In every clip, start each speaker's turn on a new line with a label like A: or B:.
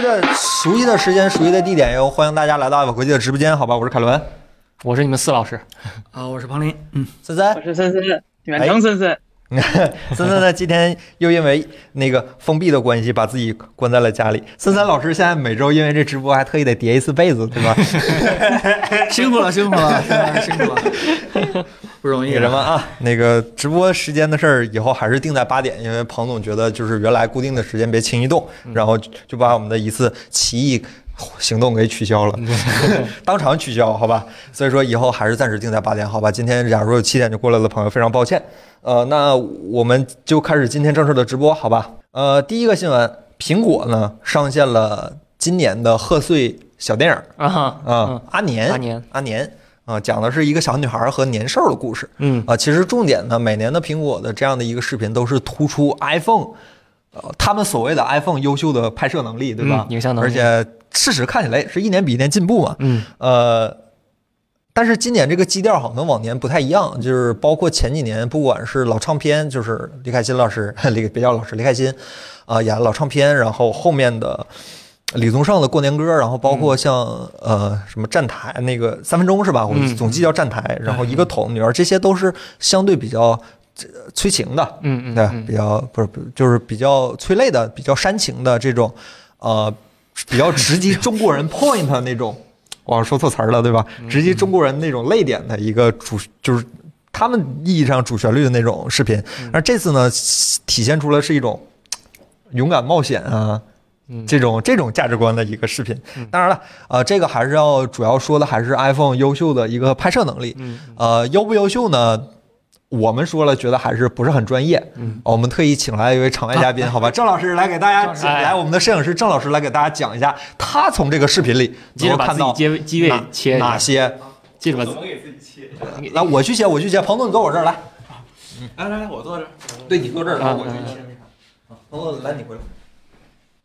A: 着熟悉的时间、熟悉的地点，又欢迎大家来到爱跑国际的直播间，好吧？我是凯伦，
B: 我是你们四老师，
C: 啊，我是庞林，嗯，
A: 森森
D: 我，是森森，远程森森，
A: 森森呢今天又因为那个封闭的关系，把自己关在了家里。森森老师现在每周因为这直播还特意得叠一次被子，对吧？
C: 辛苦了，辛苦了，辛苦了辛苦了，不容易
A: 那
C: 啊
A: 个什么啊，那个直播时间的事儿，以后还是定在八点，因为彭总觉得就是原来固定的时间别轻易动，
C: 嗯
A: 然后就就把我们的一次奇异行动给取 消了，当场取消，好吧？所以说以后还是暂时定在八点，好吧？今天假如有七点就过来的朋友，非常抱歉。呃，那我们就开始今天正式的直播，好吧？呃，第一个新闻，苹果呢上线了今年的贺岁小电影儿
B: 啊
A: 啊，
B: 哈，
A: 阿年，
B: 阿年，
A: 阿年啊、讲的是一个小女孩和年兽的故事。
B: 嗯，
A: 啊，其实重点呢，每年的苹果的这样的一个视频都是突出 iPhone，呃，他们所谓的 iPhone 优秀的拍摄能力，对吧？
B: 嗯影像能力
A: 而且事实看起来也是一年比一年进步嘛。
B: 嗯，
A: 呃，但是今年这个基调好像跟往年不太一样，就是包括前几年，不管是老唱片，就是李凯欣老师， 李别叫老师，李凯欣啊、演老唱片，然后后面的。李宗盛的过年歌，然后包括像、呃什么站台那个三分钟是吧？我
B: 嗯嗯
A: 总记叫站台，然后一个桶女儿，这些都是相对比较呃催情的，
B: 嗯嗯
A: 对，
B: 嗯
A: 比较不是不是就是比较催泪的、比较煽情的这种，呃，比较直击中国人 point 的那种，我说错词儿了，对吧？
B: 嗯
A: 直击中国人那种泪点的一个主，就是他们意义上主旋律的那种视频。
B: 嗯
A: 而这次呢，体现出了是一种勇敢冒险啊。
B: 嗯
A: 这种这种价值观的一个视频
B: 嗯，
A: 当然了，呃，这个还是要主要说的还是 iPhone 优秀的一个拍摄能力，
B: 嗯
A: 呃，优不优秀呢？我们说了，觉得还是不是很专业。
B: 嗯
A: 哦，我们特意请来一位场外嘉 宾，好吧，郑老师来给大家
B: 郑老师
A: 来，我们的摄影师郑老师来给大家讲一下，他从这个视频里
B: 接着
A: 能够
B: 把
A: 看
B: 自己
A: 到
B: 机位机位
A: 哪
B: 切一
A: 哪
B: 下，
A: 些。
B: 接着把
E: 怎么给自己切？
A: 来，我去切，我去切。彭总，你坐我这儿来。
E: 来来来，我坐这儿。
A: 对你坐这儿，然后我去
B: 啊
A: 切。彭总，来你过来。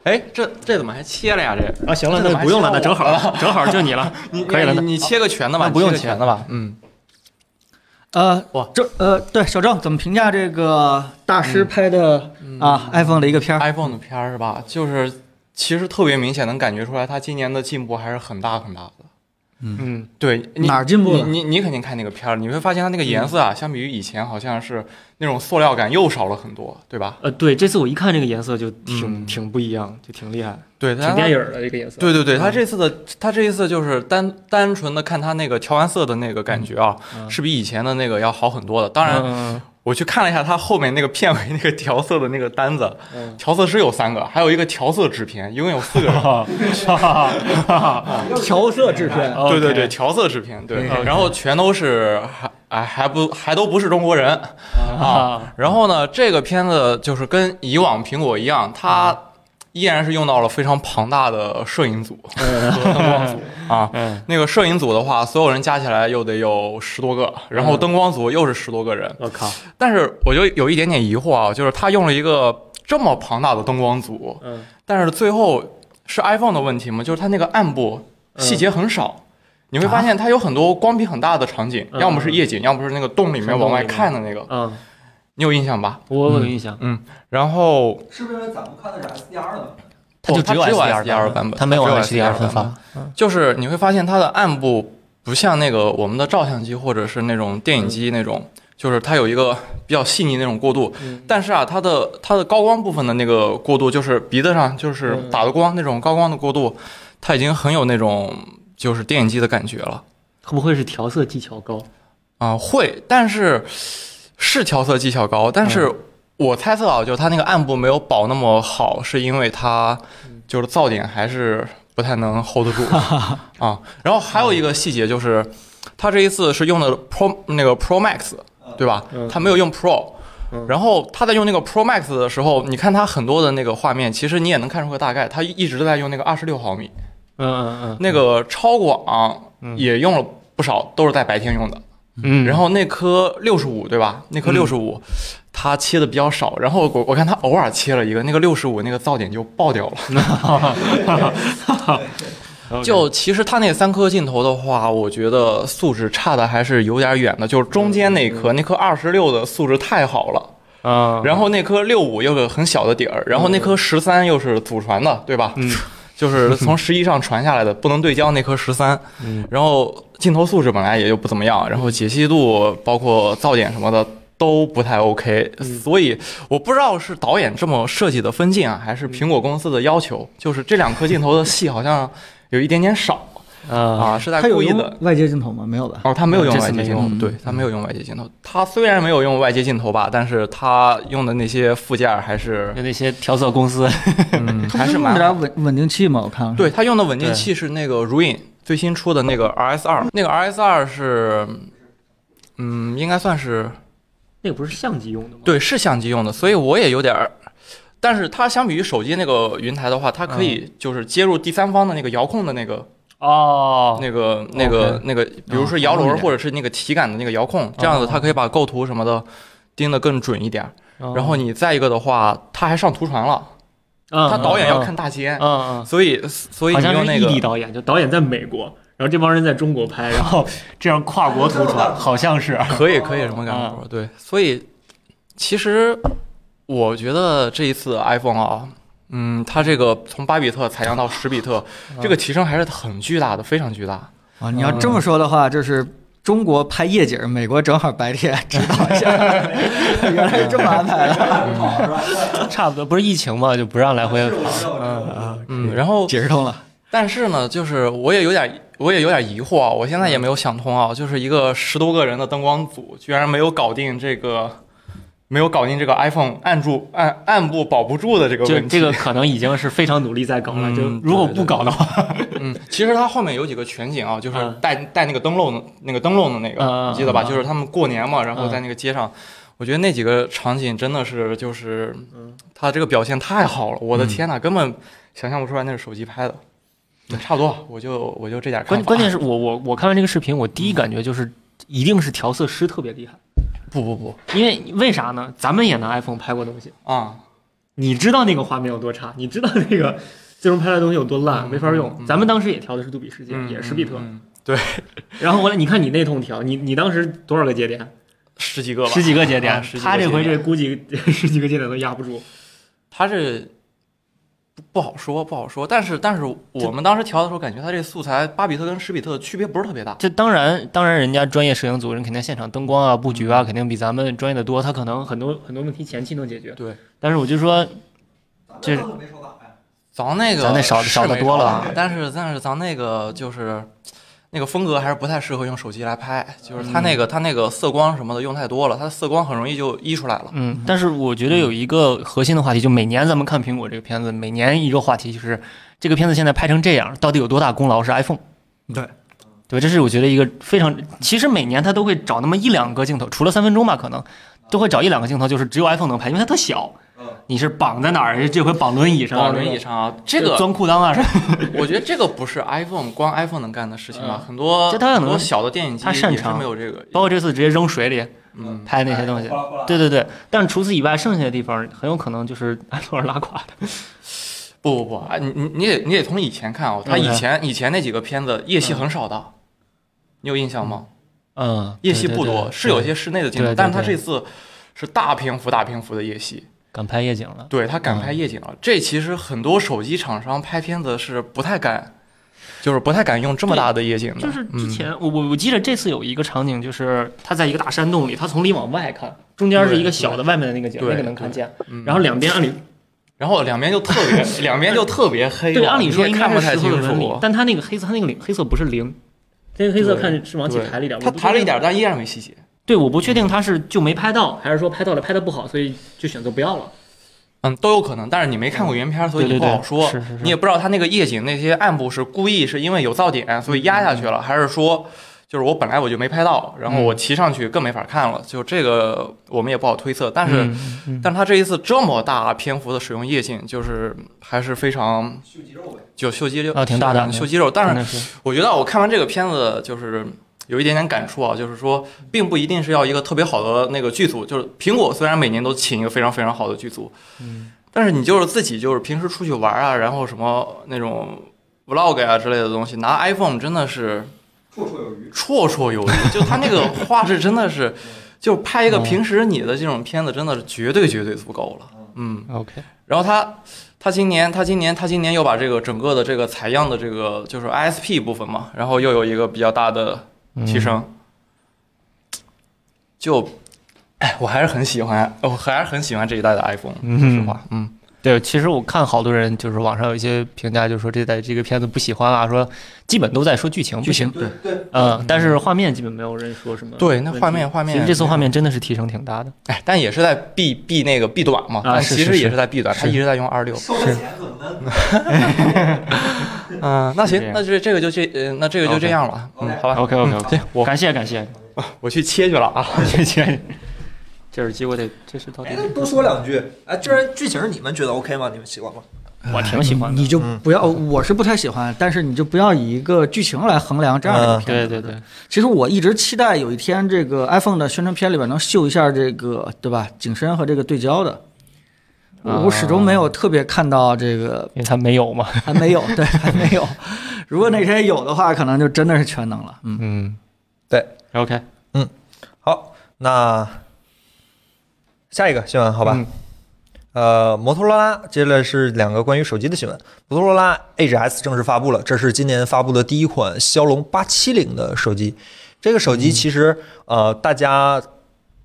E: 哎，这这怎么还切了呀？这
B: 啊，行了，
E: 这怎
B: 那
E: 么还
B: 不用了，那
E: 切
B: 正好了， 正好就你了，
E: 你
B: 可以了
E: 你，你切个全的吧，
B: 那不用
E: 你切个
B: 钱
E: 全
B: 的
E: 的吧。
B: 吧？
E: 嗯，
C: 呃，
E: 哇
C: 这呃，对，小郑怎么评价这个大师拍的啊 iPhone 的一个片儿？
E: ，iPhone 的片儿是吧？就是其实特别明显能感觉出来，它今年的进步还是很大很大的。
B: 嗯
E: 对，你
C: 哪儿进步
E: 你
C: 了？
E: 你你肯定看那个片儿，你会发现它那个颜色啊，相比于以前好像是那种塑料感又少了很多，对吧？
B: 呃，对，这次我一看这个颜色就挺
E: 嗯
B: 挺不一样，就挺厉害，
E: 对，
B: 挺
E: 它
B: 电影儿的这个颜色。
E: 对对对，
B: 嗯
E: 他这次的他这一次就是单单纯的看他那个调完色的那个感觉啊，是比以前的那个要好很多的。当然，
B: 嗯
E: 我去看了一下他后面那个片尾那个调色的那个单子，
B: 嗯
E: 调色师有三个，还有一个调色制片，一共有四个人。
B: 哈哈哈哈
C: 调色制片，
F: 哦
B: 哈
E: 对对对，，调色制片，对，
B: 嗯
E: 然后全都是还哎还不还都不是中国人，
B: 啊，
E: 然后呢，这个片子就是跟以往苹果一样，它依然是用到了非常庞大的摄影组和灯光组啊。
B: 嗯
E: 那个摄影组的话，所有人加起来又得有十多个，然后灯光组又是十多个人。
B: 我靠，
E: 但是我就有一点点疑惑啊，就是他用了一个这么庞大的灯光组，
B: 嗯
E: 但是最后是 iPhone 的问题吗？就是它那个暗部细节很少。你会发现它有很多光屏很大的场景，
B: 嗯
E: 要么是夜景，要么是那个洞里面往外看的那个，
B: 嗯，
E: 你有印象吧？
B: 我我有印象，
E: 然后
A: 是不是因为咱们看的是 SDR 呢？
B: 它就
E: 不它
B: 只有 SDR
E: 哦有 SDR 版
B: 版
E: 本，
B: 它没有
E: 只
B: HDR 分发。
E: 就是你会发现它的暗部不像那个我们的照相机或者是那种电影机那种，就是它有一个比较细腻那种过渡。
B: 嗯
E: 但是啊，它的它的高光部分的那个过渡，就是鼻子上就是
B: 嗯
E: 打的光、那种高光的过渡，它已经很有那种就是电影机的感觉了
B: 会不会是调色技巧高？
E: 啊、会，但是是调色技巧高，但
B: 嗯
E: 是我猜测啊，就是它那个暗部没有保那么好，是因为它就是噪点还是不太能 hold 得住 啊。然后还有一个细节就是，它这一次是用的 Pro 那个 Pro Max，对吧
B: 嗯？
E: 它没有用 Pro
B: 嗯。
E: 然后它在用那个 Pro Max 的时候，你看它很多的那个画面，其实你也能看出个大概，它一直都在用那个二十六毫米，
B: 嗯嗯嗯，
E: 那个超广
B: 嗯
E: 也用了不少，都是在白天用的。
B: 嗯，
E: 然后那颗六十五对吧？那颗
B: 嗯
E: 六十五，它切的比较少。然后我我看它偶尔切了一个，那个六十五那个噪点就爆掉了。
B: OK
E: 就其实它那三颗镜头的话，我觉得素质差的还是有点远的。就是中间那
B: 嗯
E: 颗，那颗二十六的素质太好了。
B: 啊，
E: 然后那颗六五又有个很小的底儿，然后那颗十三又是祖传的，对吧？
B: 嗯，
E: 就是从十一上传下来的不能对焦那颗十三，然后镜头素质本来也就不怎么样，然后解析度包括噪点什么的。都不太 OK，所以我不知道是导演这么设计的分镜啊，还是苹果公司的要求，就是这两颗镜头的戏好像有一点点少
B: 嗯
F: 啊，
E: 啊，是在
C: 他有
E: 故意
C: 用
E: 的。
C: 外接镜头吗？没有吧？
E: 哦，他没有用
F: 这次
E: 外接
F: 没
E: 镜头
F: 用，嗯
E: 对他没有用外接镜头。他虽然没有用外接镜头吧，但是他用的那些附件儿还是
F: 有那些调色 公司，
E: 嗯还是
C: 用了
E: 蛮
C: 点
E: 好。
C: 稳稳定器嘛，我看看。
E: 对，他用的稳定
F: 对
E: 器是那个如影最新出的那个 RS 二，那个 RS 二是，嗯，应该算是
F: 那个不是相机用的吗？
E: 对是相机用的，所以我也有点儿。但是它相比于手机那个云台的话，它可
F: 嗯
E: 以就是接入第三方的那个遥控的那个
F: 哦，嗯
E: 那个、那个、那个，比如说摇轮或者是那个体感的那个遥控，这样子
F: 哦
E: 它可以把构图什么的盯得更准一点儿。
B: 嗯
E: 然后你再一个的话，它还上图传了，
F: 嗯
E: 它导演要看，大
F: 嗯
E: 监，
F: 嗯嗯
E: 所以所以
F: 好
E: 你
F: 像
E: 用
F: 是
E: 那
F: 异地
E: 个。
F: 导演，就导演在美国，然后这帮人在中国拍，然后哦这样跨国图传，好像是，
E: 可以可以什么感觉？
F: 嗯
E: 对，所以其实我觉得这一次 iPhone 啊，嗯，它这个从八比特采样到十比特，
F: 嗯
E: 这个提升还是很巨大的，非常巨大。
C: 啊，你要这么说的话，就是中国拍夜景，美国正好白天指导一下， 原来是这么安排
E: 嗯
C: 的，
F: 差不多不是疫情嘛，就不让来回跑。
E: 嗯，然后
C: 解释通了。
E: 但是呢，就是我也有点，我也有点疑惑啊，我现在也没有想通
F: 嗯
E: 啊，就是一个十多个人的灯光组，居然没有搞定这个，没有搞定这个 iPhone 按住按按部保不住的这个
F: 就
E: 问题。
F: 这个，可能已经是非常努力在搞了，
E: 嗯
F: 就如果不搞的话，
E: 嗯，其实它后面有几个全景啊，就是
F: 嗯
E: 带、带那个灯笼的那个灯笼的那个，
F: 嗯嗯
E: 你记得吧？
F: 嗯
E: 就是他们过年嘛，然后在那个街上。我觉得那几个场景真的是，就是，
F: 嗯
E: 他这个表现太好了，我的天呐，根本想象不出来那是手机拍的，差不多，我就我就这点看法。
F: 嗯关关键是我我我看完这个视频，我第一感觉就是一定是调色师特别厉害，
E: 不不不
F: 因为为啥呢？咱们也拿 iPhone 拍过东西，
E: 啊、
F: 你知道那个画面有多差，你知道那个最终拍出来的东西有多烂，没法用。咱们当时也调的是杜比世界，也是比特。
E: 嗯
F: 然后后来你看你那通调，你你当时多少个节点？
E: 十几个吧，
F: 十几个节
E: 啊
F: 点
E: 十
F: 嗯
E: 几。个
F: 他这回
E: 节
F: 这估计 十几个节点都压不住。
E: 他这不不好说，不好说。但是但是我们当时调的时候，感觉他这素材八比特跟十比特的区别不是特别大。
F: 这当然，当然，人家专业摄影组人肯定现场灯光啊、布局啊，肯定比咱们专业的多。他可能很多很多问题前期能解决。
E: 对，
F: 但是我就说，这
A: 哎
E: 咱那个
F: 咱那少
E: 是
F: 少得
E: 没
F: 多
E: 少
F: 了啊
E: 的，但是但是咱那个就是。那个风格还是不太适合用手机来拍，就是它那
F: 嗯
E: 个、它那个色光什么的用太多了，它的色光很容易就溢出来了。
F: 嗯，但是我觉得有一个核心的话题，就每年咱们看苹果这个片子，每年一个话题就是这个片子现在拍成这样，到底有多大功劳是 iPhone？
C: 对，
F: 对，这是我觉得一个非常，其实每年他都会找那么一两个镜头，除了三分钟吧，可能都会找一两个镜头，就是只有 iPhone 能拍，因为它特小。
E: 嗯
F: 你是绑在哪儿？这回绑轮椅上，
E: 绑轮椅上啊，这
F: 就
E: 个
F: 钻裤裆啊，是 吧
E: 我觉得这个不是 iPhone 光 iPhone 能干的事情吧，
F: 嗯
E: 很多
F: 这它可能
E: 很多小的电影机
F: 它擅
E: 也是
F: 长
E: 没有这个。
F: 包括这次直接扔水里
E: 嗯，
F: 拍
A: 哎
F: 那些东西。对对对，但除此以外，剩下的地方很有可能就是 iPhone 是拉垮的。
E: 不不不，啊，你你你得你得从以前看啊、他以
F: 嗯 OK
E: 前以前那几个片子夜戏很少的，你有印象吗？
F: 嗯，
E: 夜戏不多，是有
F: 些
E: 些室内的镜
F: 对
E: 头，
F: 对
E: 但是他
F: 对
E: 这次是大篇幅大篇幅的夜戏，
F: 敢拍夜景了。
E: 对他敢
F: 嗯
E: 拍夜景了。这其实很多手机厂商拍片子是不太敢，就是不太敢用这么大的夜景的。
F: 就是之
E: 嗯
F: 前、我我我记得这次有一个场景，就是他在一个大山洞里，他从里往外看，中间是一个小的外面的那个景，
E: 对
F: 那个能看见，
E: 嗯
F: 然后两边按理
E: 然后两边就特别 两边就特别黑了，
F: 对按理说
E: 你
F: 应
E: 也看
F: 该
E: 不
F: 是
E: 太
F: 石头
E: 清
F: 的纹理
E: 楚，。
F: 但他那个黑色，他那个零黑色不是零。这个黑色
E: 对
F: 看是往起
E: 对
F: 抬了一点，
E: 他
F: 我不确
E: 抬了一
F: 定
E: 点，。但依然没细节。
F: 对，我不确定他是就没拍到，还是说拍到了拍的不好，所以就选择不要了。
E: 嗯，都有可能，但是你没看过原片儿，所以
F: 嗯对对
E: 不
F: 对
E: 好说。
F: 是是是
E: 你也不知道他那个夜景那些暗部是故意是因为有噪点，所以压下去
F: 嗯
E: 了，还是说就是我本来我就没拍到，然后我骑上去更没法看了。就这个我们也不好推测，但是、
F: 嗯
E: 但是他这一次这么大篇幅的使用夜景，就是还是非常秀肌肉就秀肌肉
F: 啊挺大胆的
E: 秀肌肉。但是
F: 真的是
E: 我觉得我看完这个片子就是。有一点点感触啊，就是说，并不一定是要一个特别好的那个剧组。就是苹果虽然每年都请一个非常非常好的剧组，但是你就是自己就是平时出去玩啊，然后什么那种 vlog 啊之类的东西，拿 iPhone 真的是绰绰有余，绰绰有余。就它那个画质真的是，就拍一个平时你的这种片子，真的是绝对绝对足够了。嗯，
F: OK，
E: 然后他他今年他今年他今年又把这个整个的这个采样的这个就是 ISP 部分嘛，然后又有一个比较大的提升，就哎，我还是很喜欢，我还是很喜欢这一代的 iPhone，、
F: 嗯
E: 说实话，嗯，
F: 对，其实我看好多人就是网上有一些评价，就说这代这个片子不喜欢啊，说基本都在说剧情，剧情，
A: 对对，
F: 嗯，但是画面基本没有人说什么。
E: 对，那画面画
F: 其实
E: 面，
F: 这次画面真的是提升挺大的。
E: 哎，但也是在避避那个避短嘛，但
F: 啊是
E: 其
F: 是
E: 实也
F: 是
E: 是在避短，他一直在用二六，
A: 收了钱怎么能？
E: 嗯，那
F: 这
E: 行，
F: 样
E: 那就是这个就这，呃，那这个就
F: OK
E: 这样了，嗯，好
A: 啊
E: 吧，
F: OK OK OK，
E: 我
F: 感谢感 谢，
E: 我去切去了啊，
F: 谢谢。这耳机我得，这是到底
A: 哎，那多说两句。哎，这然剧情你们觉得 OK 吗？你们喜欢吗？
F: 我挺喜欢的。
C: 你就
E: 嗯
C: 不要，我是不太喜欢，但是你就不要以一个剧情来衡量这样
E: 嗯
C: 的一个片
F: 对
C: 子。
F: 对对，
C: 其实我一直期待有一天这个 iPhone 的宣传片里边能秀一下这个，对吧？景深和这个对焦的，
A: 啊
C: 我我始终没有特别看到这 个，
F: 因为它没有嘛。
C: 还没有，对，还没有。如果哪天有的话，可能就真的是全能了。嗯，
F: 嗯，
A: 对。
F: OK，
A: 好，那下一个新闻，好吧？
F: 嗯
A: 呃，摩托罗拉接下来是两个关于手机的新闻。摩托罗拉 Edge 正式发布了，这是今年发布的第一款骁龙八七零的手机。这个手机其实、呃，大家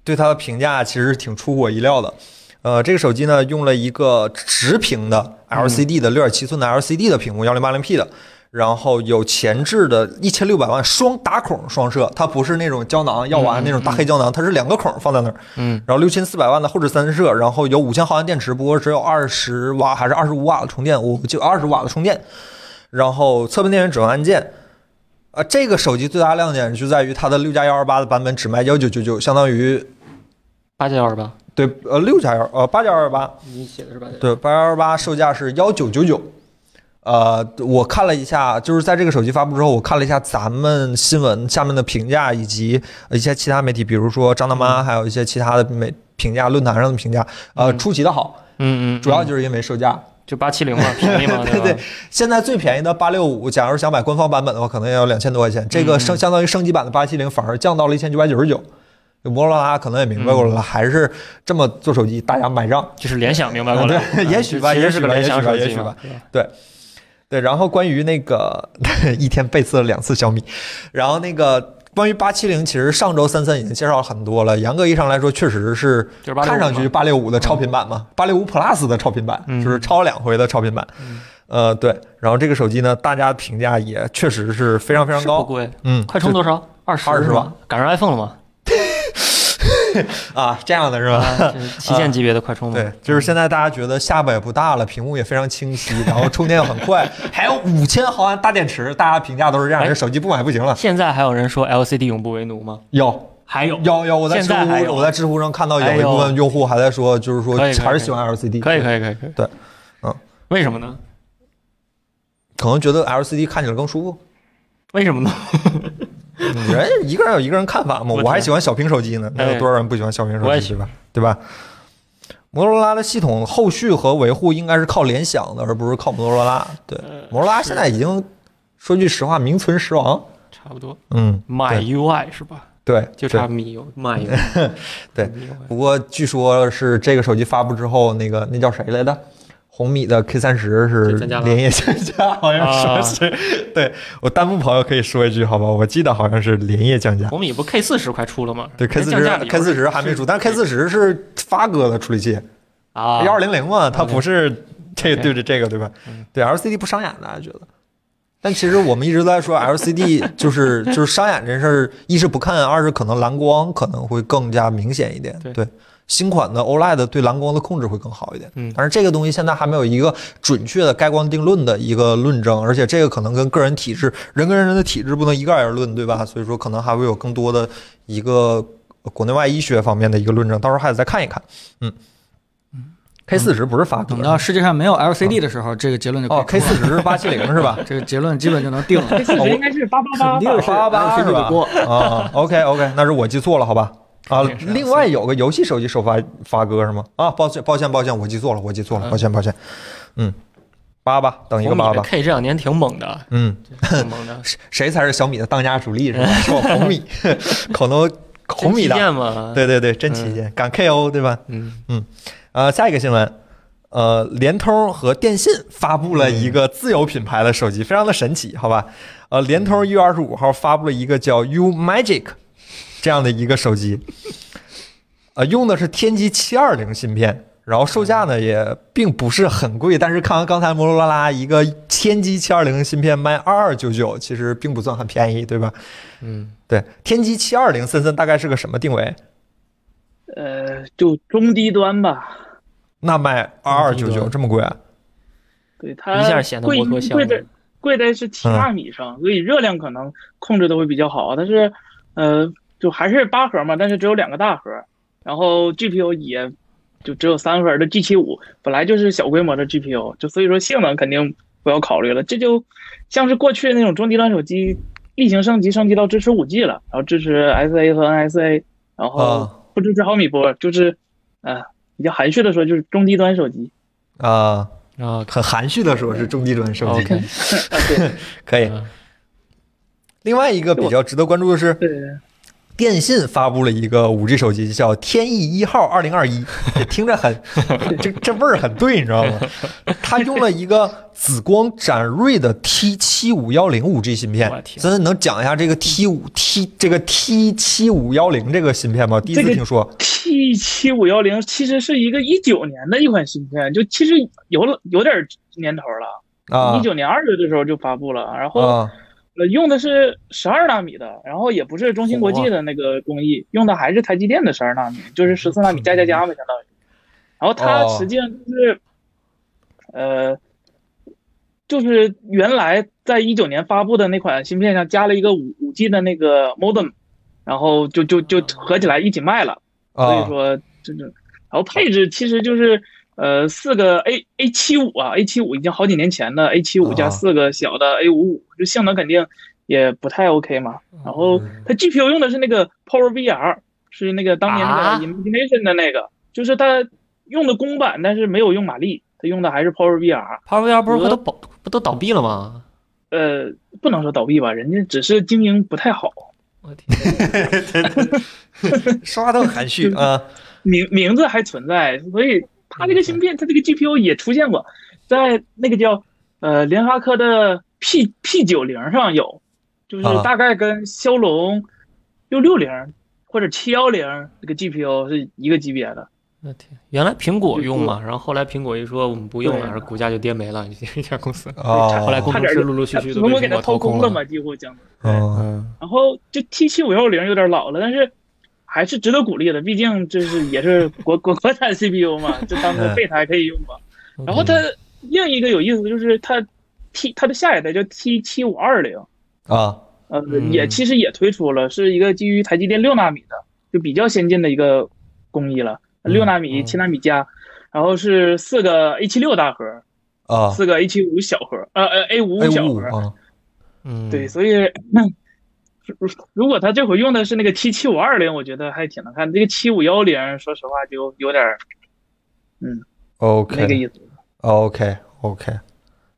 A: 对它的评价其实挺出乎我意料的。呃，这个手机呢，用了一个直屏的 LCD 的六点七寸的 LCD 的屏幕，幺零八零 P 的，然后有前置的一千六百万双打孔双摄，它不是那种胶囊药丸那种大黑胶囊，它是两个孔放在那儿。
F: 嗯，
A: 然后六千四百万的后置三摄，然后有五千毫安电池，不过只有二十瓦还是二十五瓦的充电，我就二十瓦的充电。然后侧面电源指纹按键，啊，这个手机最大亮点就在于它的六加幺二八的版本只卖幺九九九，相当于
F: 八加二吧。
A: 对呃六加幺呃八加幺二八
F: 你写的是八加
A: 对八幺二八售价是幺九九九。呃，我看了一下，就是在这个手机发布之后，我看了一下咱们新闻下面的评价，以及呃一些其他媒体，比如说张大妈，还有一些其他的媒评价论坛上的评价，呃，
F: 嗯
A: 出奇的好，
F: 嗯嗯，
A: 主要就是因为售价。
F: 就八七零 嘛，便宜嘛，
A: 对
F: 吧
A: 对？，现在最便宜的八六五，假如想买官方版本的话，可能要两千多块钱。这
F: 嗯
A: 个升相当于升级版的八七零，反而降到了一千九百九十九。摩托罗拉可能也明白过
F: 嗯
A: 来了，还是这么做手机，大家买账。
F: 就是联想明白过来了，
A: 对
F: 嗯
A: 也许吧
F: 其实
A: 也
F: 是
A: 许
F: 个
A: 吧
F: 联想手
A: 也
F: 机
A: 许吧
F: 嘛，对吧
A: 对，然后关于那个 一天背刺了两次小米，然后那个关于八七零，其实上周三三已经介绍了很多了。严格意义上来说，确实是
F: 就是八
A: 看上去八六五的超频版嘛，八六五 Plus 的超频版，
F: 嗯
A: 就是超两回的超频版。呃，对，然后这个手机呢，大家评价也确实是非常非常
F: 是不
A: 高，
F: 贵，
A: 嗯，
F: 快充多少？二十
A: 20吧，
F: 赶上 iPhone 了 吗？
A: 就啊，这样的是吧？
F: 啊，就是旗舰级别的快充 嘛。
A: 对，就是现在大家觉得下巴也不大了，屏幕也非常清晰，然后充电又很快， 还有五千毫安大电池，大家评价都是这样，
F: 哎
A: 这手机不买不行了。
F: 现在还有人说 LCD 永不为奴吗？
A: 有
F: 还有，
A: 有有，我在
F: 现
A: 知
F: 在还有
A: 乎我在知乎上看到有
F: 哎
A: 一
F: 呦
A: 部分用户还在说，就是说
F: 可以可以
A: 还是喜欢 LCD，
F: 可以，可以，可以，可以。
A: 对，嗯，
F: 为什么呢？
A: 可能觉得 LCD 看起来更舒 服。
F: 为什么呢？
A: 人一个人有一个人看法嘛，
F: 我
A: 我
F: 天
A: 还喜欢小屏手机呢，那有多少人不喜欢小屏手
F: 哎我也
A: 机
F: 喜
A: 对吧？对吧？摩托罗拉的系统后续和维护应该是靠联想的，而不是靠摩托罗拉。对，
F: 呃
A: 摩托罗拉现在已经说句实话，名存实亡。
F: 差不多
A: 嗯，
F: ，My UI 是吧？
A: 对，
F: 就
A: 对
F: 差 MIUI，My UI。
A: 对不过据说是这个手机发布之后，那个那叫谁来着？红米的 K 三十是
F: 就增加了
A: 连夜降价，好像说是。对我弹幕朋友可以说一句好吧？我记得好像是连夜降价。
F: 红米不 K 四十快出了吗？
A: 对 K 四
F: 降
A: 十
F: 价理由
A: ，K 四
F: 是
A: 十还没出，但 K 四十是发哥的处理器，
F: 啊，
A: 幺二零零嘛，它不是这个
F: OK 嗯
A: 对着这个对吧？对 LCD 不伤眼，大家觉得？但其实我们一直在说 LCD 就是 就是伤眼这事儿，一是不看，二是可能蓝光可能会更加明显一点。
F: 对
A: 对，新款的 OLED 对蓝光的控制会更好一点。
F: 嗯
A: 但是这个东西现在还没有一个准确的该光定论的一个论证，而且这个可能跟个人体质，人跟人的体质不能一概而论，对吧？所以说可能还会有更多的一个国内外医学方面的一个论证，到时候还得再看一看。嗯，K 四十不嗯是发布
C: 等到世界上没有 LCD 的时候，这个结论就可以
A: 哦，K
C: 出
A: 四
C: 了
A: 十是八七零是吧？
C: 这个结论基本就能定了。
D: 这四十应该是八八八
C: 肯定
D: 吧？
C: 是
A: 八八
C: LCD
A: 是吧
C: 的锅。
A: 啊，OK OK，那是我记错了，好吧？啊，
F: 定是
A: 另外有个游戏手机首发发歌是吗？啊，抱歉抱歉抱歉，我记错了，我记错了，抱歉抱歉。嗯，八吧，等一个
F: 红
A: 八
F: 米的
A: 吧。
F: K 这两年挺猛的，
A: 嗯，
F: 挺猛的。
A: 谁谁才 是小米的当家主 力是吧？是我红米，可能红米
F: 旗
A: 的。
F: 舰嘛，啊
A: 对对对，真旗舰，敢 KO 对吧？
F: 嗯，
A: 呃，下一个新闻，呃，联通和电信发布了一个自有品牌的手机，非常的神奇，好吧？呃，联通一月二十五号发布了一个叫 U Magic 这样的一个手机，呃，用的是天玑七二零芯片，然后售价呢也并不是很贵，但是看完刚才摩托罗拉一个天玑七二零芯片卖二二九九，其实并不算很便宜，对吧？
F: 嗯，
A: 对，天玑七二零森森大概是个什么定位？
D: 呃，就中低端吧。
A: 那卖二二九九这么贵啊？
D: 对它
F: 一下显得
D: 贵
F: 摩托像
D: 贵在贵在是七
A: 嗯
D: 纳米上，所以热量可能控制的会比较好。但是，呃，就还是八核嘛，但是只有两个大核，然后 GPU 也就只有三核的 G 7 5本来就是小规模的 GPU，就所以说性能肯定不要考虑了。这就像是过去那种中低端手机例行升级，升级到支持 5G 了，然后支持 SA 和 NSA，然后
A: 啊
D: 不支持毫米波，就是，呃，比较含蓄的说，就是中低端手机。
A: 啊、
F: 啊，哦
A: 很含蓄的说是中低端手机
F: OK
D: 啊，对
A: 可以
F: 嗯。
A: 另外一个比较值得关注的是，
D: 对。
A: 电信发布了一个五 G 手机，叫天翼一号二零二一，也听着 很，这这味儿很对，你知道吗？它用了一个紫光展锐的 T 七五幺零五 G 芯片
F: 我的，天
A: 森森能讲一下这个 T 五 T 这个 T 七五幺零这个芯片吗？第一次
D: 这个
A: 听说，
D: T 七五幺零其实是一个一九年的一款芯片，就其实有了有点年头了。
A: 啊
D: 一九年二月的时候就发布了，然后、
A: 啊
D: 呃用的是十二纳米的，然后也不是中芯国际的那个工艺，用的还是台积电的十二纳米，就是十四纳米加加加嘛，相当于。然后它
A: 哦
D: 实际上就是，呃，就是原来在一九年发布的那款芯片上加了一个五五 G 的那个 modem，然后就就就合起来一起卖了。所以
A: 啊
D: 说真正，然后配置其实就是呃四个 A A 七五啊，A 七五已经好几年前的 A 七五
A: 啊
D: 加四个小的 A 五五，就性能肯定也不太 OK 嘛。
A: 嗯
D: 然后它 GPU 用的是那个 Power VR，是那个当年那
F: 啊
D: 个 Imagination 的那个，就是它用的公版，但是没有用马力，它用的还是 Power VR。
F: ，Power VR 不是
D: 我
F: 不都倒不都倒闭了吗？
D: 呃，不能说倒闭吧，人家只是经营不太好，
F: 我天，
A: 说话都很含蓄啊
D: 名名字还存在，所以它这个芯片，它这个 GPU 也出现过，在那个叫呃联发科的 P P 九零上有，就是
A: 啊
D: 大概跟骁龙六六零或者七幺零这个 GPU 是一个级别的。
F: 我天，原来苹果用嘛，然后后来苹果一说我们不用了，然后股价就跌没了， 这家公司。后来
A: 哦
F: 工程师陆陆续续都
D: 苹
F: 被
D: 果给
F: 苹
D: 它
F: 果
D: 掏
F: 空
D: 空了嘛，几乎将。
A: 嗯
F: 嗯，
D: 然后这 T 七五幺零有点老了，但是还是值得鼓励的，毕竟这是也是国 国国产 CPU 嘛，就
A: 嗯
D: 当个备胎可以用吧。然后它另一个有意思的就是它 T 它的下一代叫 T 七五二零，
A: 啊
D: 呃，
F: 嗯
D: 也其实也推出了，是一个基于台积电六纳米的，就比较先进的一个工艺了，
A: 嗯
D: 六纳米、七纳米加，然后是四个 A 七六大核，
A: 啊
D: 四个 A 七五小核，呃呃 A 五
A: ，A
D: 五小
A: 五五
D: 核，
A: 啊
F: 嗯，
D: 对，所以那如如果他这会儿用的是那个七七五二零，我觉得还挺能看。这个七五幺零，说实话就有点儿
A: ，OK，
D: 那个意思。
A: OK OK，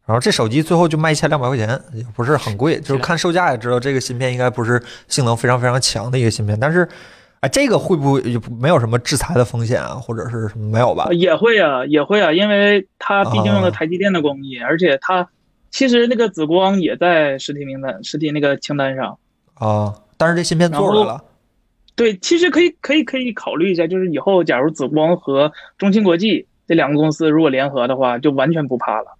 A: 然后这手机最后就卖一千两百块钱，也不是很贵，就是看售价也知道这个芯片应该不是性能非常非常强的一个芯片，但是。哎，这个会不会也不没有什么制裁的风险啊，或者是什么没有吧
D: 啊？也会啊，也会啊，因为它毕竟用
A: 啊
D: 了台积电的工艺，而且它其实那个紫光也在实体名单、实体那个清单上。
A: 啊，但是这芯片做出来了
D: 对，其实可以可以可以考虑一下，就是以后假如紫光和中芯国际这两个公司如果联合的话，就完全不怕了。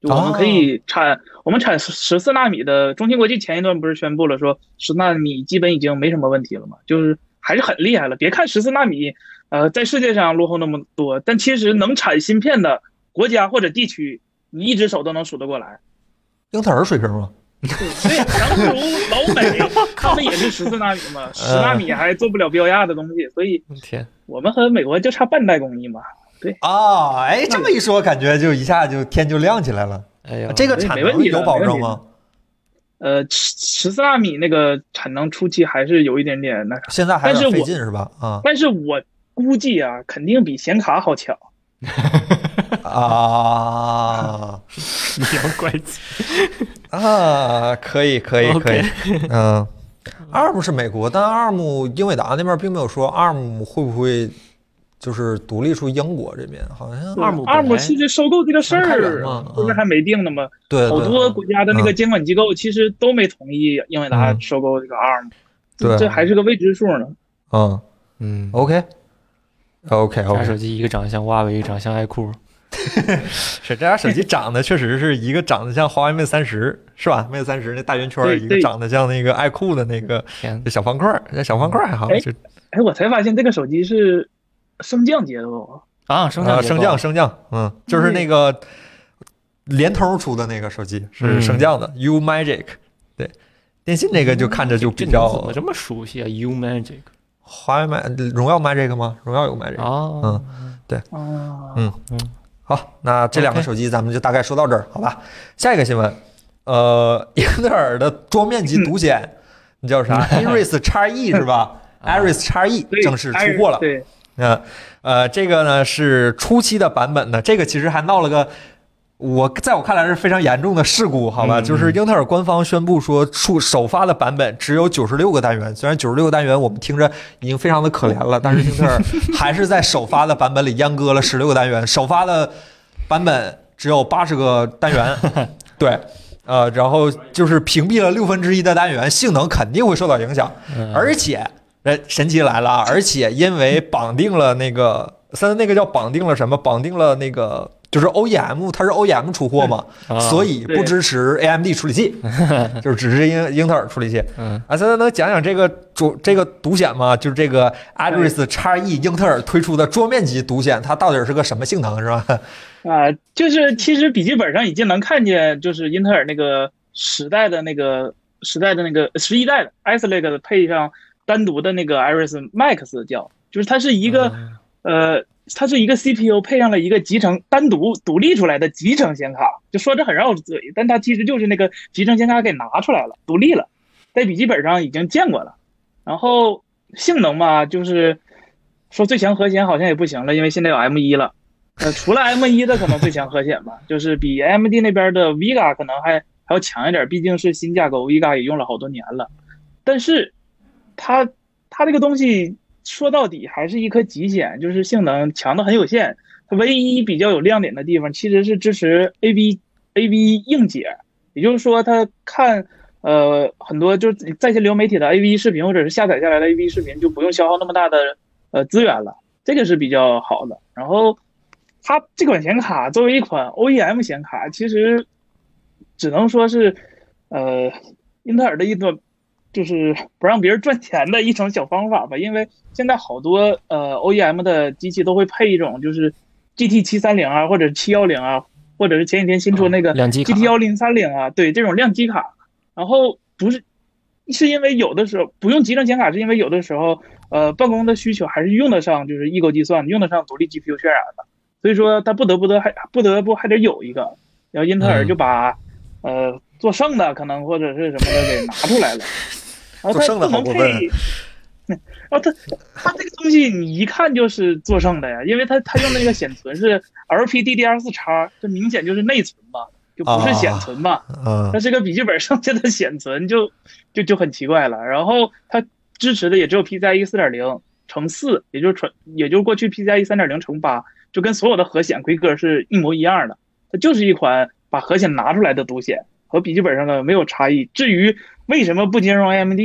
D: 就我们可以产，我们产十四纳米的，中芯国际前一段不是宣布了说十纳米基本已经没什么问题了嘛，就是还是很厉害了。别看十四纳米，呃，在世界上落后那么多，但其实能产芯片的国家或者地区，你一只手都能数得过来。
A: 英特尔水平吗？
D: 对，诚如老美，他们也是十四纳米嘛，十纳
A: 嗯
D: 米还做不了标压的东西，所以。
F: 我天，
D: 我们和美国就差半代工艺嘛，
A: 啊，哎，这么一说，感觉就一下就天就亮起来了。
F: 哎呀，
A: 这个产
D: 没问
A: 能
D: 题的
A: 有保证吗？
D: 呃，十十四纳米那个产能初期还是有一点点那啥，
A: 现在还有
D: 但是
A: 点费
D: 我
A: 劲是吧？啊
D: 但是我估计啊，肯定比显卡好抢。
A: 啊
F: 洋怪气，
A: 啊！可以可以可以
F: OK，
A: 嗯，ARM 是美国，但 ARM 英伟达那边并没有说 ARM 会不会就是独立出英国这边，好像
B: 二姆
D: 二姆其实收购这个事
A: 想开源
D: 儿
A: 嘛
D: 不是
A: 嗯
D: 还没定呢吗？
A: 对
D: 好
A: 对啊
D: 多国家的那个监管机构其实都没同意英伟达
A: 嗯
D: 收购这个 ARM，、
A: 对啊
D: 这还是个未知数呢。
A: 嗯
F: 嗯，
A: ，OK OK
F: 俩
A: OK，
F: 手机一个长得像华为，一个长得像爱酷，
A: 是这俩手机长得确实是一个长得像华为 Mate 三十，是吧？Mate 三十那大圆圈儿，
D: 对
A: 一个
D: 对
A: 长得像那个爱酷的那个
F: 天，
A: 小方块儿，那小方块儿还好，
D: 哎
A: 就
D: 哎，我才发现这个手机是升降结构，
F: 啊，升
A: 啊
F: 降
A: 升降升降，嗯，就是那个联通出的那个手机是
F: 嗯
A: 升降的 U Magic，对，电信那个就看着就比较
F: 这怎么这么熟悉啊？U Magic
A: 华为 Mag 荣耀 Magic 吗？荣耀有 Magic，
F: 啊
A: 嗯，
D: 啊，
A: 嗯
F: 嗯，
A: 好，那这两个
F: OK
A: 手机咱们就大概说到这儿，好吧？下一个新闻，呃，英特尔的桌面级独显，你叫 啥？Iris X E 是吧
F: 啊
A: ？Iris X E
D: 对
A: 正式出货了。
D: 对，
A: 嗯，呃，这个呢是初期的版本呢，这个其实还闹了个。我在我看来是非常严重的事故，好吧？
F: 嗯
A: 就是英特尔官方宣布说，出首发的版本只有九十六个单元。虽然九十六个单元我们听着已经非常的可怜了，但是英特 尔还是在首发的版本里阉割了十六个单元。首发的版本只有八十个单 元，对，呃，然后就是屏蔽了六分之一的单元，性能肯定会受到影响。
F: 嗯
A: 而且，呃，神奇来了 啊，而且因为绑定了那个三，那个叫绑定了什么？绑定了那个就是 OEM，它是 OEM 出货嘛，
D: 嗯
F: 啊
A: 所以不支持 AMD 处理 器，就是只是英英特尔处理器。
F: 嗯
A: 啊，三三能讲讲这个主这个独显吗？就是这个 Iris X E 英特尔推出的桌面级独显，它到底是个什么性能是吧？
D: 啊、就是其实笔记本上已经能看见，就是英特尔那个十代的那个十代的那个十一代的 Ice Lake 配上单独的那个 Iris Max 叫，就是它是一个、
A: 嗯
D: 呃，它是一个 CPU 配上了一个集成单独独立出来的集成显卡，就说着很绕嘴，但它其实就是那个集成显卡给拿出来了，独立了，在笔记本上已经见过了。然后性能嘛，就是说最强核显好像也不行了，因为现在有 M 一了。呃，除了 M 一的可能最强核显吧，就是比 AMD 那边的 Vega 可能还还要强一点，毕竟是新架构，Vega 也用了好多年了。但是它它这个东西说到底还是一颗极限，就是性能强的很有限。它唯一比较有亮点的地方其实是支持 AB AB 硬解，也就是说它看呃很多就是在线流媒体的 AV 视频或者是下载下来的 AV 视频就不用消耗那么大的呃资源了，这个是比较好的。然后它这款显卡作为一款 OEM 显卡，其实只能说是呃英特尔的一种就是不让别人赚钱的一种小方法吧，因为现在好多呃 OEM 的机器都会配一种就是 GT 七三零啊，或者七幺零啊，或者是前几天新出那个
F: 哦两 G 卡
D: GT 幺零三零啊，对这种量机卡，然后不是是因为有的时候不用集成显卡，是因为有的时候呃办公的需求还是用得上就是异构计算的，用得上独立 GPU 渲染的，所以说它不得不得还不得不还得有一个，然后英特尔
A: 嗯
D: 就把、呃做剩的可能或者是什么的给拿 出来了，然后
A: 做
D: 它
A: 剩的
D: 不能
A: 好过
D: 配
A: 分。
D: 然后它它这个东西你一看就是做剩的呀，因为它它用的那个显存是 LPDDR 4 x 这明显就是内存嘛，就不是显存嘛。
A: 嗯
D: 那这个笔记本剩下的显存就就就很奇怪了。然后它支持的也只有 PCIe 4.0乘四，也就是传，也就是过去 PCIe 3.0乘八，就跟所有的核显规格是一模一样的。它就是一款把核显拿出来的独显，和笔记本上的没有差异。至于为什么不兼容 AMD，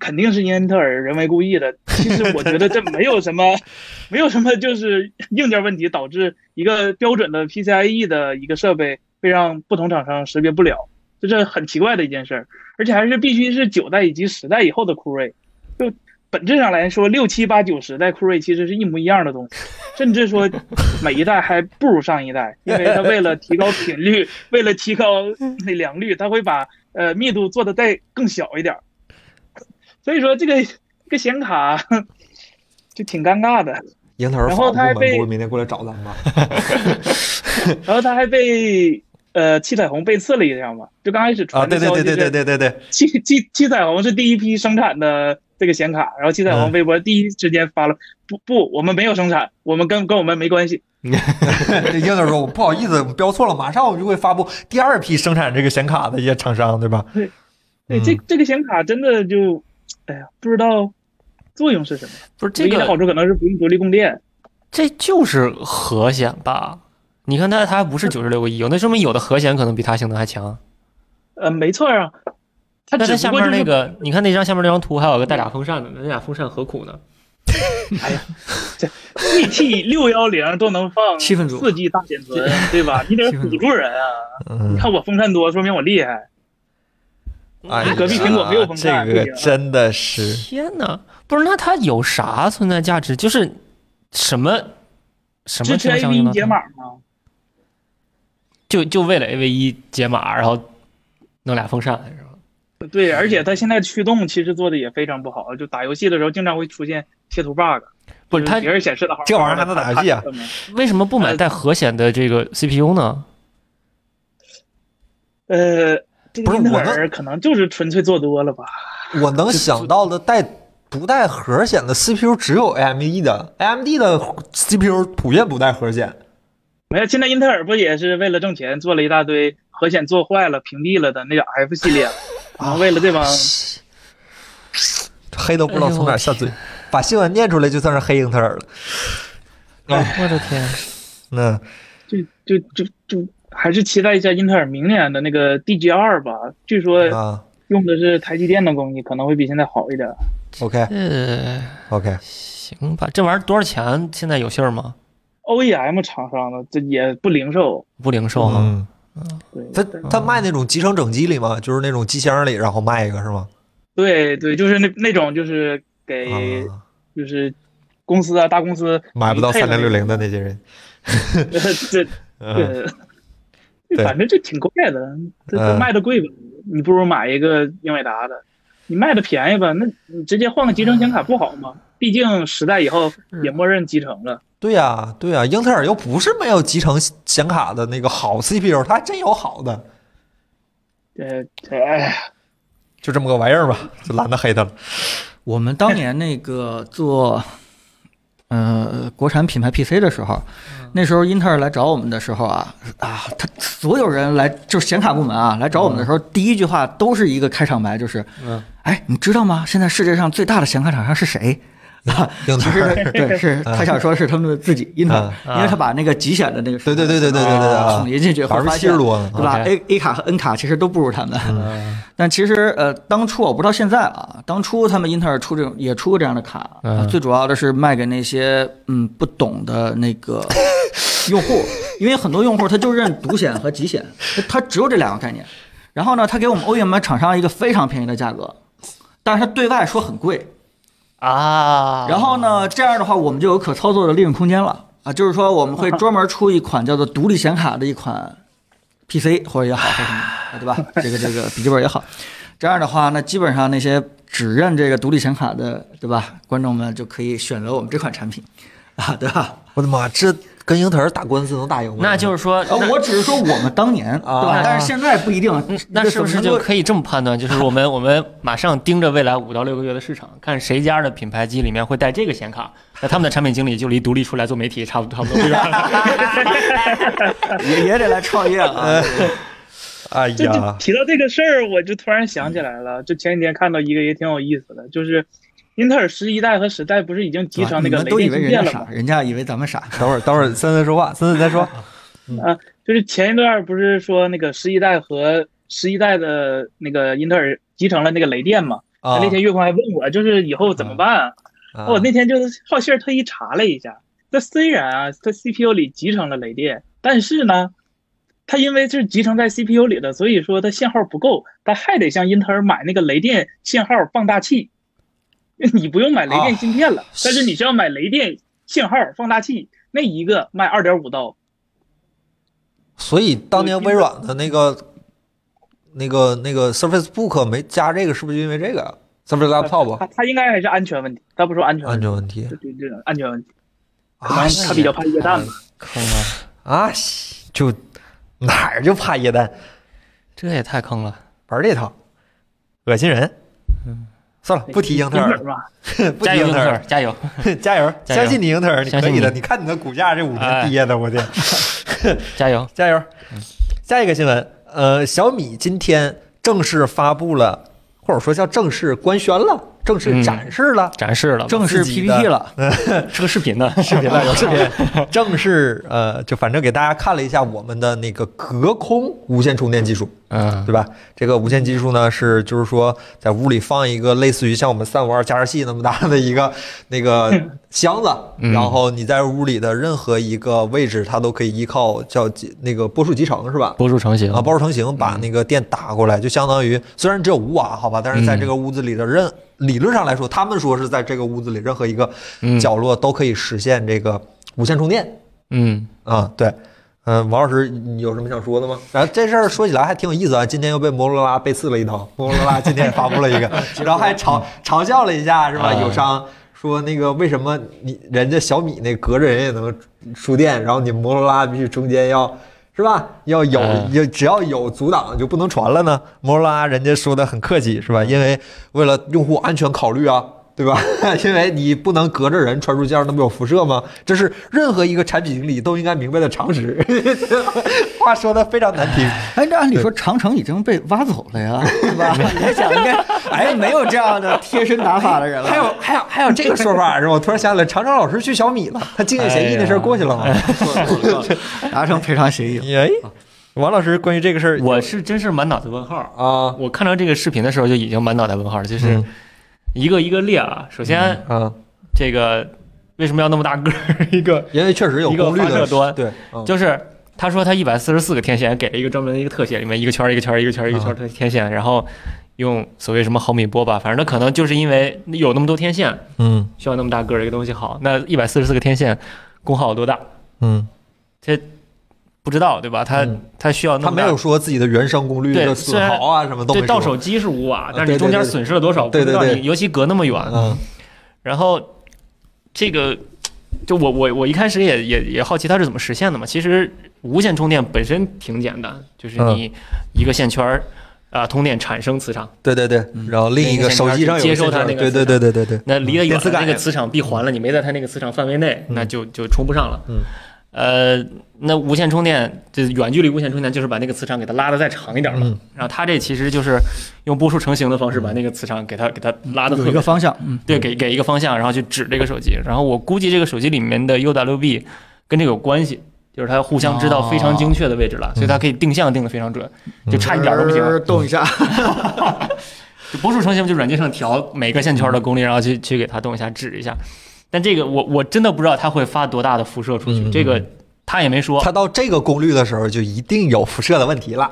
D: 肯定是英特尔人为故意的。其实我觉得这没有什么，没有什么就是硬件问题导致一个标准的 PCIe E 的一个设备会让不同厂商识别不了，这是很奇怪的一件事儿。而且还是必须是九代以及十代以后的酷睿，就本质上来说，六七八九十代酷睿其实是一模一样的东西，甚至说每一代还不如上一代，因为它为了提高频率，为了提高那良率，它会把呃密度做的再更小一点儿。所以说这个这个显卡就挺尴尬的。
A: 英特尔
D: 然
A: 法务
D: 后
A: 部
D: 它还
A: 门不
D: 被
A: 会明天过来找咱吧？
D: 然后他还被呃七彩虹被刺了一下嘛，就刚开始
A: 啊，
D: 传
A: 对
D: 的
A: 对
D: 消息
A: 对
D: 是
A: 对对对对对，
D: 七七七彩虹是第一批生产的这个显卡，然后七彩虹微博第一时间发了、不不，我们没有生产，我们跟跟我们没关系。
A: 这英特尔说：“我不好意思，我标错了，马上我们就会发布第二批生产这个显卡的一些厂商，对吧？”
D: 哎对，这这个显卡真的就，哎呀，不知道作用是什么？
B: 不是
D: 唯
B: 这
D: 一的好
B: 个，
D: 处可能是不用独立供电。
B: 这就是和弦吧？你看它它还不是九十六个亿有，那说明有的和弦可能比它性能还强。
D: 呃，没错啊，它
B: 那
D: 只
B: 它
D: 不
B: 下
D: 过
B: 面
D: 就是
B: 那个，你看那张下面那张图，还有个带俩风扇的，那俩风扇何苦呢？
D: GT 六幺零都能放
C: 气氛组
D: 四 G 大显存，对吧？你得
C: 气氛组
D: 辅助人啊！你
A: 嗯，
D: 看我风扇多，说明我厉害。
A: 哎呀，
D: 隔壁苹果没有风扇
A: 这
D: 不一
A: 个
D: 样
A: 真的是
B: 天哪，不是那它有啥存在价值？就是什么什么
D: 支持
B: 车厢用
D: AV
B: 到
D: 解
B: 它
D: 码吗？
B: 就就为了 AV 一解码，然后弄俩风扇是吧？
D: 对，而且它现在驱动其实做的也非常不好，就打游戏的时候经常会出现贴图 bug，
B: 不是
D: 就
B: 它
D: 别人呃显示的好，
A: 这玩意儿还能打游戏啊
D: 它？它它
B: 为什么不买带和弦的这个 CPU 呢？
D: 呃，这
A: 不
D: 个
A: 是
D: 英特
A: 我能
D: 尔可能就是纯粹做多了吧？
A: 我能想到的带不带核显的 CPU 只有 AMD 的，AMD 的 CPU 普遍不带核显。
D: 没有，现在英特尔不也是为了挣钱做了一大堆核显做坏了、屏蔽了的那个 F 系列，然后为了这
A: 啊
D: 帮
A: 黑都不知道从哪儿下嘴，把新闻念出来就算是黑英特尔了。
B: 我的天！
A: 那
D: 就就就就还是期待一下英特尔明年的那个 DGR 吧，据说
A: 啊
D: 用的是台积电的工艺，可能会比现在好一点。
A: ，OK
B: 呃，
A: OK，
B: 行吧，这玩意儿多少钱？现在有信儿吗？
D: OEM E 厂商的这也不零售，
B: 不零售哈、
A: 嗯，
D: 哦对
A: 他他卖那种集成整机里吗？就是那种机箱里然后卖一个是吗？
D: 对对，就是那那种就是给、
A: 啊，
D: 就是公司啊大公司
A: 买不到
D: 哎配
A: 三
D: 了
A: 零六
D: 那种
A: 零的那些人。
D: 呃 这
A: 嗯，
D: 对，
A: 对
D: 反正这挺怪的，这
A: 嗯
D: 这卖的贵吧？你不如买一个英伟达的，你卖的便宜吧？那你直接换个集成显卡不好吗？毕竟时代以后也默认集成了。
A: 对呀、对呀、英特尔又不是没有集成显卡的那个好 CPU，它还真有好的，
D: 呃，这哎呀，
A: 就这么个玩意儿吧，就懒得黑它了。
C: 我们当年那个做，呃，国产品牌 PC 的时候，那时候英特尔来找我们的时候啊啊，他所有人来就是显卡部门啊来找我们的时候，第一句话都是一个开场白，就是，哎，你知道吗？现在世界上最大的显卡厂商是谁？啊，
A: 英特
C: 其
A: 尔，
C: 实对， 是他想说是他们的自己英特尔，因为他把那个极显的那个
A: 啊对对对对对对啊对对，
C: 统一进去，
A: 百
C: 会
A: 分
C: 发
A: 之
C: 现
A: 七十多呢。
C: 对吧？A A 卡和 N 卡其实都不如他们，
A: 嗯
C: 但其实呃，当初我不知道现在啊，当初他们英特尔出这种也出过这样的卡，
A: 嗯
C: 呃最主要的是卖给那些嗯不懂的那个 用户，因为很多用户他就认独显和极显， 他只有这两个概念。然后呢，他给我们 OEM 厂商一个非常便宜的价格，但是他对外说很贵，
B: 啊。
C: 然后呢，这样的话我们就有可操作的利润空间了啊，就是说我 们会专门出一款叫做独立显卡的一款 PC 或者也好，或者什么 啊对吧？这个这个笔记本也好，这样的话，那基本上那些只认这个独立显卡的，对吧？观众们就可以选择我们这款产品 啊，对吧？
A: 我的妈，这跟英特尔打官司能打赢吗？
B: 那就是说，
C: 呃，我只是说我们当年，对吧
A: 啊？
C: 但是现在不一定，
B: 嗯那是不是
C: 怎
B: 就
C: 么能够
B: 可以这么判断？就是我们我们马上盯着未来五到六个月的市场，看谁家的品牌机里面会带这个显卡，那他们的产品经理就离独立出来做媒体差不多，差不多对吧？
C: 也也得来创业了啊？
A: 哎
D: 这这
A: 呀，
D: 提到这个事儿，我就突然想起来
C: 嗯
D: 了，就前几天看到一个也挺有意思的，就是英特尔十一代和十代不是已经集
C: 对吧
D: 成
C: 啊你
D: 那个
C: 们
D: 雷
C: 都以
D: 电
C: 为人
D: 芯片
C: 家
D: 了
C: 傻
D: 吗？，
C: 人家以为咱们傻，
A: 等会儿等会儿，森森说话，森森再 说。
D: 就是前一段不是说那个十一代和十一代的那个英特尔集成了那个雷电嘛？
C: 哎
A: 啊
D: 那天岳坤还问我，就是以后怎么办、啊？
A: 啊
C: 哦
D: 我那天就是好心儿特意查了一下，这虽然啊，它 CPU 里集成了雷电，但是呢，它因为是集成在 CPU 里的，所以说它信号不够，它还得向英特尔买那个雷电信号放大器。 你不用买雷电芯片
A: 啊
D: 了，但是你需要买雷电信号放大器，那一个卖二点五刀。
A: 所以当年微软的那个、那个、那个 Surface Book 没加这个，是不是因为这个呀？Surface
D: 它
A: Laptop
D: 它应该还是安全问题，它不说安全问
A: 哦安
D: 题，
A: 全问题
D: 对对对，安全问题，可
A: 啊
D: 能，它比较怕液氮吧。
B: 坑啊！
A: 啊，西就哪儿就怕液氮，
B: 这也太坑了！
A: 玩这套，恶心人。嗯，算哎了，不提英特尔了，
D: 吧，
A: 不
B: 嗯加
A: 提
B: 油，英
A: 特
B: 特尔，
A: 尔，
B: 加油！
A: 加油，
B: 加油
A: 相信你英特尔，你
B: 相
A: 可
B: 信
A: 以的。
B: 你哎
A: 你看你的股价这五年跌的，我天。
B: 加油！
A: 加油！下一个新闻，呃，小米今天正式发布了，或者说叫正式官宣了正
B: 嗯
A: 式展示了，
F: 展示 了，
C: 正
A: 自
C: 式
A: 己的
C: PPT 了，
F: 是个视频呢，
A: 视频了，有视频， 正式呃，就反正给大家看了一下我们的那个隔空无线充电技术，
F: 嗯
A: 对吧？这个无线技术呢是就是说在屋里放一个类似于像我们三五二加热器那么大的一个那个箱子，
F: 嗯
A: 然后你在屋里的任何一个位置，它都可以依靠叫那个波束集成是吧？
F: 波束成型
A: 啊，包成型把那个电打过来，就相当于虽然只有五瓦，好吧，但是在
F: 嗯
A: 这个屋子里的任、理论上来说，他们说是在这个屋子里任何一个
F: 嗯
A: 角落都可以实现这个无线充电
F: 嗯，
A: 啊。对，嗯、王老师，你有什么想说的吗？然后这事儿说起来还挺有意思啊，今天又被摩托罗拉被刺了一刀，摩托罗拉今天也发布了 一个，然后还嘲嘲笑了一下是吧？
F: 啊
A: 友商。说那个为什么你人家小米那隔着人也能输电，然后你摩托罗拉必须中间要是吧？要有
F: 嗯
A: 有，只要有阻挡就不能传了呢。摩托罗拉人家说的很客气是吧？因为为了用户安全考虑啊，对吧？ 因为你不能隔着人传输线，那不有辐射吗？这是任何一个产品经理都应该明白的常识。 话说的非常难听，
C: 哎，这按理说长城已经被挖走了呀，是吧？ 你还想应该，哎，没有这样的贴身打法的人了。
A: 还有还有还有这个说法是吧？我突然想起来，常常老师去小米了，他竞业协议那事儿过去
C: 哎
A: 了吗？
C: 达成赔偿协议了。
A: 哎，王老师关于这个事儿
F: 我是真是满脑子问号。
A: 啊
F: 我看到这个视频的时候就已经满脑袋问号了，就是
A: 嗯
F: 一个一个列啊。首先，
A: 啊，
F: 这个为什么要那么大 个儿？一个
A: 因为确实有
F: 一个
A: 功率
F: 发
A: 的
F: 射端
A: 对，嗯
F: 就是他说他一百四十四个天线给了一个专门的一个特写，里面一个圈儿一个圈儿一个圈儿一个圈儿的天线，然后用所谓什么毫米波吧，反正他可能就是因为有那么多天线，
A: 嗯
F: 需要那么大个儿一个东西好。那一百四十四个天线功耗有多大？
A: 嗯。
F: 不知道对吧？它
A: 嗯
F: 它需要那
A: 他
F: 么
A: 没
F: 大
A: 有说自己的原生功率
F: 对
A: 的损耗啊什么都没说
F: 对，到手机是五瓦，但是
A: 对对
F: 你中间
A: 对
F: 损失了多少？
A: 对对
F: 不知道
A: 对
F: 你尤其隔那么远，
A: 嗯
F: 然后这个，就我我我一开始也也也好奇它是怎么实现的嘛。其实无线充电本身挺简单，就是
A: 嗯
F: 你一个线圈儿啊、通电产生磁场，
A: 对对对，
F: 嗯
A: 然后另一个手机上有
F: 接收它那个
A: 对对对对对对，
F: 那离得
A: 嗯
F: 远
A: 电磁
F: 了那
A: 感
F: 个磁场闭环了，你没在它那个磁场范围内，
A: 嗯
F: 那就就充不上了。
A: 嗯。
F: 呃，那无线充电，就是远距离无线充电，就是把那个磁场给它拉的再长一点嘛。
A: 嗯
F: 然后它这其实就是用波束成型的方式把那个磁场给它给它拉的特
C: 有一
F: 别
C: 个方向，嗯，
F: 对，给给一个方向，然后去指这个手机。然后我估计这个手机里面的 UWB 跟这个有关系，就是它互相知道非常精确的位置了，所以它可以定向定的非常准，就差一点儿都不行。
A: 呃
C: 动一下，
F: 就波束成型，就软件上调每个线圈的功率，然后去去给它动一下指一下。但这个我我真的不知道它会发多大的辐射出去，
A: 嗯嗯嗯
F: 这个他也没说
A: 它。到这个功率的时候就一定有辐射的问题了。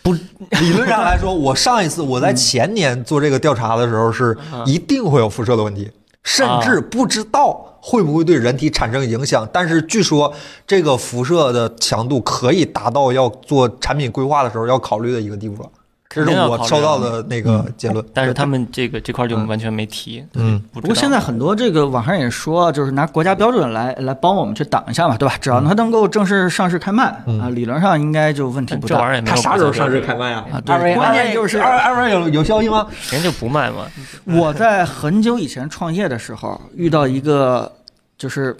F: 不，
A: 理论上来说，我上一次我在前年做这个调查的时候是
F: 嗯
A: 一定会有辐射的问题，甚至不知道会不会对人体产生影响。但是据说这个辐射的强度可以达到要做产品规划的时候要考虑的一个地步了。这是
F: 肯定要
A: 我
F: 考虑
A: 收到
F: 啊
A: 的那个结论。
F: 但是他们这个这块就完全没提。
A: 嗯，
F: 不
C: 不过现在很多这个网上也说，就是拿国家标准来来帮我们去挡一下嘛，对吧？只要它能够正式上市开卖
A: 嗯
C: 啊，理论上应该就问题
F: 这
C: 不
F: 这玩意
C: 大。
F: 儿也没
A: 他
F: 有
A: 啥
F: 国
A: 时
F: 家
A: 候上市
F: 标准
A: 开卖啊？
C: 啊对
A: 二位
C: 关键就是
A: 二位二位有有消息吗？
F: 人家不卖嘛。
A: 嗯
C: 我在很久以前创业的时候遇到一个，就是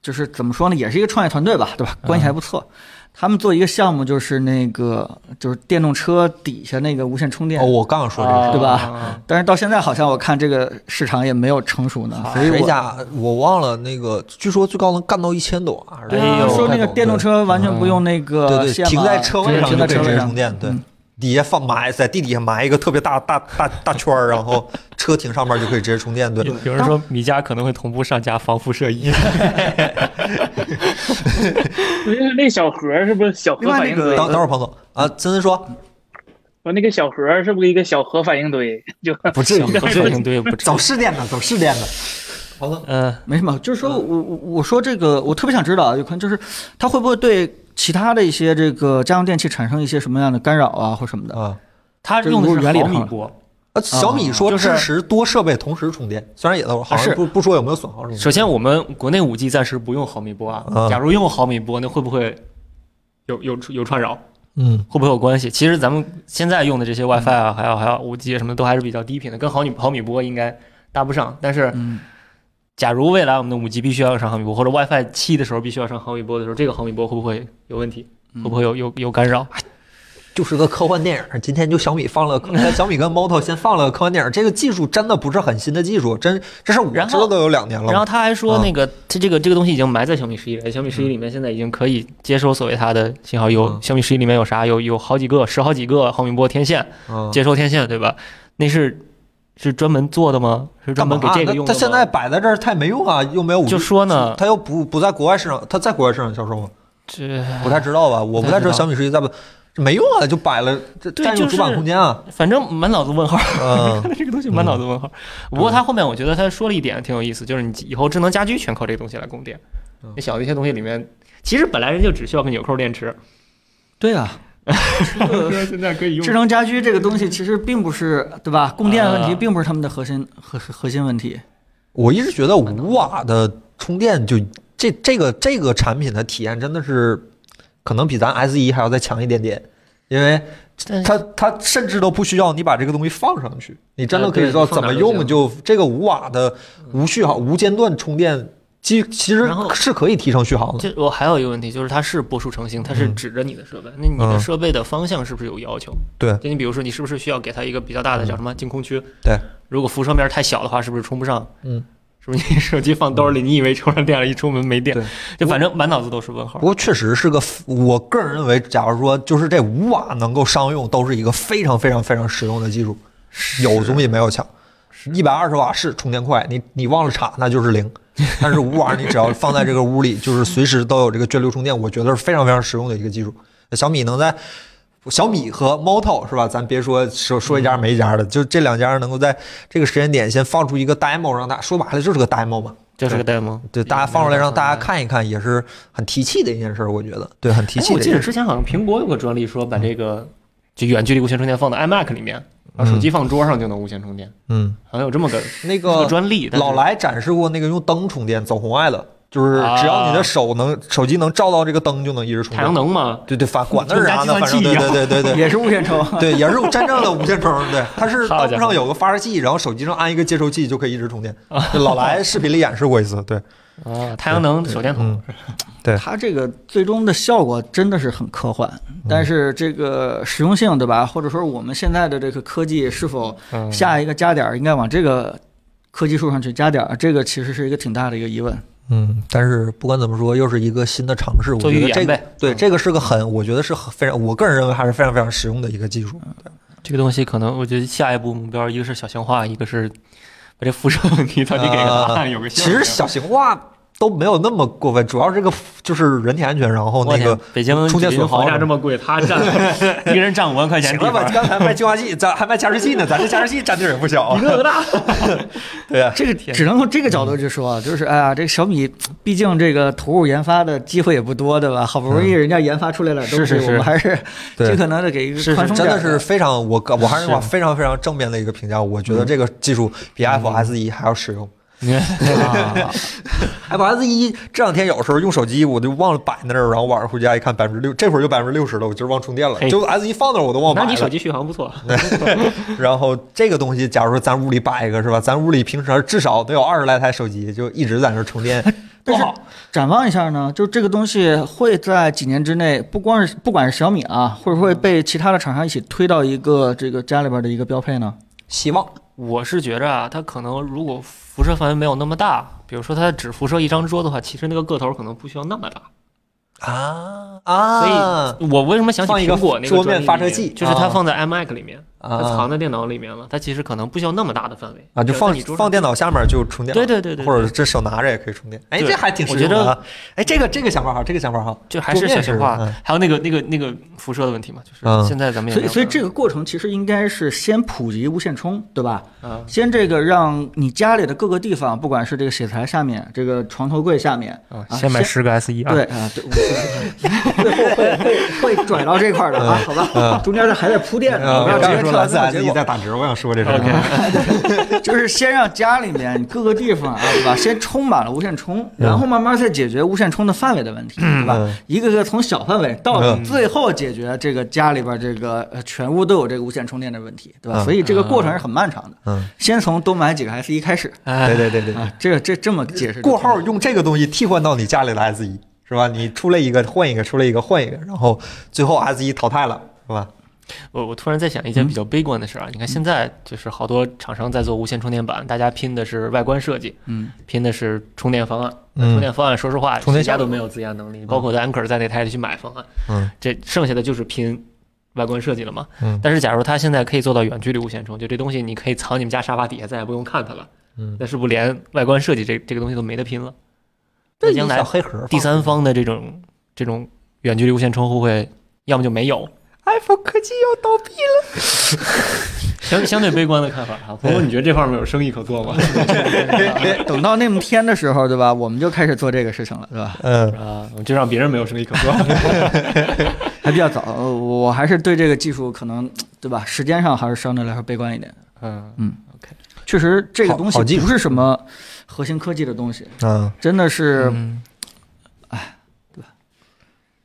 C: 就是怎么说呢，也是一个创业团队吧，对
A: 嗯
C: 吧？关系还不错。他们做一个项目，就是那个就是电动车底下那个无线充电
F: 嗯
A: 哦，，我刚刚说这个事儿
C: 对
F: 啊
C: 吧？但是到现在好像我看这个市场也没有成熟呢，所以
A: 啊谁
C: 我
A: 家我忘了那个，据说最高能干到一千多瓦。
F: 对
C: 对
F: 啊
C: 啊，
F: 呦
C: 说那个电动车完全不用那
A: 对
C: 个
A: 对，
C: 线嘛
A: 停在车位上
C: 停
A: 就
C: 在
A: 可以
C: 车
A: 直
C: 位
A: 接
C: 上
A: 充电，对
C: 嗯，
A: 底下放埋在地底下埋一个特别大大大大圈儿，然后车停上面就可以直接充电，对
F: 有。有人说米家可能会同步上架防辐射衣，
D: 那小盒是不是小核
C: 另外
D: 反
C: 那
D: 应
C: 个
D: 堆？哦
A: 等等会儿，彭总啊，森森说
D: 我那个小盒是不是一个小核反应堆？ 就
A: 不至于
F: 不是应对不至
A: 走试电的，走试电的。彭总，
F: 嗯，
C: 没什么，就是说我我我说这个，我特别想知道啊，有可能就是它会不会对其他的一些这个家用电器产生一些什么样的干扰啊，或什么的？
A: 啊
F: 他用的是毫米波。
A: 啊，小米说
F: 嗯就是啊
A: 支持多设备同时充电，虽然也都好像
F: 是
A: 不不说有没有损耗什么的。
F: 首先，我们国内五 G 暂时不用毫米波啊
A: 嗯，
F: 假如用毫米波，那会不会有有有串扰？
A: 嗯
F: 会不会有关系？其实咱们现在用的这些 WiFi 啊，还有还有五 G 什么的，都还是比较低频的，跟毫米毫米波应该搭不上。但是，
C: 嗯，
F: 假如未来我们的五 G 必须要上毫米波，或者 WiFi 七的时候必须要上毫米波的时候，这个毫米波会不会有问题？会不会有有有干扰？
A: 就是个科幻电影。今天就小米放了，小米跟 Moto 先放了个科幻电影。这个技术真的不是很新的技术，真这事我知道都有两年了。
F: 然后他还说，那个他这个这个东西已经埋在小米十一了，小米十一里面现在已经可以接收所谓它的信号。有小米十一里面有啥？有有好几个、十好几个毫米波天线
A: 嗯
F: 接收天线，对吧？那是。是专门做的吗？是专门给这个用的
A: 啊它现在摆在这儿，它也没用啊，又没有五。
F: 就说呢，
A: 它又不不在国外市场，它在国外市场销售吗？
F: 这
A: 不太知道吧？我不太知道小米十一在不没用啊，就摆了，这占用主板空间啊。
F: 反正满脑子问号，
A: 嗯，
F: 这个东西满脑子问号。不过他后面我觉得他说了一点挺有意思，就是你以后智能家居全靠这东西来供电。那小的一些东西里面，其实本来人就只需要个纽扣电池。
C: 对啊。
F: 现在可以用
C: 智能家居这个东西，其实并不是对吧？供电
A: 啊
C: 问题并不是他们的核心核核心问题。
A: 我一直觉得五瓦的充电就这这个这个产品的体验真的是可能比咱 S 一还要再强一点点，因为它它甚至都不需要你把这个东西放上去，你真的可以知道怎么用。就这个五瓦的无续航、无间断充电。其其实是可以提升续航的。
F: 这我还有一个问题，就是它是波束成型，它
A: 嗯
F: 是指着你的设备，那你的设备的方向是不是有要求？
A: 对，
F: 就你比如说，你是不是需要给它一个比较大的叫什么净空区？
A: 嗯对，
F: 如果辐射面太小的话，是不是充不上？
A: 嗯，
F: 是不是你手机放兜里，你以为充上电了，一出门没电，就反正满脑子都是问号。
A: 嗯不过确实是个，我个人认为，假如说就是这五瓦能够商用，都是一个非常非常非常实用的技术，有总比没有强。一百二十瓦是充电快，你你忘了插那就是零。但是五瓦你只要放在这个屋里，就是随时都有这个涓流充电，我觉得是非常非常实用的一个技术。小米能在小米和猫头是吧？咱别说说说一家没一家的，就这两家能够在这个时间点先放出一个 demo，让大说白了就是个 demo 嘛，
F: 就是个 demo，嗯哎
A: 对大家放出来让大家看一看，也是很提气的一件事，我觉得对，很提气的、哎。
F: 我记得之前好像苹果有个专利说把这个就远距离无线充电放到 iMac 里面。把手机放桌上就能无线充电，
A: 嗯，
F: 好像有这么个
A: 那
F: 个专利。
A: 呃老来展示过那个用灯充电走红外的，就是只要你的手能，手机能照到这个灯就能一直充电。
F: 太阳能嘛，
A: 对对，反管那是啥呢？反正对对对对，
C: 也是无线充，
A: 对，也是真正的无线充。对，它是灯上有个发射器，然后手机上安一个接收器就可以一直充电。老来视频里演示过一次，对。嗯
F: 哦，太阳能手电筒。
A: 对
C: 它这个最终的效果真的是很科幻，
A: 嗯
C: 但是这个实用性，对吧？或者说我们现在的这个科技是否
A: 嗯
C: 下一个加点儿，应该往这个科技树上去加点儿，这个其实是一个挺大的一个疑问。
A: 嗯，但是不管怎么说，又是一个新的尝试。我觉得这个
F: 嗯
A: 对这个是个很，我觉得是很非常，我个人认为还是非常非常实用的一个技术。
F: 这个东西可能我觉得下一步目标，一个是小型化，一个是把这辐射问题到底给个答 案有个。
A: 呃其实小型化。都没有那么过分，主要这个就是人体安全，然后那个
F: 北京
A: 充电损耗
F: 价这 么贵，他占一个人占五万块钱。
A: 行了吧，刚才卖净化器，咱还卖加湿器呢，咱这加湿器占地儿也不小。啊
F: 你乐个大，
A: 对啊，
C: 这个只能从这个角
A: 嗯
C: 度去说，就是哎呀，这个小米毕竟这个投入研发的机会也不多，对吧？好不容易人家研发出来点东西，
A: 嗯是是是
C: 我们还是尽可能的给一个宽松
A: 真的是非常，我我还是那话非常非常正面的一个评价，我
F: 嗯
A: 觉得这个技术比 iPhone S 一还要实用。iPhone S 一这两天有时候用手机，我就忘了摆那儿，然后晚上回家一看，百分之六，这会儿就百分之六十了，我今儿忘充电了。就 S 一放那儿我都忘摆了。
F: 那你手机续航不错。
A: 然后这个东西，假如说咱屋里摆一个是吧？咱屋里平时至少得有二十来台手机，就一直在那儿充 电。
C: 但是展望一下呢，就这个东西会在几年之内，不光是不管是小米啊，会不会被其他的厂商一起推到一个这个家里边的一个标配呢？
A: 希望。
F: 我是觉着啊，它可能如果辐射范围没有那么大，比如说它只辐射一张桌的话，其实那个个头可能不需要那么大
A: 啊啊！
F: 所以，我为什么想起苹果那个
A: 桌面发射器，
F: 就是它放在 iMac 里面，
A: 啊、
F: 它藏在电脑里面了，它其实可能不需要那么大的范围
A: 啊，就放放电脑下面就充电，
F: 对对对对，
A: 或者这手拿着也可以充电。哎，这还挺实用的。哎，这个这个想法好，这个想法好，
F: 就还是小型化，
A: 嗯、
F: 还有那个那个那个辐射的问题嘛，就是现在咱们也、
C: 嗯、所以所以这个过程其实应该是先普及无线充，对吧？嗯、先这个让你家里的各个地方，不管是这个写字台下面，这个床头柜下面，啊，
F: 哦先买十个 S 一、啊，
C: 对啊，对。 会会会会拽到这块的啊，
F: 嗯
C: 好吧，中间还在铺垫呢。
A: 嗯呃我要直接说蓝色 S 一在打折，我想说这事
C: 儿。 就是先让家里面各个地方啊，对吧？先充满了无线充，然后慢慢再解决无线充的范围的问题，对吧？一个个从小范围到最后解决这个家里边这个全屋都有这个无线充电的问题，对吧？所以这个过程是很漫长的。
A: 嗯，
C: 先从多买几个 S 一开始。
A: 对对对对，
C: 这这这么解释。
A: 过号用这个东西替换到你家里的 S 一。是吧？你出来一个换一个，出来一个换一个，然后最后 S 一淘汰了，是吧？
F: 我我突然在想一件比较悲观的事儿啊，你看现在就是好多厂商在做无线充电板，大家拼的是外观设计，
C: 嗯，
F: 拼的是充电方案。
A: 嗯
F: 充电方案说实话，
A: 充电
F: 谁家
A: 项目
F: 都没有自研能力，包括我的 Anchor 在内，他也得去买方案。
A: 嗯，
F: 这剩下的就是拼外观设计了嘛。
A: 嗯
F: 但是假如他现在可以做到远距离无线充，就这东西你可以藏你们家沙发底下，再也不用看它了。
A: 嗯
F: 那是不是连外观设计这这个东西都没得拼了？
A: 这
F: 那将来
A: 小黑盒儿吧
F: 第三方的这种这种远距离无线充会不会，要么就没有。
A: ，iPhone 科技要倒闭。
F: 相相对悲观的看法啊。 朋友，你觉得这方面有生意可做吗？
C: 啊等到那么天的时候，对吧？我们就开始做这个事情了，对吧？
A: 嗯，
F: 啊，我就让别人没有生意可 做。
C: 还比较早，呃我还是对这个技术可能，对吧？时间上还是相对来说悲观一点。
F: 嗯，
C: 确实，这个东
A: 好好技
C: 西
A: 术
C: 不是什么核心科技的东西，
A: 嗯，
C: 真的是，哎、对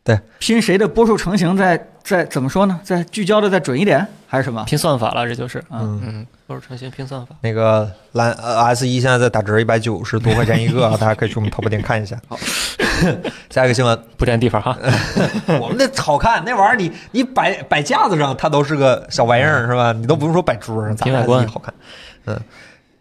A: 对
C: 吧？拼谁的波束成型再再怎么说呢？再聚焦的再准一点，还是什么？
F: 拼算法了，这就是。
A: 嗯
F: 嗯，都是成型拼算法。
A: 那个蓝 S 一现在在打折，一百九十多块钱一个啊，大家可以去我们淘宝店看一下。好， 下一个新闻，
F: 不占地方哈。
A: 我们那好看，那玩意儿你你摆摆架子上，它都是个小玩意儿是吧？你都不用说摆桌上，咱
F: 挺
A: 们
F: 外观
A: 还自己好看。嗯，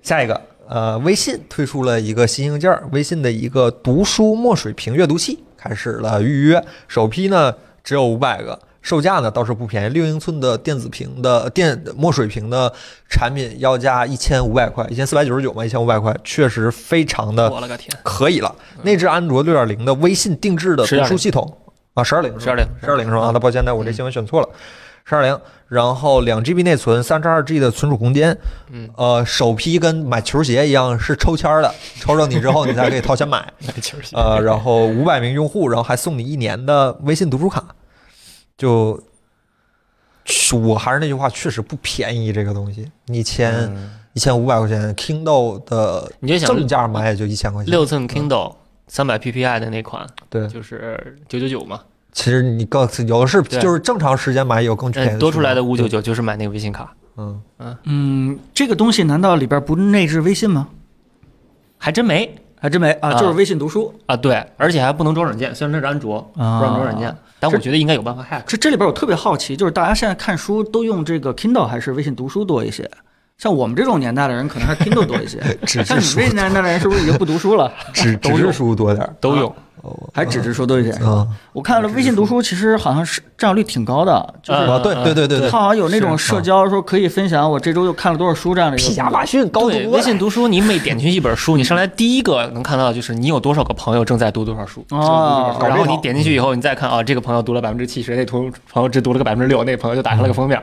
A: 下一个，呃，微信推出了一个新硬件儿，微信的一个读书墨水屏阅读器开始了预约，首批呢只有五百个。售价呢倒是不便宜，六英寸的电子屏的电墨水屏的产品要价一千五百块，一千四百九十九嘛，一千五百块，确实非常的
F: 我了个天！
A: 可以了。内置安卓六点零的微信定制的读书系统啊，十二零，
F: 12.0
A: 十二零是吧？啊，那抱歉，那我这新闻选错了，十二零。然后两 GB 内存，三十二 G 的存储空间，
F: 嗯，
A: 呃，首批跟买球鞋一样是抽签儿的，抽着你之后你才可以掏钱买，
F: 买球鞋
A: 呃，然后五百名用户，然后还送你一年的微信读书卡，就。我还是那句话，确实不便宜这个东西，一千一千五百块钱，Kindle 的
F: 你就想
A: 正价买也就一千块钱。
F: 六寸 Kindle 三百 PPI 的那款，
A: 对，
F: 就是九九九嘛，
A: 其实你更有的是，
F: 对
A: 就是正常时间买有更便宜
F: 嗯，多出来的
A: 选择
F: 五九，九就是买那个微信卡，
A: 啊嗯，
C: 嗯，这个东西难道里边不内置微信吗？
F: 还真没
C: 还真没啊，
F: 啊
C: 就是微信读书。
F: 啊。对，而且还不能装软件，虽然它是安卓，不
C: 啊
F: 让装软件，但我觉得应该有办法 hack。
C: 这这里边我特别好奇，就是大家现在看书都用这个 Kindle 还是微信读书多一些？像我们这种年代的人，可能还是 Kindle 多一 些。
A: 纸
C: 像
A: 质
C: 你
A: 书
C: 这个年代的人，是不是已经不读书 了？
A: 纸纸质书多点儿哦
F: 都有，
C: 还纸质书多一些？
A: 嗯
C: 我看了微信读书，其实好像是占有率挺高的，就是
F: 嗯
A: 啊，对对对对
C: 它
A: 对，
C: 好像有那种社交说可以分享我这周又看了多少书这样的一个。
A: 逊
F: 对，微信读书，你每点进去一本书，你上来第一个能看到的就是你有多少个朋友正在读多少书。
C: 哦，
F: 然后你点进去以后，你再看啊，这个朋友读了百分之七十，那同朋友只读了个百分之六，那个朋友就打开了个封面，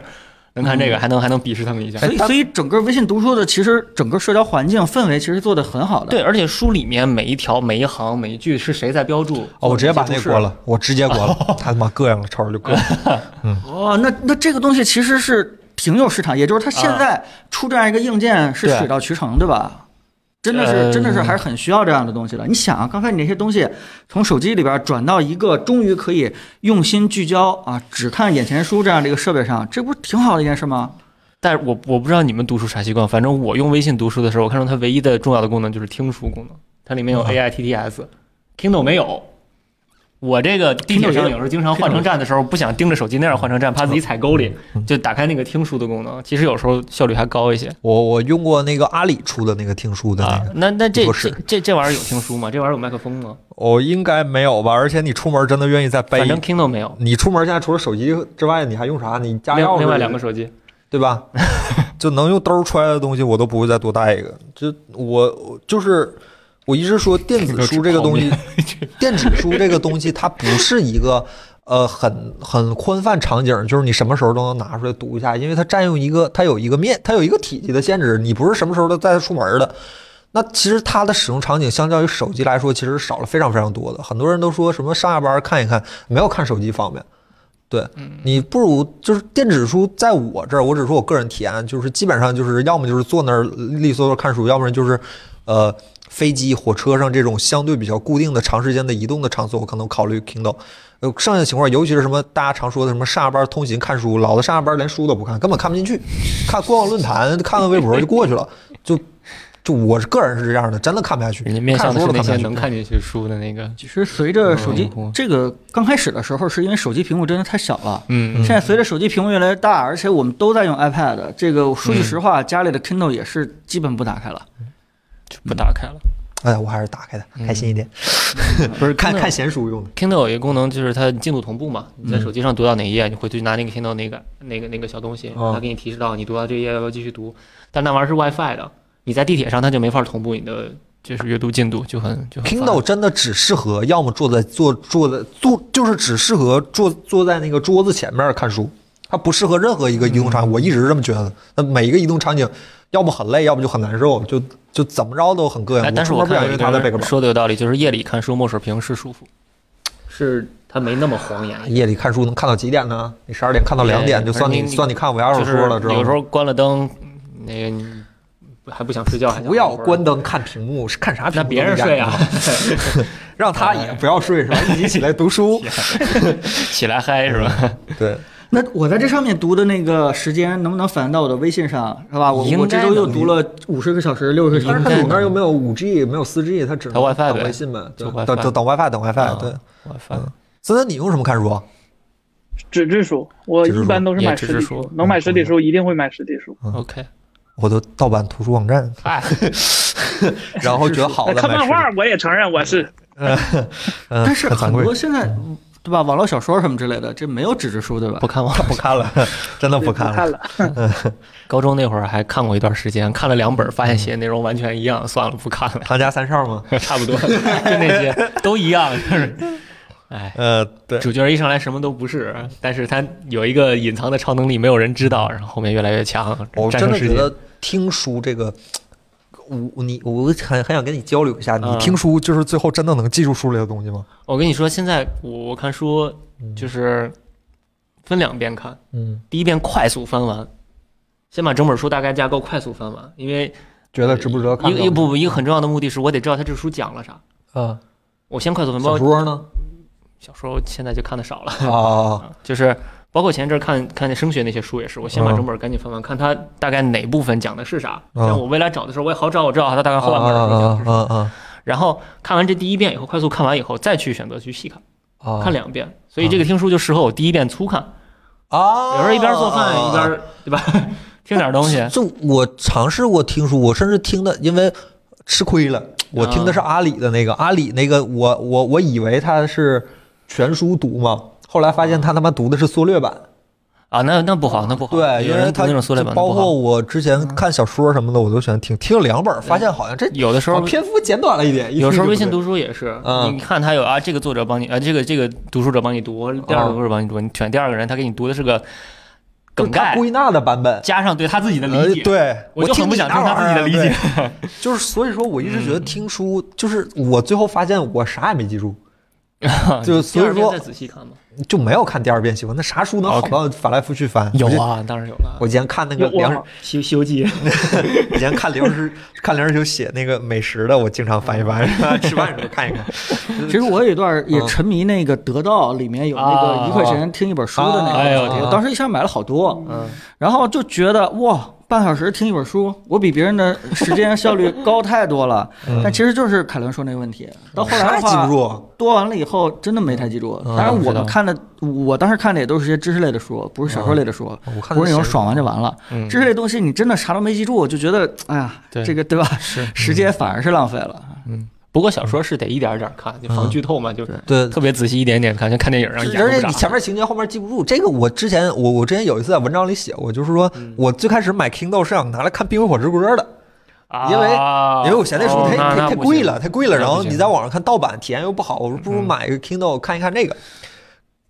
F: 能看这个，还能还能鄙视他们一下。
C: 所以所以整个微信读书的其实整个社交环境氛围其实做得很好的。
F: 对，而且书里面每一条、每一行、每一句是谁在标注。
A: 哦，我直接把那关。了，我直接关 了，他他妈膈应了，超人就膈应了。
C: 哦，那那这个东西其实是挺有市场，也就是它
A: 啊
C: 现在出这样一个硬件是
F: 对
C: 水到渠成，对吧？真的
F: 呃
C: 是，真的是还是很需要这样的东西的。你想啊，刚才你那些东西从手机里边转到一个终于可以用心聚焦啊，只看眼前书这样的一个设备上，这不是挺好的一件事吗？
F: 但是我我不知道你们读书啥习惯，反正我用微信读书的时候，我看到它唯一的重要的功能就是听书功能，它里面有 A I T T S，Kindle 没有。我这个地铁上有时候经常换乘站的时候，不想盯着手机那样换乘站，怕自己踩沟里，就打开那个听书的功能。其实有时候效率还高一些。
A: 我我用过那个阿里出的那个听书的那
F: 啊
A: 个，，
F: 那那这
A: 不
F: 这
A: 是
F: 这这玩意儿有听书吗？这玩意儿有麦克风吗？
A: 哦，应该没有吧？而且你出门真的愿意再背
F: 反？正 Kindle 没有，
A: 你出门现在除了手机之外，你还用啥？你家
F: 另
A: 钥匙
F: 另外两个手机。
A: 对吧？就能用兜儿揣的东西，我都不会再多带一个。就我我就是我一直说电子书这个东西， 电子书这个东西，它不是一个呃很很宽泛场景，就是你什么时候都能拿出来读一下，因为它占用一个它有一个面，它有一个体积的限制，你不是什么时候都带它出门的。那其实它的使用场景相较于手机来说，其实少了非常非常多的。很多人都说什么上下班看一看，没有看手机方便。对
F: 嗯
A: 你不如就是电子书，在我这儿，我只说我个人体验，就是基本上就是要么就是坐那儿利索索看书，要不然就是，呃，飞机、火车上这种相对比较固定的长时间的移动的场所，我可能考虑 Kindle。呃，剩下的情况，尤其是什么大家常说的什么上下班通勤看书，老子上下班连书都不看，根本看不进去，看逛逛论坛、看看微博就过去了，就就我是个人是这样的，真的看不下去。
F: 人家面向
A: 看
F: 的嗯
A: 书
F: 是
A: 都看
F: 那
A: 不
F: 些
A: 下去
F: 能看进去书的那个，
C: 其实随着手机
F: 嗯
C: 这个刚开始的时候，是因为手机屏幕真的太小了。
F: 嗯，
C: 现在随着手机屏幕越来越大，而且我们都在用 iPad，这个说句实话，家里
F: 嗯
C: 的 Kindle 也是基本不打开了。
F: 就不打开了。
A: 哎，我还是打开它，开心一点。不是看看闲书用的，
F: Kindle 有一个功能就是它进度同步嘛，
A: 嗯
F: 你在手机上读到哪一页，你回去拿那个 Kindle 那个那个那个小东西，
A: 哦
F: 它给你提示到你读到这一页要不要继续读，但那玩意儿是 WiFi 的，你在地铁上它就没法同步你的就是阅读进度，就很就很烦
A: Kindle 真的只适合要么坐在坐坐在坐，就是只适合坐坐在那个桌子前面看书，它不适合任何一个移动
F: 嗯
A: 场景。我一直是这么觉得的。那每一个移动场景，要么很累，要么就很难受，就就怎么着都很膈应。
F: 哎，但是
A: 出
F: 我
A: 门不
F: 看
A: 想因为
F: 有一个
A: 它在背个
F: 人
A: 本。
F: 说的有道理，就是夜里看书墨水屏是舒服，是它没那么 晃眼。
A: 夜里看书能看到几点呢？你十二点看到两点，
F: 对
A: 就算
F: 而
A: 你
F: 且你
A: 算你看五小
F: 就是
A: 时了，知道吗？
F: 有时候关了灯，那个你还不想睡觉，还想
A: 不要
F: 玩会儿
A: 关，灯看屏幕，是看啥屏
F: 那
A: 幕？，
F: 别人睡啊，
A: 让他也不要睡是吧？一起起来读书。
F: 起来嗨是吧？
A: 对，
C: 那我在这上面读的那个时间，能不能反映到我的微信上，是吧？我
F: 应该
C: 我这周又
F: 能
C: 读了五十个小时、六十个小
A: 但是
C: 时
A: 它。里面又没有五 G，没有四 G，它只能
F: 它 WiFi
A: 等
F: 呗
A: 微信呗，对
F: 就 WiFi
A: 等等等 WiFi，等 WiFi。对，
F: 我烦。
A: 森森，你用什么看书？
D: 纸质书，我
A: 纸质
D: 一
A: 书
D: 般都是
F: 也
D: 买
F: 纸
D: 实
F: 质
D: 体
F: 书
D: 书，能买实体
A: 嗯
D: 书一定会买实体书。
F: OK，
A: 我都盗版图书网站，
F: 哎，
A: 然后觉得好
D: 哎
A: 的
D: 看
A: 买
D: 漫
A: 实体。
D: 画，我也承认我是
A: 嗯
C: 但是
A: 很
C: 很
A: 惭愧
C: 多，现在，对吧？网络小说什么之类的，这没有纸质书，对吧
F: 不？看网。
A: 不看了，真的
D: 不
A: 不看了。
D: 了。
F: 高中那会儿还看过一段时间，看了两本，发现写的内容完全一样，算了，不看 了，
A: 唐家三少吗？
F: 差不多，就那些都一样， 就是，哎。
A: 呃，对，
F: 主角一上来什么都不是，但是他有一个隐藏的超能力，没有人知道，然后后面越来越强，
A: 我哦真
F: 战胜
A: 的
F: 世
A: 觉
F: 界。
A: 得听书这个，我你我很很想跟你交流一下，你
F: 嗯
A: 听书就是最后真的能记住书里的东西吗？
F: 我跟你说，现在我我看书就是分两遍看，
A: 嗯，
F: 第一遍快速翻完，先把整本书大概架构快速翻完，因为
A: 觉得值不值得看
F: 一
A: 吗？
F: 个一不不一个很重要的目的是我得知道他这书讲了啥，
A: 啊，
F: 我先快速翻。
A: 小
F: 包括
A: 说呢？
F: 小说现在就看的少了，
A: 啊，
F: 就是包括前一阵儿看看那升学那些书也是，我先把
A: 嗯
F: 整本儿赶紧翻完，看它大概哪部分讲的是啥，
A: 嗯
F: 这样我未来找的时候我也好找，我知道它大概后半
A: 啊
F: 部分讲的
A: 啊
F: 是
A: 啊
F: 啥。
A: 啊
F: 然后看完这第一遍以后，快速看完以后，再去选择去细看，
A: 啊！
F: 看两遍。所以这个听书就适合我第一遍粗看，
A: 啊，
F: 有时候一边做饭一边对吧， 听点东西。
A: 就我尝试过听书，我甚至听的，因为吃亏了，我听的
F: 啊
A: 是阿里的那个，阿里那个我我我以为他是全书读嘛，后来发现他他妈读的是缩略版，
F: 啊，那那不好，那不好。
A: 对，
F: 有
A: 因为
F: 人读
A: 他
F: 那种缩略版
A: 包
F: 不好嗯
A: 括我之前看小说什么的，我都喜欢听，听了两本，发现好像这
F: 有的时
A: 好
F: 候
A: 像篇幅减短了一点，一
F: 有时
A: 听
F: 候
A: 就
F: 微信
A: 不对
F: 读书也是，
A: 嗯啊
F: 你看他有啊，这个作者帮你啊，这个这个读书者帮你读，第二个读书者帮你读，你选第二个人，他给你读的是个梗
A: 就是他
F: 概，
A: 归纳的版本。
F: 加上对他自己的
A: 呃
F: 理解。
A: 对，
F: 我就
A: 听
F: 很不想
A: 你那
F: 听他自己的理
A: 玩意
F: 解
A: 儿。。对就是所以说，我一直觉
F: 嗯
A: 得听书，就是我最后发现我啥也没记 住，就所以
F: 啊第二遍
A: 说
F: 再仔细看嘛。
A: 就没有看第二遍喜欢。那啥书能好到翻来覆去翻？
F: 有
A: 我就。
F: 啊，当然有了。
A: 我今天看那个
D: 有啊
A: 梁，
D: 哇
F: 《西西游记》
A: 以前看梁实 看梁实秋写那个美食的，我经常翻一翻，是
F: 哦
A: 吧 吃饭的时候看一看。
C: 其实我有一段也
A: 嗯
C: 沉迷那个得到里面有那个
F: 啊
C: 一块钱听一本书的那
A: 啊
C: 个，
F: 哎呦
C: 我
A: 天
C: 当时一下买了好多，
F: 嗯，
C: 然后就觉得哇，半小时听一本书，我比别人的时间效率高太多了。但其实就是凯伦说那个问题，到后来
A: 嗯啥
C: 的
A: 也记不
C: 话，
A: 住，
C: 多完了以后真的没太记住。
A: 嗯
C: 当然我
F: 知道
C: 们看的，我当时看的也都是些知识类的书，不是小说类的书。
A: 嗯我看
C: 不是那种爽完就完了，
F: 嗯
C: 知识类东西你真的啥都没记住，我就觉得哎呀，
F: 对
C: 这个对吧？时间反而是浪费了。
F: 不过小说是得一点儿一点儿看，就防剧透嘛，就是
A: 对。
F: 特别仔细一点点看，像看电影儿一
A: 嗯
F: 样。
A: 而且你前面情节后面记不住，这个我之前我我之前有一次在文章里写过，就是说
F: 嗯
A: 我最开始买 Kindle 是想拿来看《冰与火之歌》的，
F: 啊，
A: 因为因为我嫌那
F: 嫌
A: 书太太太贵了，
F: 哦那
A: 太贵了。
F: 那
A: 然
F: 不
A: 后
F: 行嗯
A: 你在网上看盗版，体验又不好，我说不如买一个 Kindle 看一看这个。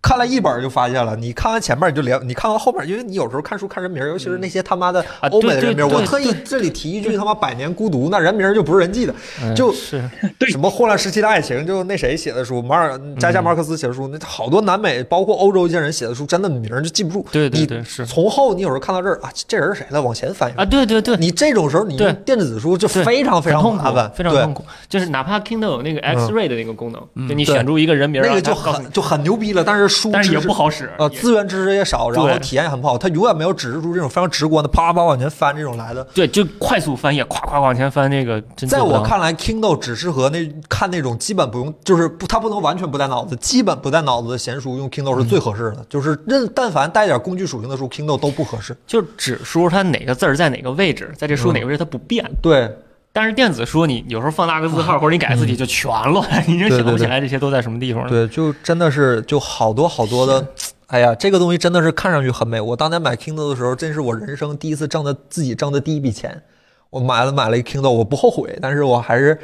A: 看了一本就发现了，你看完前面你就连，你看完后面，因为你有时候看书看人名，尤其是那些他妈的
F: 啊
A: 欧美的人名，
F: 对对
A: 我特意这里提一句他妈《百年孤独》，那人名就不是人记的，
F: 嗯
A: 就是
D: 对
A: 什么《霍乱时期的爱情》，就那谁写的书，马尔
F: 嗯
A: 加加马尔克斯写的书，那好多南美包括欧洲一些人写的书，真的名儿就记不住。
F: 对对
A: 你
F: 对是
A: 从后你有时候看到这儿啊，这人是谁了，往前翻一翻
F: 啊，对对对，
A: 你这种时候你
F: 对
A: 用电子书就
F: 对
A: 非常非
F: 很
A: 常
F: 痛
A: 麻
F: 苦
A: 烦，，
F: 非常
A: 对嗯
F: 痛苦。就是哪怕 Kindle 有那个 X-ray 的那个功能，就你
A: 对
F: 选出一个人名儿，
A: 那个
F: 然后
A: 就
F: 它告诉你
A: 很就很牛逼了，但是书
B: 但是也
A: 知识
B: 不好使。
A: 呃，
B: 也
A: 资源知识也少，然后
B: 对
A: 体验也很不好，它永远没有纸质书这种非常直观的啪啪往前翻这种来的。
B: 对，就快速翻页，咵咵往前翻，这个真
A: 在
B: 做不
A: 我
B: 到，
A: 看来，Kindle 只适合那看那种基本不用，就是不，它不能完全不带脑子，基本不带脑子的闲书用 Kindle
B: 嗯
A: 是最合适的。就是任但凡带点工具属性的书，Kindle 都不合适。
B: 就是纸书它哪个字儿在哪个位置，在这书
A: 嗯
B: 哪个位置它不变。
A: 对，
B: 但是电子书你有时候放大个字号或者你改字体就全乱， 你就
A: 啊嗯对
B: 想
A: 对
B: 不起
A: 对
B: 来这些都在什么地方了。
A: 对，就真的是就好多好多的，哎呀，这个东西真的是看上去很美。我当年买 Kindle 的时候，真是我人生第一次挣的自己挣的第一笔钱。我买了买了一个 Kindle，我不后悔，但是我还是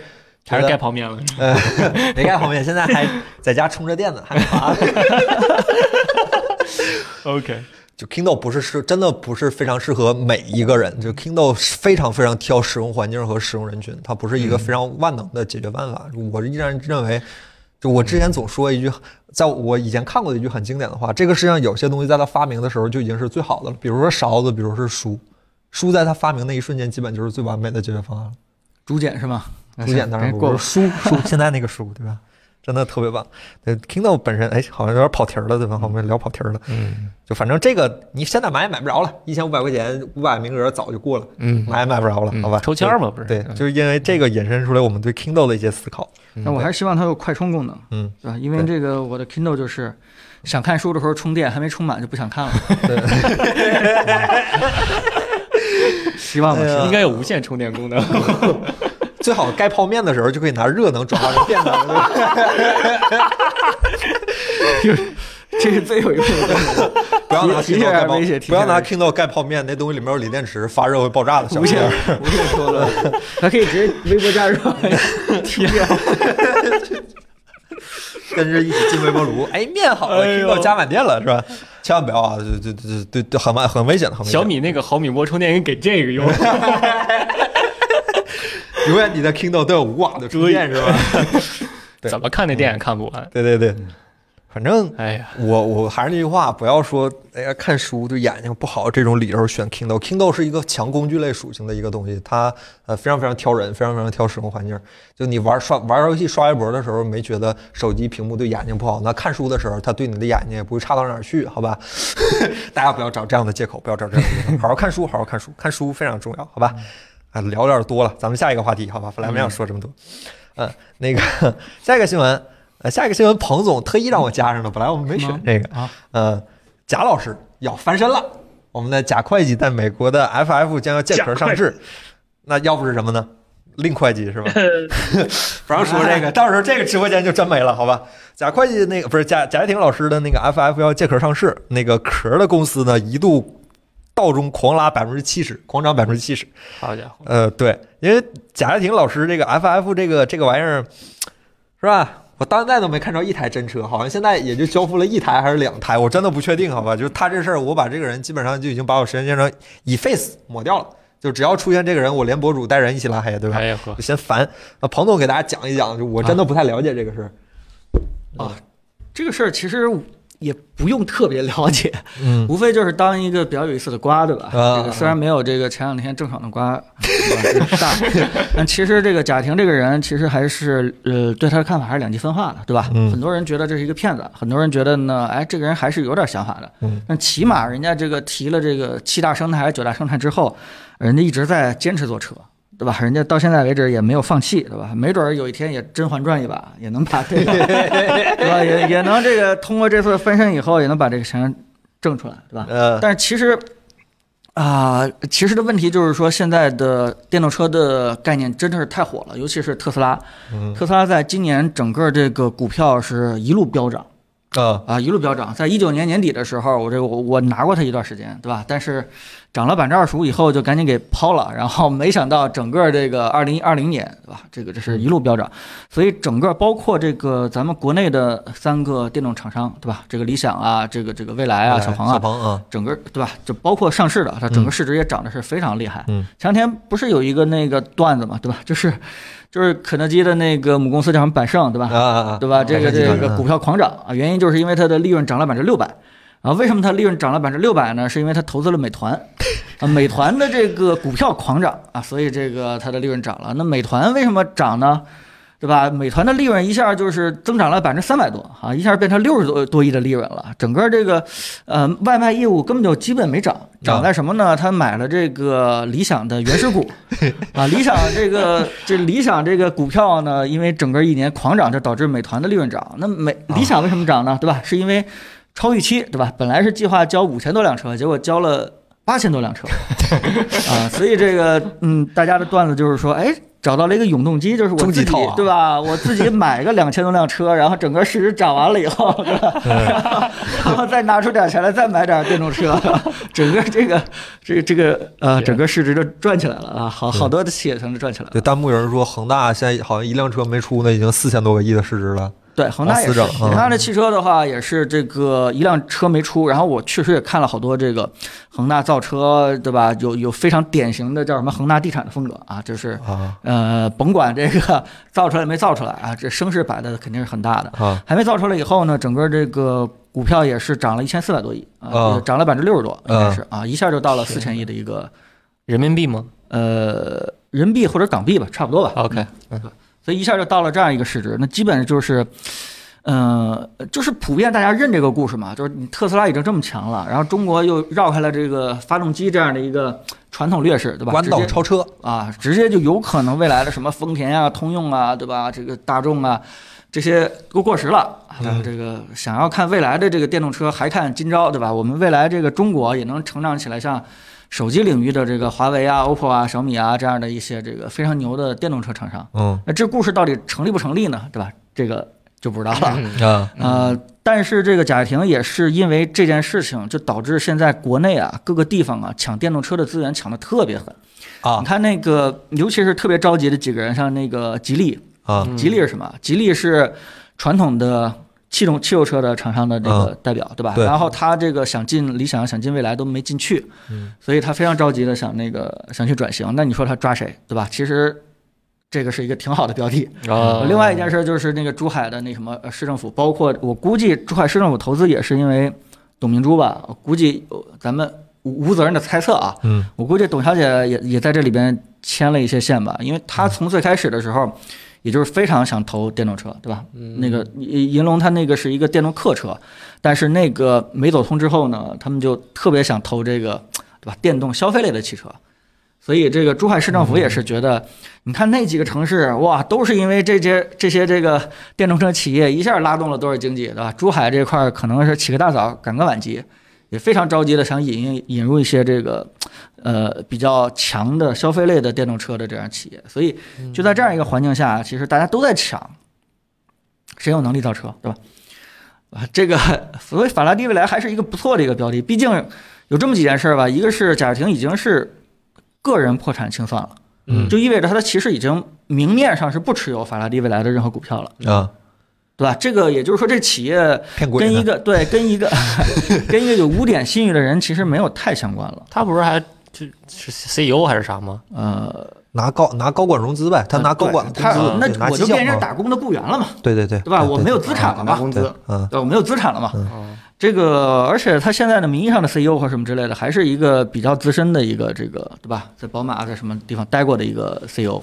A: 觉
B: 还是
A: 得
B: 盖泡面了。
A: 呃，没干泡面，现在还 在家充着电呢，还没爬。
B: OK，
A: 就 Kindle 不是适，真的不是非常适合每一个人。就 Kindle 是非常非常挑使用环境和使用人群，它不是一个非常万能的解决办法。我依然认为，就我之前总说一句，在我以前看过的一句很经典的话，这个世界上有些东西在它发明的时候就已经是最好的了，比如说勺子，比如说书。书在它发明那一瞬间，基本就是最完美的解决方案了。
C: 竹简是吗？
A: 竹简当然
C: 哎
A: 不
C: 过
A: 是
C: 吧
A: 书书，现在那个书对吧？真的特别棒。对 Kindle 本身，哎，好像有点跑题儿了，对吧？我们聊跑题儿了。
E: 嗯
A: 就反正这个你现在买也买不着了，一千五百块钱五百名额早就过了，
E: 嗯
A: 买也买不着了，
E: 嗯
A: 好吧？
B: 抽签儿嘛，不是？
A: 对，对，就是因为这个引申出来我们对 Kindle 的一些思考。
C: 那我还是希望它有快充功能，
A: 嗯，
C: 对吧？因为
A: 对
C: 这个我的 Kindle 就是想看书的时候充电，还没充满就不想看了。 希望吧，
A: 哎呀
C: 希望
B: 应该有无线充电功 能。
A: 最好盖泡面的时候就可以拿热能转化成电能。对吧
C: 这是最有用的。
A: 不要拿
C: 提提
A: Kindle 盖
C: 点
A: 泡
C: 威胁，提
A: 不要
C: 点
A: 拿
C: 威
A: Kindle 盖泡面，那东西里面有锂电池，发热会爆炸的。小
C: 无
A: 心
C: 限
A: 点儿。
C: 无限说了，还可以直接微波加热。天啊，
A: 跟着一起进微波炉，哎，面好了，Kindle 加满电了是吧？千万不要啊，这这这这很危很危险的，很危险。
B: 小米那个毫米波充电应该给这个用，
A: 永远你的 Kindle 都有五瓦的充电是吧？对嗯
B: 怎么看那电也看不完。
A: 对对对，反正
B: 哎呀，
A: 我我还是那句话，不要说哎呀看书对眼睛不好这种理由选 Kindle。Kindle 是一个强工具类属性的一个东西，它呃非常非常挑人，非常非常挑使用环境。就你玩刷玩游戏刷微博的时候，没觉得手机屏幕对眼睛不好，那看书的时候，它对你的眼睛也不会差到哪儿去，好吧？ 大家不要找这样的借口，不要找这样的借口，好好看书，好好看书，看书非常重要，好吧？啊，聊有点多了，咱们下一个话题，好吧？本来没想说这么多，嗯，那个下一个新闻，呃，下一个新闻，彭总特意让我加上的，本来我们没选这个
C: 啊，
A: 呃，贾老师要翻身了，我们的贾会计在美国的 FF 将要借壳上市，那要不是什么呢？令会计 是吧？
D: 呃
A: 不让说这个， 到时候这个直播间就真没了，好吧？贾会计那个不是贾贾跃亭老师的那个 FF 要借壳上市，那个壳的公司呢一度道中狂拉百分之七十，狂涨百分之七十。
B: 好家伙，
A: 呃，对，因为贾跃亭老师这个 FF 这个这个玩意儿是吧？我到现在都没看着一台真车，好像现在也就交付了一台还是两台，我真的不确定，好吧？就是他这事儿，我把这个人基本上就已经把我时间线上以 face 抹掉了，就只要出现这个人，我连博主带人一起拉黑，对吧？
B: 哎呀呵
A: 就，嫌烦。那彭总给大家讲一讲，就我
C: 啊
A: 真的不太了解这个事儿。
C: 这个事儿其实也不用特别了解，
A: 嗯，
C: 无非就是当一个比较有意思的瓜，对吧？
A: 啊
C: 这个虽然没有这个前两天郑爽的瓜对吧大，但其实这个贾婷这个人，其实还是呃，对他的看法还是两极分化的，对吧？
A: 嗯
C: 很多人觉得这是一个骗子，很多人觉得呢，哎，这个人还是有点想法的。
A: 嗯，
C: 但起码人家这个提了这个七大生态、九大生态之后，人家一直在坚持做车。对吧？人家到现在为止也没有放弃，对吧？没准儿有一天也《甄嬛传》一把，也能把这个，对吧？也也能这个通过这次翻身以后，也能把这个钱挣出来，对吧？
A: 呃，
C: 但是其实啊、其实的问题就是说，现在的电动车的概念真的是太火了，尤其是特斯拉。
A: 嗯
C: 特斯拉在今年整个这个股票是一路飙涨
A: 啊，
C: 啊、一路飙涨。在一九年年底的时候，我这个我我拿过它一段时间，对吧？但是涨了百分之二十五以后，就赶紧给抛了。然后没想到整个这个二零二零年，对吧？这个这是一路飙涨，所以整个包括这个咱们国内的三个电动厂商，对吧？这个理想啊，这个这个蔚来啊，小鹏嗯啊
A: 小，鹏啊，
C: 整个对吧？就包括上市的，它整个市值也涨得是非常厉害。
A: 嗯，
C: 前两天不是有一个那个段子嘛，对吧？就是就是肯德基的那个母公司叫什么百胜，对吧？
A: 啊啊啊，
C: 对吧？这个
A: 百胜集
C: 这
A: 团
C: 个股票狂涨啊，原因就是因为它的利润涨了百分之六百。啊，为什么它利润涨了百分之六百呢？是因为它投资了美团，啊，美团的这个股票狂涨啊，所以这个它的利润涨了。那美团为什么涨呢？对吧？美团的利润一下就是增长了百分之三百多啊，一下变成六十多多亿的利润了。整个这个呃外卖业务根本就基本没涨，涨在什么呢？他买了这个理想的原始股 啊，理想这个这理想这个股票呢，因为整个一年狂涨，就导致美团的利润涨。那美理想为什么涨呢？对吧？是因为超预期，对吧？本来是计划交五千多辆车，结果交了。八千多辆车啊，所以这个嗯，大家的段子就是说，哎，找到了一个永动机，就是我自己、
A: 啊、
C: 对吧？我自己买个两千多辆车，然后整个市值涨完了以后，对吧？然后然后再拿出点钱来再买点电动车，整个这个这个这个呃，整个市值就赚起来了啊！好好多的企业才能赚起来了。
A: 对，弹幕有人说恒大现在好像一辆车没出呢，已经四千多个亿的市值了。
C: 对，恒大也是。恒大的汽车的话，也是这个一辆车没出。然后我确实也看了好多这个恒大造车，对吧？有有非常典型的叫什么恒大地产的风格啊，就是呃，甭管这个造出来没造出来啊，这声势摆的肯定是很大的。
A: 啊
C: 还没造出来以后呢，整个这个股票也是涨了一千四百多亿啊，涨了百分之六十多，应该是啊，一下就到了四千亿的一个
F: 人民币吗？
C: 呃，人民币或者港币吧，差不多吧。嗯
F: OK。
C: 所以一下就到了这样一个市值，那基本就是，呃，就是普遍大家认这个故事嘛，就是你特斯拉已经这么强了，然后中国又绕开了这个发动机这样的一个传统劣势，对吧？
A: 弯道超车
C: 啊，直接就有可能未来的什么丰田啊、通用啊，对吧？这个大众啊，这些都过时了。嗯、这个想要看未来的这个电动车，还看今朝，对吧？我们未来这个中国也能成长起来，像。手机领域的这个华为啊、OPPO 啊、小米啊这样的一些这个非常牛的电动车厂商，
A: 嗯，
C: 那这故事到底成立不成立呢？对吧？这个就不知道了
A: 嗯
C: 啊。呃，但是这个贾跃亭也是因为这件事情，就导致现在国内啊各个地方啊抢电动车的资源抢的特别狠
A: 啊。
C: 你看那个，尤其是特别着急的几个人，像那个吉利
A: 啊，
C: 吉利是什么？吉利是传统的。汽动汽油车的厂商的这个代表，
A: 嗯、
C: 对吧？
A: 对
C: 然后他这个想进理想、想进未来都没进去，
A: 嗯、
C: 所以他非常着急的想那个想去转型。那你说他抓谁，对吧？其实这个是一个挺好的标的。
B: 啊
A: 嗯
F: 哦、
C: 另外一件事就是那个珠海的那什么呃市政府，包括我估计珠海市政府投资也是因为董明珠吧，我估计呃咱们无责任的猜测啊，
A: 嗯，
C: 我估计董小姐也也在这里边牵了一些线吧，因为她从最开始的时候。嗯也就是非常想投电动车，对吧？那个银龙它那个是一个电动客车，但是那个没走通之后呢，他们就特别想投这个，对吧？电动消费类的汽车，所以这个珠海市政府也是觉得，你看那几个城市，哇，都是因为这些这些这个电动车企业一下拉动了多少经济，对吧？珠海这块可能是起个大早，赶个晚集。也非常着急的想引引入一些这个，呃，比较强的消费类的电动车的这样企业，所以就在这样一个环境下，其实大家都在抢，谁有能力造车，对吧？啊，这个 所以法拉第未来还是一个不错的一个标的，毕竟有这么几件事儿吧，一个是贾跃亭已经是个人破产清算了，
A: 嗯，
C: 就意味着他的其实已经明面上是不持有法拉第未来的任何股票了
A: 啊。
C: 对吧？这个也就是说，这企业跟一个对跟一个 跟一个有污点信誉的人其实没有太相关了。
F: 他不是还就是
B: E
F: 是 CEO 还是啥吗？
A: 嗯
C: 呃，
A: 拿高拿高管融资呗，他拿高管
C: 嗯他那我就变成打工的雇员了嘛。
A: 对对对，
C: 对吧？我没有资产
E: 啊
C: 了嘛，
F: 工资，
A: 嗯，
C: 对，我没有资产了嘛。
F: 嗯
C: 这个，而且他现在的名义上的 CEO 或什么之类的，还是一个比较资深的一个这个，对吧？在宝马在什么地方待过的一个 CEO，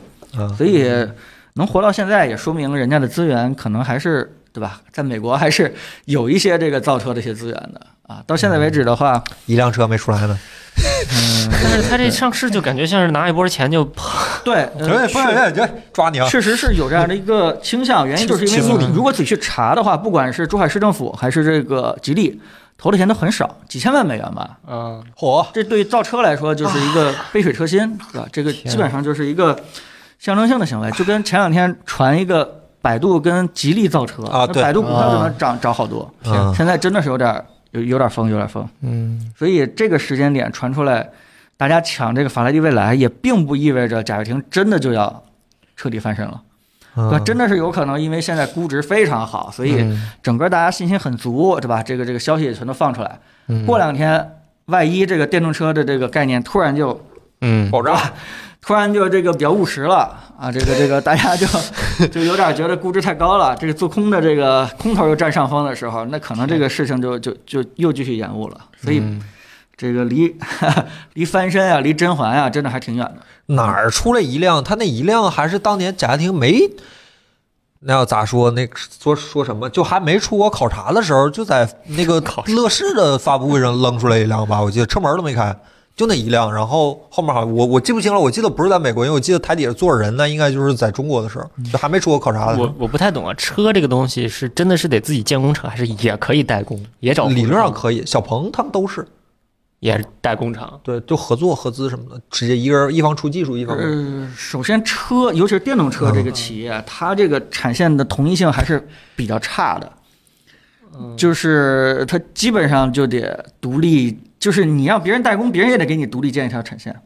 C: 所
A: 嗯
C: 以能活到现在，也说明人家的资源可能还是。对吧？在美国还是有一些这个造车的一些资源的啊。到现在为止的话，
A: 一辆车没出来呢。
F: 但是他这上市就感觉像是拿一波钱就
C: 对，呃
A: 哎不是，就抓你啊！
C: 确实是有这样的一个倾向，原因就是因为你如果仔细查的话，不管是珠海市政府还是这个吉利，投的钱都很少，几千万美元吧。
F: 嗯，
A: 嚯！
C: 这对于造车来说就是一个杯水车薪，对吧？这个基本上就是一个象征性的行为，就跟前两天传一个。百度跟吉利造车
A: 啊
C: 那
A: 对
C: 百度股票就能涨涨好多。
A: 嗯
C: 现在真的是有点儿有有点儿疯，有点儿疯。
F: 嗯，
C: 所以这个时间点传出来，大家抢这个法拉第未来，也并不意味着贾跃亭真的就要彻底翻身了，对吧？
A: 嗯
C: 真的是有可能，因为现在估值非常好，所以
F: 嗯
C: 整个大家信心很足，对吧？这个这个消息也全都放出来。
A: 嗯
C: 过两天，万一这个电动车的这个概念突然就
F: 嗯
A: 爆炸，
C: 突然就这个比较务实了啊，这个这个大家就 就有点觉得估值太高了，这个做空的这个空头又占上风的时候，那可能这个事情就就就又继续延误了，所以
A: 嗯
C: 这个离 离翻身啊，离甄嬛啊，真的还挺远的。
A: 哪儿出来一辆？他那一辆还是当年贾跃亭没那要咋说？那说说什么？就还没出国考察的时候，就在那个乐视的发布会上扔出来一辆吧，我记得车门都没开，就那一辆。然后后面好像我我记不清了，我记得不是在美国，因为我记得台底下坐着人呢，应该就是在中国的时候，就还没出国考察的时候
F: 我。我不太懂啊，车这个东西是真的是得自己建工厂，还是也可以代工？也找
A: 理论上
F: 工厂
A: 可以，小鹏他们都是
F: 也是代工厂。
A: 对，就合作合资什么的，直接一个人一方出技术，一方
C: 呃，首先车，尤其是电动车这个企业，它这个产线的同一性还是比较差的，就是它基本上就得独立，就是你让别人代工，别人也得给你独立建一条产线。
A: 嗯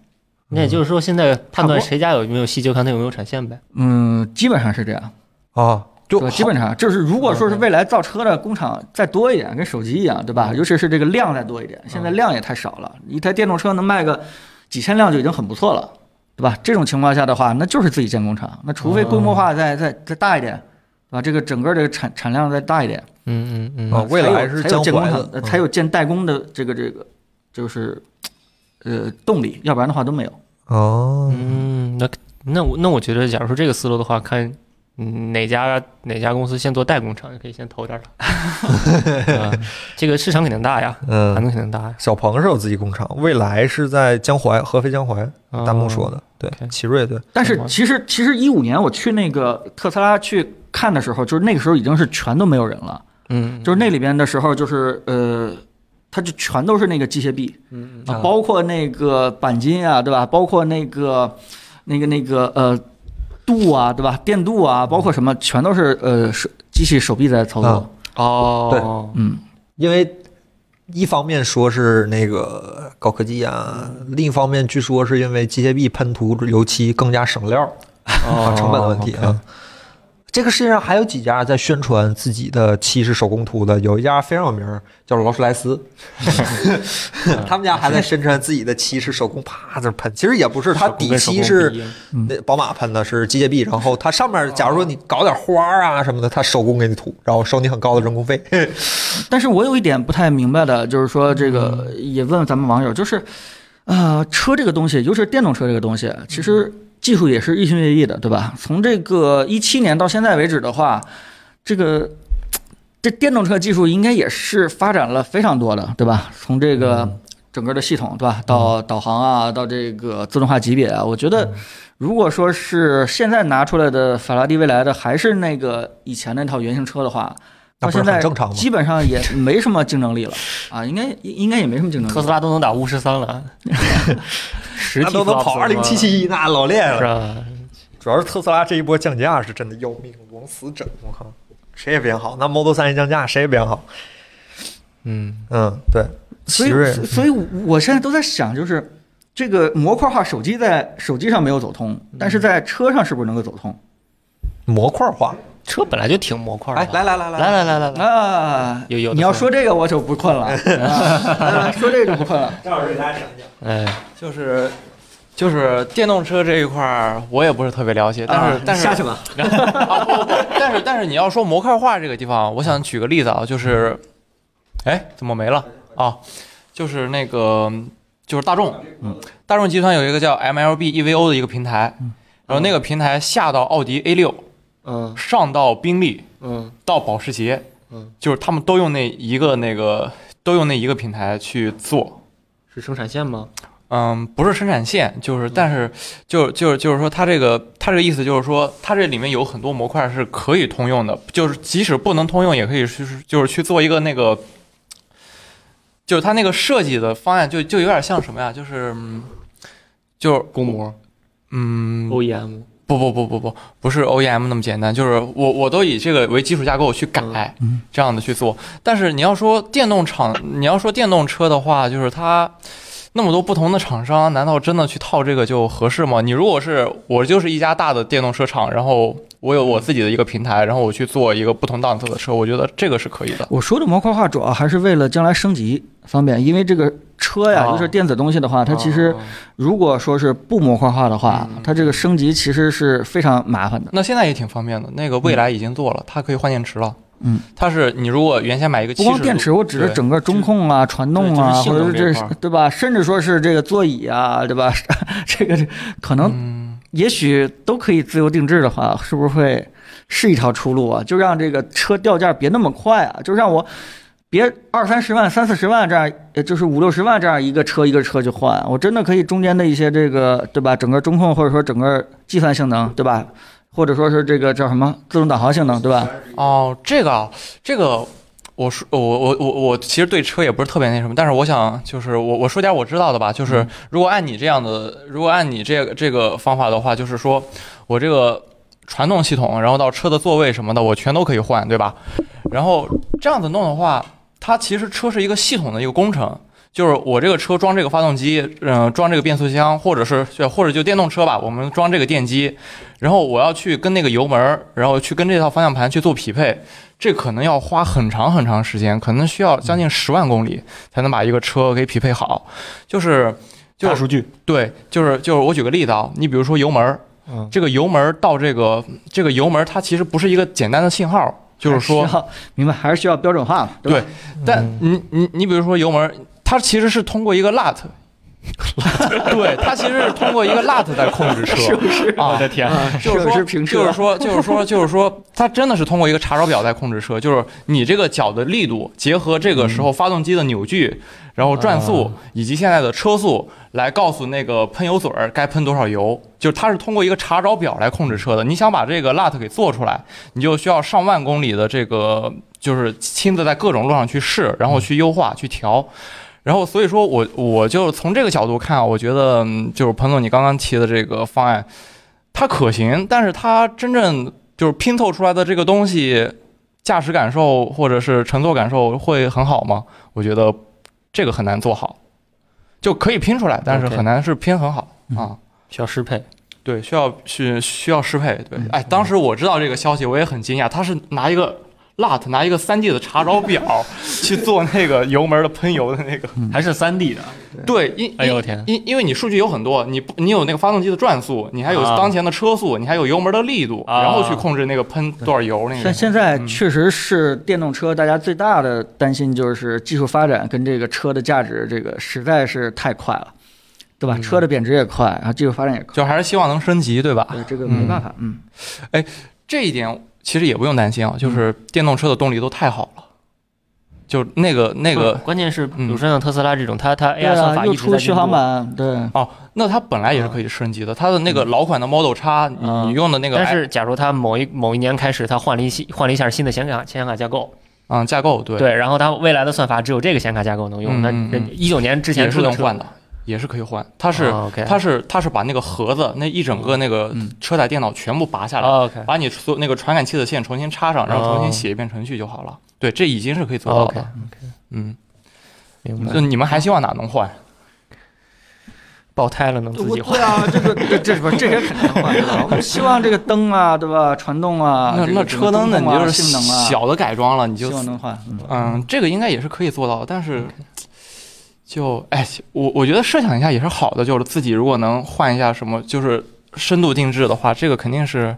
F: 那也就是说，现在判断
C: 差不多
F: 谁家有没有戏，就看他有没有产线呗。
C: 嗯，基本上是这样。
A: 啊，就
C: 对，基本上就是，如果说是未来造车的工厂再多一点，跟手机一样，对
A: 嗯
C: 吧？尤其是这个量再多一点，现在量也太少了，一台电动车能卖个几千辆就已经很不错了，对吧？这种情况下的话，那就是自己建工厂，那除非规模化
A: 嗯
C: 再再再大一点，对吧？这个整个这个产产量再大一点，
F: 嗯嗯
A: 啊
F: 嗯，
A: 未来
C: 才有
A: 是
C: 才有
A: 江
C: 建工
A: 淮
C: 厂，
A: 的，嗯
C: 呃才有建代工的这个这个，就是呃动力，要不然的话都没有。
A: 嗯哦，
F: 嗯，那那我那我觉得，假如说这个思路的话，看嗯哪家哪家公司先做代工厂，可以先投点儿 它、啊这个市场肯定大呀，
A: 嗯
F: 盘子肯定大呀。
A: 小鹏是有自己工厂，蔚来是在江淮，合肥江淮。
F: 啊
A: 弹幕说的，对，
F: OK
A: 奇瑞对，
C: 但是其实其实一五年我去那个特斯拉去看的时候，就是那个时候已经是全都没有人了。
F: 嗯，
C: 就是那里边的时候，就是呃，它就全都是那个机械臂，嗯啊，包括那个钣金啊，对吧？包括那个那个那个呃镀啊，对吧？电镀啊，包括什么，全都是呃手机器手臂在操作。
A: 啊
F: 哦，
C: 嗯，
A: 因为一方面说是那个高科技啊，另一方面据说是因为机械臂喷涂油漆更加省料啊，成本的问题啊。这个世界上还有几家在宣传自己的漆是手工涂的，有一家非常有名儿，叫劳斯莱斯，他们家还在宣传自己的漆是手工啪这喷，其实也不是，它底漆是那宝马喷的是机械臂，然后它上面假如说你搞点花儿啊什么的，它手工给你涂，然后收你很高的人工费。
C: 但是我有一点不太明白的，就是说这个也问咱们网友，就是呃，车这个东西，尤其是电动车这个东西，其
A: 嗯
C: 实技术也是日新月异的，对吧？从这个一七年到现在为止的话，这个这电动车技术应该也是发展了非常多的，对吧？从这个
A: 嗯
C: 整个的系统，对吧？到导航啊，到这个自动化级别啊，我觉得。
A: 嗯
C: 如果说是现在拿出来的法拉第未来的还是那个以前那套原型车的话，
A: 那
C: 到
A: 不是
C: 现在
A: 很正常吗
C: 基本上也没什么竞争力了啊，应该应该也没什么竞争力。
F: 特斯拉都能打巫师三 了，实
A: 那
F: 体
A: 都能跑
F: flop
A: 二零七七，那老练
F: 是啊
A: 了。
F: 吧？
A: 主要是特斯拉这一波降价是真的要命，往死整，我靠，谁也别好。那 Model 三一降价，谁也别好。
F: 嗯，
A: 嗯，对，
C: 所
A: 奇
C: 以
A: 瑞，
C: 所以我现在都在想，就是这个模块化手机在手机上没有走通，但是在车上是不是能够走通？
A: 模块化，
F: 车本来就挺模块儿
A: 哎，
F: 的。
A: 来来来
F: 来来来来来，
C: 啊，
F: 有有的
C: 你要
F: 说
C: 说这个我就不困了，啊来来说这个就不困了。
A: 正好给大家讲讲。
F: 哎，
E: 就是就是电动车这一块儿，我也不是特别了解，但是、
C: 啊
E: 但是
C: 下去吧，
E: 啊不不不但是但是你要说模块化这个地方，我想举个例子啊，就是，哎，怎么没了啊？就是那个就是大众，嗯大众集团有一个叫 MLB EVO E 的一个平台，然后那个平台下到奥迪 A 六，
F: 嗯
E: 上到宾利，
F: 嗯
E: 到保时捷，
F: 嗯，
E: 就是他们都用那一个那个都用那一个平台去做，
F: 是生产线吗？嗯
E: 嗯，不是生产线，就是，但是，就就就是说，它这个，它这个意思就是说，它这里面有很多模块是可以通用的，就是即使不能通用，也可以去，就是去做一个那个，就是它那个设计的方案就，就有点像什么呀？就是，嗯就是，
F: 公模
E: 嗯，
B: E
F: OEM
E: 不不不不不，不是 OEM 那么简单，就是我我都以这个为基础架构去改，
C: 嗯
E: 这样的去做。但是你要说电动厂，你要说电动车的话，就是它那么多不同的厂商，难道真的去套这个就合适吗？你如果是我就是一家大的电动车厂，然后我有我自己的一个平台，然后我去做一个不同档次的车，我觉得这个是可以的。
C: 我说的模块化主要还是为了将来升级方便，因为这个车呀，
F: 哦
C: 就是电子东西的啊话，它其
E: 哦
C: 实如果说是不模块化的话，它这个升级其实是非常麻烦的。
E: 那现在也挺方便的，那个蔚来已经做了，它可以换电池了。
C: 嗯，
E: 它是你如果原先买一个
C: 不
E: 70
C: 光电池，
E: 度
C: 我指的
E: 对
C: 整个中控啊、传动啊，或
E: 对就是性能
C: 者是
E: 这一块
C: 这对吧？甚至说是这个座椅啊，对吧？这个可能
E: 嗯，
C: 也许都可以自由定制的话，是不是会是一条出路啊？就让这个车掉价别那么快啊，就让我别二三十万、三四十万这样，呃，就是五六十万这样一个车一个车去换，我真的可以中间的一些这个对吧？整个中控或者说整个计算性能对吧？或者说是这个叫什么自动导航性能对吧？
E: 哦，这个啊，这个，我说我我我我其实对车也不是特别那什么，但是我想就是我我说点我知道的吧，就是如果按你这样的，如果按你这个这个方法的话，就是说我这个传动系统，然后到车的座位什么的，我全都可以换，对吧？然后这样子弄的话，它其实车是一个系统的一个工程。就是我这个车装这个发动机，嗯、装这个变速箱，或者是呃就或者就电动车吧，我们装这个电机，然后我要去跟那个油门儿，然后去跟这套方向盘去做匹配，这可能要花很长很长时间，可能需要将近十万公里才能把一个车给匹配好。就是就
F: 大
E: 是
F: 数据，
E: 对，就是就是我举个例子啊，你比如说油门儿
F: 嗯，
E: 这个油门儿到这个这个油门儿它其实不是一个简单的信号，就是
C: 还
E: 说
C: 是需要嗯明白，还是需要标准化嘛，吧？
E: 对，但你你你比如说油门儿，它其实是通过一个 lat，对，它其实是通过一个 lat 在控制车，
F: 我
E: 啊
F: 的？天，
E: 就是
C: 手
E: 说，
C: 持平啊车
E: 就是说，就是说，就是说，它真的是通过一个查找表在控制车，就是你这个脚的力度结合这个时候发动机的扭矩，然后转速以及现在的车速来告诉那个喷油嘴儿该喷多少油，就是它是通过一个查找表来控制车的。你想把这个 LAT 给做出来，你就需要上万公里的这个，就是亲自在各种路上去试，然后去优化、去调。然后，所以说我我就从这个角度看啊，我觉得嗯就是彭总你刚刚提的这个方案，它可行，但是它真正就是拼凑出来的这个东西，驾驶感受或者是乘坐感受会很好吗？我觉得这个很难做好，就可以拼出来，但是
F: OK
E: 很难是拼很好啊。
F: 需要适配。
E: 对，需要需需要适配。对，哎，当时我知道这个消息，我也很惊讶，他是拿一个 lat 拿一个3 D 的查找表去做那个油门的喷油的那个。
C: 嗯
F: 还是三 D 的，
B: 啊
E: 对，因
F: 哎呦
E: 因
F: 我天
E: 因因为你数据有很多，你不你有那个发动机的转速，你还有
F: 啊
E: 当前的车速，你还有油门的力度，
F: 啊
E: 然后去控制那个喷多少油那
C: 但
E: 个。
C: 现在确实是电动车，大家最大的担心就是技术发展跟这个车的价值，这个实在是太快了，对吧？车的贬值也快，然后技术发展也快，
E: 就还是希望能升级，对吧？
C: 对这个没办法，嗯，
E: 这一点其实也不用担心啊，就是电动车的动力都太好了，就那个那
B: 不
E: 个
B: 是关键是，比
E: 嗯
B: 如说像特斯拉这种，它它
C: 对
B: AI 算
C: 啊，
B: 法
C: 又
B: 一直
C: 出
B: 在
C: 续
B: 进
C: 航
B: 步。
C: 版，对，
E: 哦，那它本来也是可以升级的，它的那个老款的 Model X，你
B: 嗯
E: 你用的那个
B: 但是，假如它某一某一年开始，它换了一系换了一下新的显卡显卡架构，
E: 嗯架构对，
B: 对，然后它未来的算法只有这个显卡架构能用。
E: 嗯
B: 那
E: 嗯嗯
B: 一九年之前
E: 也是
B: 出
E: 能
B: 的车
E: 换的，也是可以换。它是
B: 啊，OK
E: 它是它是把那个盒子那一整个那个
F: 哦嗯
E: 车载电脑全部拔下来，
B: 哦，OK，
E: 把你所有那个传感器的线重新插上，然后重新写一遍程序就好了。对，这已经是可以做
F: 哦
E: 到的。嗯，
B: 哦明
F: 嗯
B: 白
E: 就。你们还希望哪能换？
B: 爆胎了能自
C: 我
B: 己换
C: 对啊，这 个这这不是这些肯定换的， 我希望这个灯啊，对吧？传动啊，
E: 那
C: 这个
E: 那车灯呢？
C: 中
E: 你
C: 控啊
E: 就是
C: 性能啊，
E: 小的改装了，你
C: 希
E: 就
C: 望能换，嗯
E: 嗯，这个应该也是可以做到，但是就哎，我我觉得设想一下也是好的，就是自己如果能换一下什么，就是深度定制的话，这个肯定是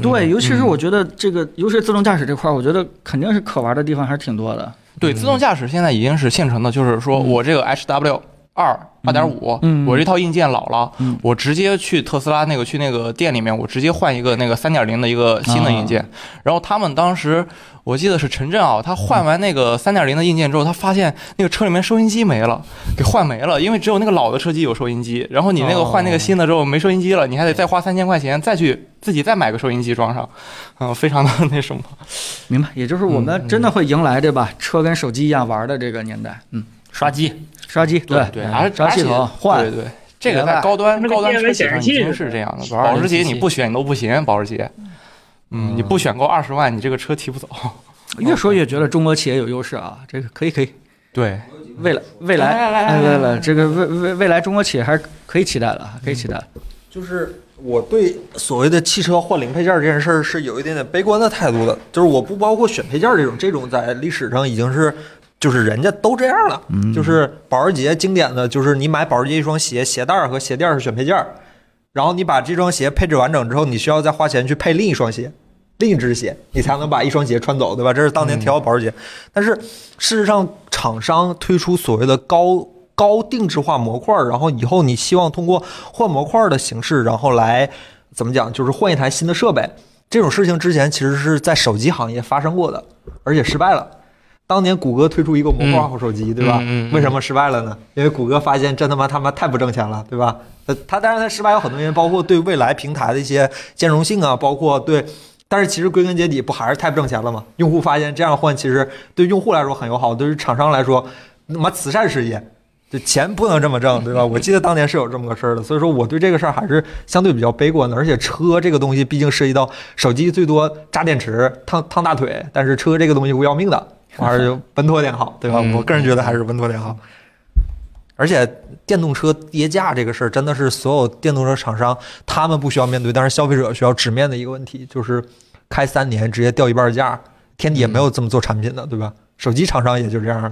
C: 对，尤其是
E: 嗯
C: 我觉得这个，尤其是自动驾驶这块儿，我觉得肯定是可玩的地方还是挺多的。
E: 对自动驾驶现在已经是现成的，就是说我这个 HW 二八点五，
C: 嗯
E: 我这套硬件老了，
C: 嗯
E: 我直接去特斯拉那个去那个店里面，我直接换一个那个三点零的一个新的硬件。
C: 啊
E: 然后他们当时我记得是陈震啊，他换完那
C: 嗯
E: 个三点零的硬件之后，他发现那个车里面收音机没了，给换没了，因为只有那个老的车机有收音机，然后你那个
B: 哦
E: 换那个新的之后没收音机了，你还得再花三千块钱再去自己再买个收音机装上，嗯，非常的那什么。
C: 明白，也就是我
F: 嗯
C: 们真的会迎来，对吧？车跟手机一样玩的这个年代，嗯，
B: 刷机，
C: 刷机，
E: 对，而
C: 刷嗯系统
E: 而且
C: 换
E: 对对，这个
C: 明白
E: 在高端
D: 那个
E: 高端
D: 电
E: 车
D: 源
E: 企
D: 显
E: 上已
D: 示器
E: 经
D: 似
E: 是
D: 的
E: 这样的。保时捷
B: 显示
E: 你
B: 器
E: 不选你都不行，保时捷，嗯，你不选购二十万，你这个车提不走。
C: 越说越觉得中国企业有优势啊，这个可以可以，
E: 对，
C: 未来未来
E: 来来来
C: 哎来
E: 来
C: 来，这个未未未来中国企业还是可以期待的啊，可以期待
F: 嗯
C: 的。
A: 就是我对所谓的汽车换零配件这件事儿是有一点点悲观的态度的，就是我不包括选配件这种，这种在历史上已经是。就是人家都这样了，就是保时捷经典的就是你买保时捷一双鞋，鞋带儿和鞋垫儿是选配件儿，然后你把这双鞋配置完整之后，你需要再花钱去配另一双鞋，另一只鞋，你才能把一双鞋穿走，对吧？这是当年提到保时捷，但是事实上，厂商推出所谓的高高定制化模块儿，然后以后你希望通过换模块儿的形式，然后来怎么讲，就是换一台新的设备。这种事情之前其实是在手机行业发生过的，而且失败了。当年谷歌推出一个模块化手机，对吧？
E: 嗯嗯嗯
A: 为什么失败了呢？因为谷歌发现真他妈他妈太不挣钱了，对吧？呃，它当然它失败有很多原因，包括对未来平台的一些兼容性啊，包括对，但是其实归根结底不还是太不挣钱了吗？用户发现这样换其实对用户来说很友好，对于厂商来说，他妈慈善事业。就钱不能这么挣，对 吧？我记得当年是有这么个事儿的，所以说我对这个事儿还是相对比较悲观的。而且车这个东西毕竟涉及到手机最多扎电池、烫烫大腿，但是车这个东西会要命的，我还是就稳妥点好，对吧？
E: 嗯
A: 我个人觉得还是稳妥点好。而且电动车跌价这个事儿，真的是所有电动车厂商他们不需要面对，但是消费者需要直面的一个问题，就是开三年直接掉一半价，天底下
C: 嗯
A: 没有这么做产品的，对吧？手机厂商也就这样了。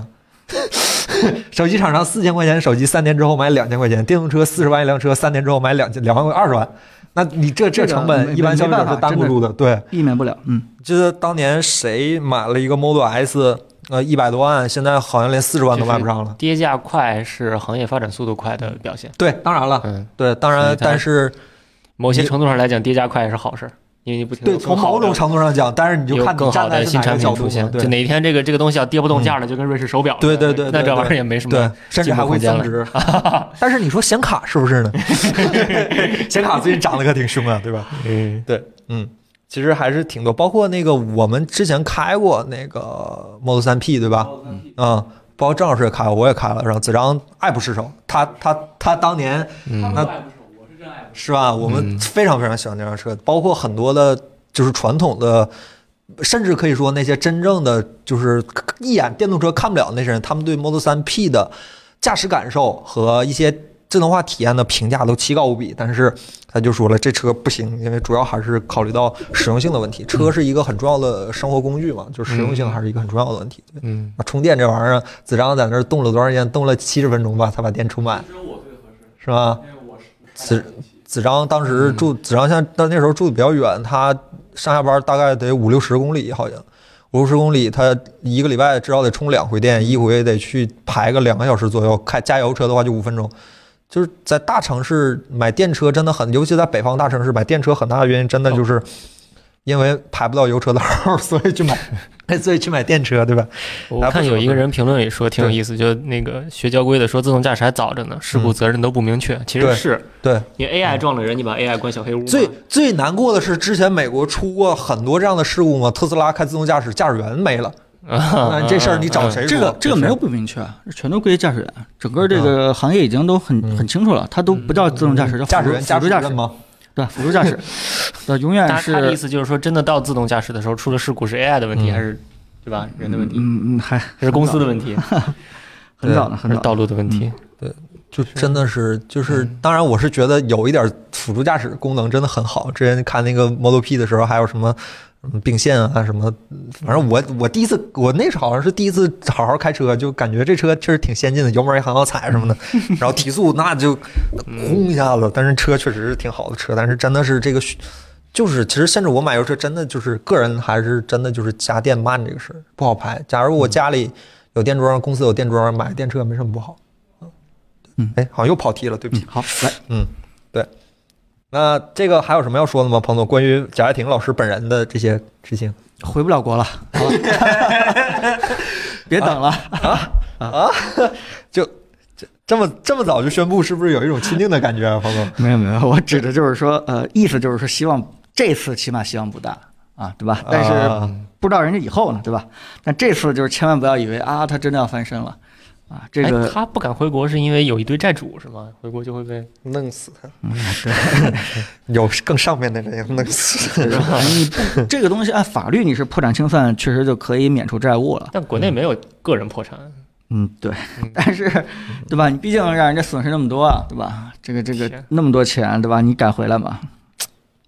A: 手机厂商四千块钱的手机，三年之后买两千块钱；电动车四十万一辆车，三年之后买两千两万块二十万。那你这这
C: 这个
A: 成
C: 没
A: 本，
C: 没
A: 一般消费者
C: 没办
A: 是
C: 法
A: 担不住的。对，
C: 避免不了。嗯，
A: 记得当年谁买了一个 Model S，呃，一百多万，现在好像连四十万都卖不上
B: 嗯
A: 了。
F: 跌价快是行业发展速度快的表现。
A: 对，当然了，
F: 嗯，
A: 对，当
F: 所
A: 然
F: 以，它
A: 但是
F: 某些程度上来讲，跌价快是好事，因为你不停地
A: 对
F: 有
A: 从
F: 更好
A: 某
F: 的
A: 种程度上讲，但是你就
F: 有
A: 看你
F: 更好
A: 站
F: 的
A: 在是
F: 新
A: 哪
F: 产
A: 个
F: 品
A: 角
F: 出
A: 度
F: 现
A: 嘛，，
F: 就
A: 对嗯
F: 哪一天这个这个东西要跌不动价了，就跟瑞士手表了，
A: 对对对
F: 那
A: 对
F: 这玩意儿
A: 对
F: 也没什
A: 对
F: 么，
A: 甚至
F: 进
A: 还
F: 步
A: 会
F: 空间
A: 增
F: 了
A: 值。 但是你说显卡是不 是呢？显卡最近涨得可挺凶啊，对吧？
F: 嗯，
A: 对，嗯，其实还是挺多，包括那个我们之前开过那个 Model 3 P，对吧？嗯，包括郑老师也开，过，我也开了，然后子章爱不释手，他他他当年
E: 嗯
A: 那是吧？我们
E: 嗯
A: 非常非常喜欢这辆车，包括很多的，就是传统的，甚至可以说那些真正的就是一眼电动车看不了那些人，他们对 Model 3 P 的驾驶感受和一些智能化体验的评价都奇高无比。但是他就说了，这车不行，因为主要还是考虑到实用性的问题。车是一个很重要的生活工具嘛，就实用性还是一个很重要的问题。对
E: 嗯，
A: 啊充电这玩意儿，子章在那儿动了多长时间？动了七十分钟吧，才把电充满，是吧？子子章当时住，子章像到那时候住的比较远，他上下班大概得五六十公里，好像五六十公里，他一个礼拜至少得充两回电，一回得去排个两个小时左右，开加油车的话就五分钟。就是在大城市买电车真的很，尤其在北方大城市买电车很大的原因，真的
C: 哦
A: 就是因为排不到油车道儿，所以去买， 所以去买电车，对吧？
F: 我看有一个人评论里说挺有意思，就那个学交规的说自动驾驶还早着呢，事故责任都不明确，
A: 嗯
F: 其
A: 对
F: 实是
A: 对，
F: 你 AI 撞了人，你把 AI 关小黑屋嘛，
A: 最最难过的是，之前美国出过很多这样的事故嘛，特斯拉开自动驾驶，驾驶员没了，
F: 啊
A: 那这事儿你找？谁说？
C: 这个这个没有不明确啊，这全都归驾驶员。整个这个行业已经都很
A: 嗯
C: 很清楚了，它都不叫自动驾驶，叫
A: 驾驶
C: 辅
A: 员
C: 助辅助驾
A: 主任
C: 驶，
A: 吗？
C: 对，辅助 驾驶，对，永
F: 他
C: 远
F: 他的意
C: 是。
F: 思就是说，真的到自动驾驶的时候，出了事故是 AI 的问题
A: 嗯
F: 还是对吧人的问题，
C: 嗯嗯，还
F: 还是公司的问题，
C: 很早呢，
F: 还
C: 很
F: 是
C: 早。
F: 道路的问
A: 嗯
F: 题？
A: 就真的是，就是
C: 嗯
A: 当然，我是觉得有一点辅助驾驶功能真的很好。之前看那个 Model P 的时候，还有什么嗯并线啊什么，反正我我第一次，我那时候好像是第一次好好开车，就感觉这车确实挺先进的，油门也很好踩什么的，然后提速那就轰一下子。但是车确实是挺好的车，但是真的是这个需。就是，其实甚至我买油车，真的就是个人还是真的就是家电慢这个事儿不好排。假如我家里有电桩，公司有电桩，买电车也没什么不好。哎，好像又跑题了，对不起。
C: 好，来，
A: 嗯，对。那这个还有什么要说的吗，彭总？关于贾跃亭老师本人的这些事情
C: 回不了国了， 好吧别等了。
A: 啊，就这这么这么早就宣布，是不是有一种亲定的感 觉啊，彭总？
C: 没有没有，我指的就是说，呃，意思就是说，希望这次起码希望不大啊，对吧？但是
A: 啊
C: 不知道人家以后呢，对吧？但这次就是千万不要以为啊，他真的要翻身了啊，这
F: 哎
C: 个
F: 他不敢回国是因为有一堆债主是吗？回国就会被
A: 弄死他！ 有更上面的人要弄死他。
C: 你不 这个东西按法律你是破产清算，确实就可以免除债务了。
F: 但国内没有个人破产，
C: 嗯，对， 但是，对吧？你毕竟让人家损失那么多啊，对吧？这个这个
F: 是
C: 那么多钱，对吧？你敢回来吗？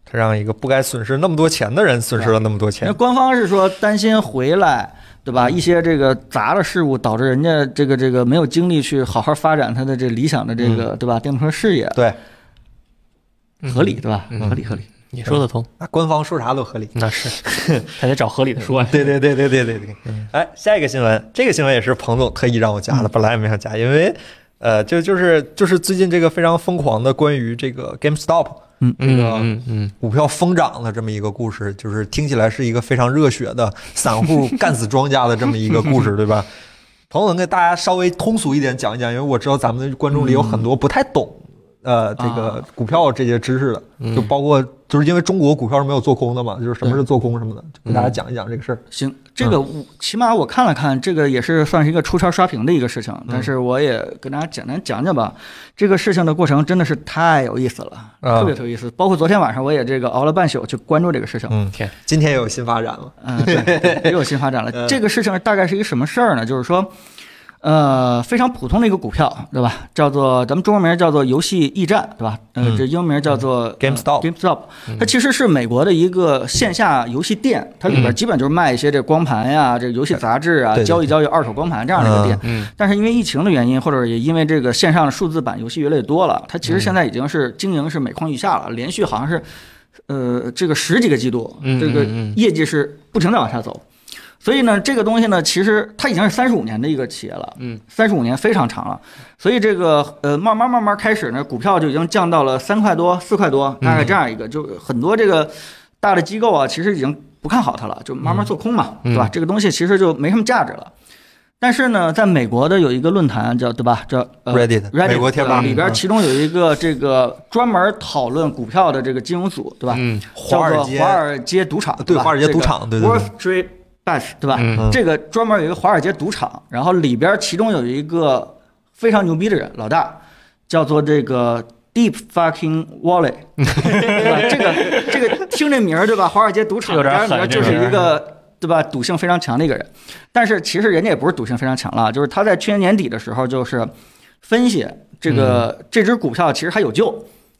A: 他让一个不该损失那么多钱的人损失了那么多钱
C: 那，官方是说担心回来，对吧？一些这个杂的事物导致人家这个这个没有精力去好好发展他的这理想的这个，对吧？电动车事业
A: 对，
C: 合理，对吧？合理合理。
F: 也说得通。
A: 那官方说啥都合理。
F: 那是， 还得找合理的 说呀。
A: 对对对对对对对。哎，下一个新闻，这个新闻也是彭总特意让我加的，本来也没想加，因为呃，就就是就是最近这个非常疯狂的关于这个 GameStop
C: 嗯
A: 这个
E: 嗯嗯
A: 股票疯涨的这么一个故事，就是听起来是一个非常热血的散户干死庄家的这么一个故事， 对吧？彭总给大家稍微通俗一点讲一讲，因为我知道咱们的观众里有很多不太懂。呃，这
E: 啊
A: 个股票这些知识的，
E: 嗯
A: 就包括就是因为中国股票是没有做空的嘛，就是什么是做空什么
E: 嗯
A: 的，就给大家讲一讲这个事儿。
C: 行，这个我起码我看了看，这个也是算是一个出圈刷屏的一个事情，但是我也跟大家简单讲讲吧。这个事情的过程真的是太有意思了，
A: 啊
C: 特别有意思。包括昨天晚上我也这个熬了半宿去关注这个事情，
A: 嗯，
E: 天，
A: 今天也有新发展了。
C: 嗯，对又有新发展
A: 嗯
C: 了。这个事情大概是一个什么事儿呢？就是说，呃，非常普通的一个股票，对吧？叫做咱们中文名叫做游戏驿站，对吧？呃，
A: 嗯
C: 这英文名叫做呃
A: GameStop 嗯
C: GameStop，它其实是美国的一个线下游戏店，它里边基本就是卖一些这光盘呀、这游戏杂志啊
A: 嗯对、对
C: 交易交易二手光盘这样的一个店。
E: 嗯
C: 但是因为疫情的原因，或者也因为这个线上的数字版游戏越来越多了，它
A: 嗯
C: 其实现在已经是经营是每况愈下了，连续好像是，呃，这个十几个季度，
E: 嗯
C: 这个
E: 嗯嗯
C: 业绩是不停的往下走。所以呢，这个东西呢，其实它已经是三十五年的一个企业了，
E: 嗯，
C: 三十五年非常长了。所以这个呃，慢慢慢慢开始呢，股票就已经降到了三块多、四块多，大概这样一
E: 嗯
C: 个，就很多这个大的机构啊，其实已经不看好它了，就慢慢做空嘛，
E: 嗯
C: 对吧？这个东西其实就没什么价值了。但是呢，在美国的有一个论坛叫对吧，叫、呃、
A: Reddit，
C: Reddit
A: 美国贴吧
C: 对吧里边
A: 嗯
C: 其中有一个这个专门讨论股票的这个金融组，对吧？
E: 嗯
A: 华
C: 叫
A: 尔
C: 做
A: 街，啊
C: 华尔街赌场，
A: 对
C: 吧
A: 华尔街赌场
C: 这
A: 对
C: 个
A: 对对
C: Wall Street Bets，对吧？
E: 嗯
A: 嗯
C: 这个专门有一个华尔街赌场，然后里边其中有一个非常牛逼的人，老大叫做这个 Deep Fucking Wallet，对吧？这个这个听这名儿对吧？华尔街赌场，
F: 这有点
C: 当然
F: 狠
C: 里边就是
F: 这
C: 一个。对吧？赌性非常强的一个人，但是其实人家也不是赌性非常强了，就是他在去年年底的时候，就是分析这个、
F: 嗯
C: 这只股票其实还有救，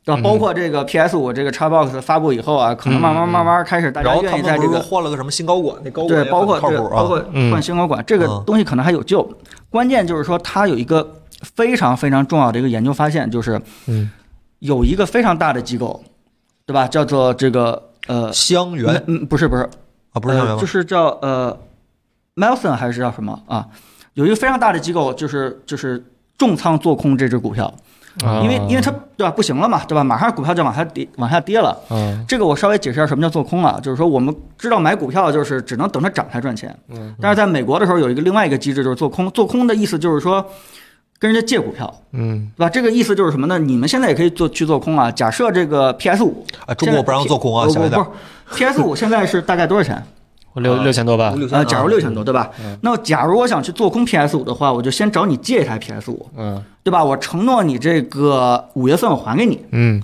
C: 对吧？包括这个 PS 五这个 Xbox 发布以后啊，可能慢
F: 嗯
C: 慢慢慢开始大
A: 然
C: 家
A: 后
C: 愿
A: 他
C: 意
A: 们
C: 在
A: 不
C: 这
A: 是说
C: 个
A: 换了个什么新高管，那高管也
C: 对，包
A: 很
C: 括
A: 靠
C: 对，
A: 谱啊，
C: 包括换新高管，这个
A: 嗯
C: 东西可能还有救。关键就是说，它有一个非常非常重要的一个研究发现，就是
A: 嗯，
C: 有一个非常大的机构，对吧？叫做这个呃，
A: 香
C: 嗯
A: 源
C: 嗯，不是不是，
A: 啊，不是
C: 呃
A: 香源吗
C: 就？是叫呃 m e l s o n 还是叫什么啊？有一个非常大的机构，就是就是重仓做空这只股票，
A: 啊
F: 啊
C: 因为因为它对吧不行了嘛，对吧？马上股票就往下跌往下跌了。
F: 啊
E: 嗯
C: 这个我稍微解释一下什么叫做空啊，就是说我们知道买股票就是只能等它涨才赚钱，
E: 嗯，
C: 但是在美国的时候有一个另外一个机制就是做空，做空的意思就是说跟人家借股票，
E: 嗯
C: 对吧？这个意思就是什么呢？你们现在也可以做去做空啊。假设这个 PS 五，
A: 啊，中国不让做空啊，
C: 不
A: 小
C: 不
A: 一点
C: 不。，PS 五现在是大概多少钱？
F: 我六六千多吧
A: 五，六千
C: 呃，
A: 啊
C: 假如六
E: 嗯
C: 千多，对吧？那我假如我想去做空 PS 五的话，我就先找你借一台 PS 五，
E: 嗯
C: 对吧？我承诺你这个五月份我还给你，
E: 嗯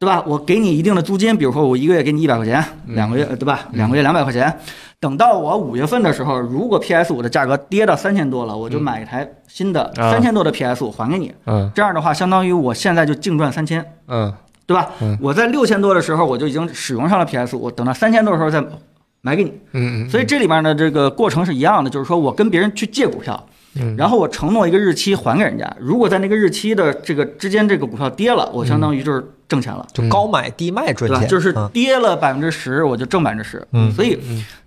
C: 对吧？我给你一定的租金，比如说我一个月给你一百块钱，
E: 嗯
C: 两个月呃对吧？两个月两百块钱。等到我五月份的时候，如果 PS 五的价格跌到三千多了，我就买一台新的
E: 嗯啊
C: 三千多的 PS 五还给你。
E: 嗯
C: 这样的话，相当于我现在就净赚三千，
E: 嗯
C: 对吧
E: 嗯？
C: 我在六千多的时候我就已经使用上了 PS 五，等到三千多的时候再买给你。
E: 嗯，
C: 所以这里边呢，这个过程是一样的，就是说我跟别人去借股票，
E: 嗯
C: 然后我承诺一个日期还给人家，如果在那个日期的这个之间，这个股票跌了，我相当于就是挣钱了，
A: 就嗯高买低卖赚
C: 对吧？
A: 钱，
C: 就是
A: 嗯
C: 跌了百分之十，我就挣百分之十。
A: 嗯
C: 所以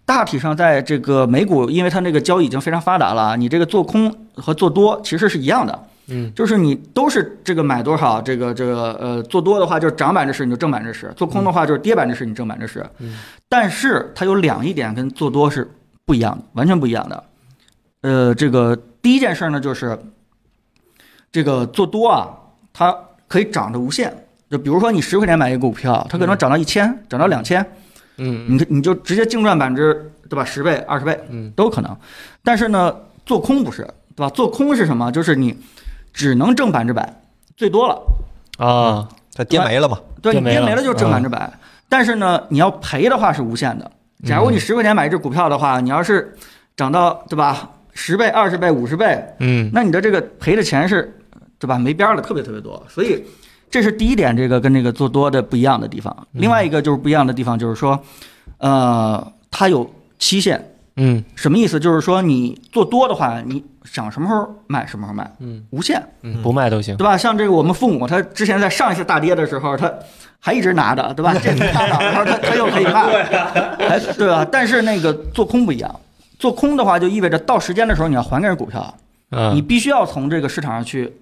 C: 大体上在这个美股，因为它那个交易已经非常发达了啊，你这个做空和做多其实是一样的。
E: 嗯，
C: 就是你都是这个买多少，这个这个呃做多的话就是涨百分之十你就挣百分之十，做空的话就是跌百分之十你挣百分之十。
A: 嗯
C: 但是它有两一点跟做多是不一样的，完全不一样的。呃，这个第一件事呢，就是这个做多啊，它可以涨得无限。就比如说你十块钱买一个股票，它可能涨到一千、涨到两千，
E: 嗯
C: 你你就直接净赚百分之对吧十倍、二十倍，
E: 嗯，
C: 都有可能。但是呢，做空不是，对吧？做空是什么？就是你只能挣百分之百，最多了，
F: 啊，
A: 它跌没了嘛，
C: 对，
F: 就
C: 你
F: 没
C: 跌
F: 了
C: 没了就挣百分之百。但是呢，你要赔的话是无限的。假如你十块钱买一只股票的话，你要是涨到对吧十倍、二十倍、五十倍，
E: 嗯
C: 那你的这个赔的钱是，对吧？没边儿了，特别特别多。所以这是第一点，这个跟这个做多的不一样的地方。另外一个就是不一样的地方，就是说，呃，它有期限。
E: 嗯
C: 什么意思？就是说你做多的话，你想什么时候买什么时候买，
E: 嗯，
C: 无限，
F: 不卖都行
C: 对吧？像这个我们父母，他之前在上一次大跌的时候，他还一直拿着， 对吧？这次大涨的时候，他他又可以 卖，还对吧？但是那个做空不一样，做
F: 啊
C: 空的话就意味着到时间的时候你要还给人股票，
E: 嗯
C: 你必须要从这个市场上去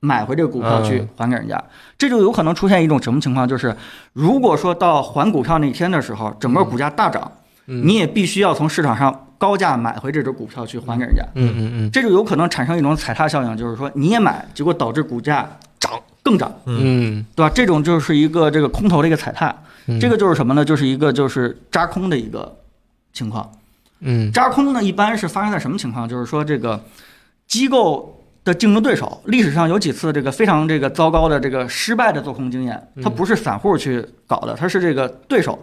C: 买回这个股票去
A: 嗯
C: 还给人家，这就有可能出现一种什么情况，就是如果说到还股票那天的时候，整
E: 嗯
C: 个股价大涨，你也必须要从市场上高价买回这只股票去还给人家，
E: 嗯嗯嗯
C: 这就有可能产生一种踩踏效应，就是说你也买，结果导致股价涨更涨，
E: 嗯
C: 对吧？这种就是一个这个空头的一个踩踏，这个就是什么呢？就是一个就是扎空的一个情况。
E: 嗯
C: 扎空呢，一般是发生在什么情况？就是说这个机构的竞争对手，历史上有几次这个非常这个糟糕的这个失败的做空经验，它不是散户去搞的，它是这个对手。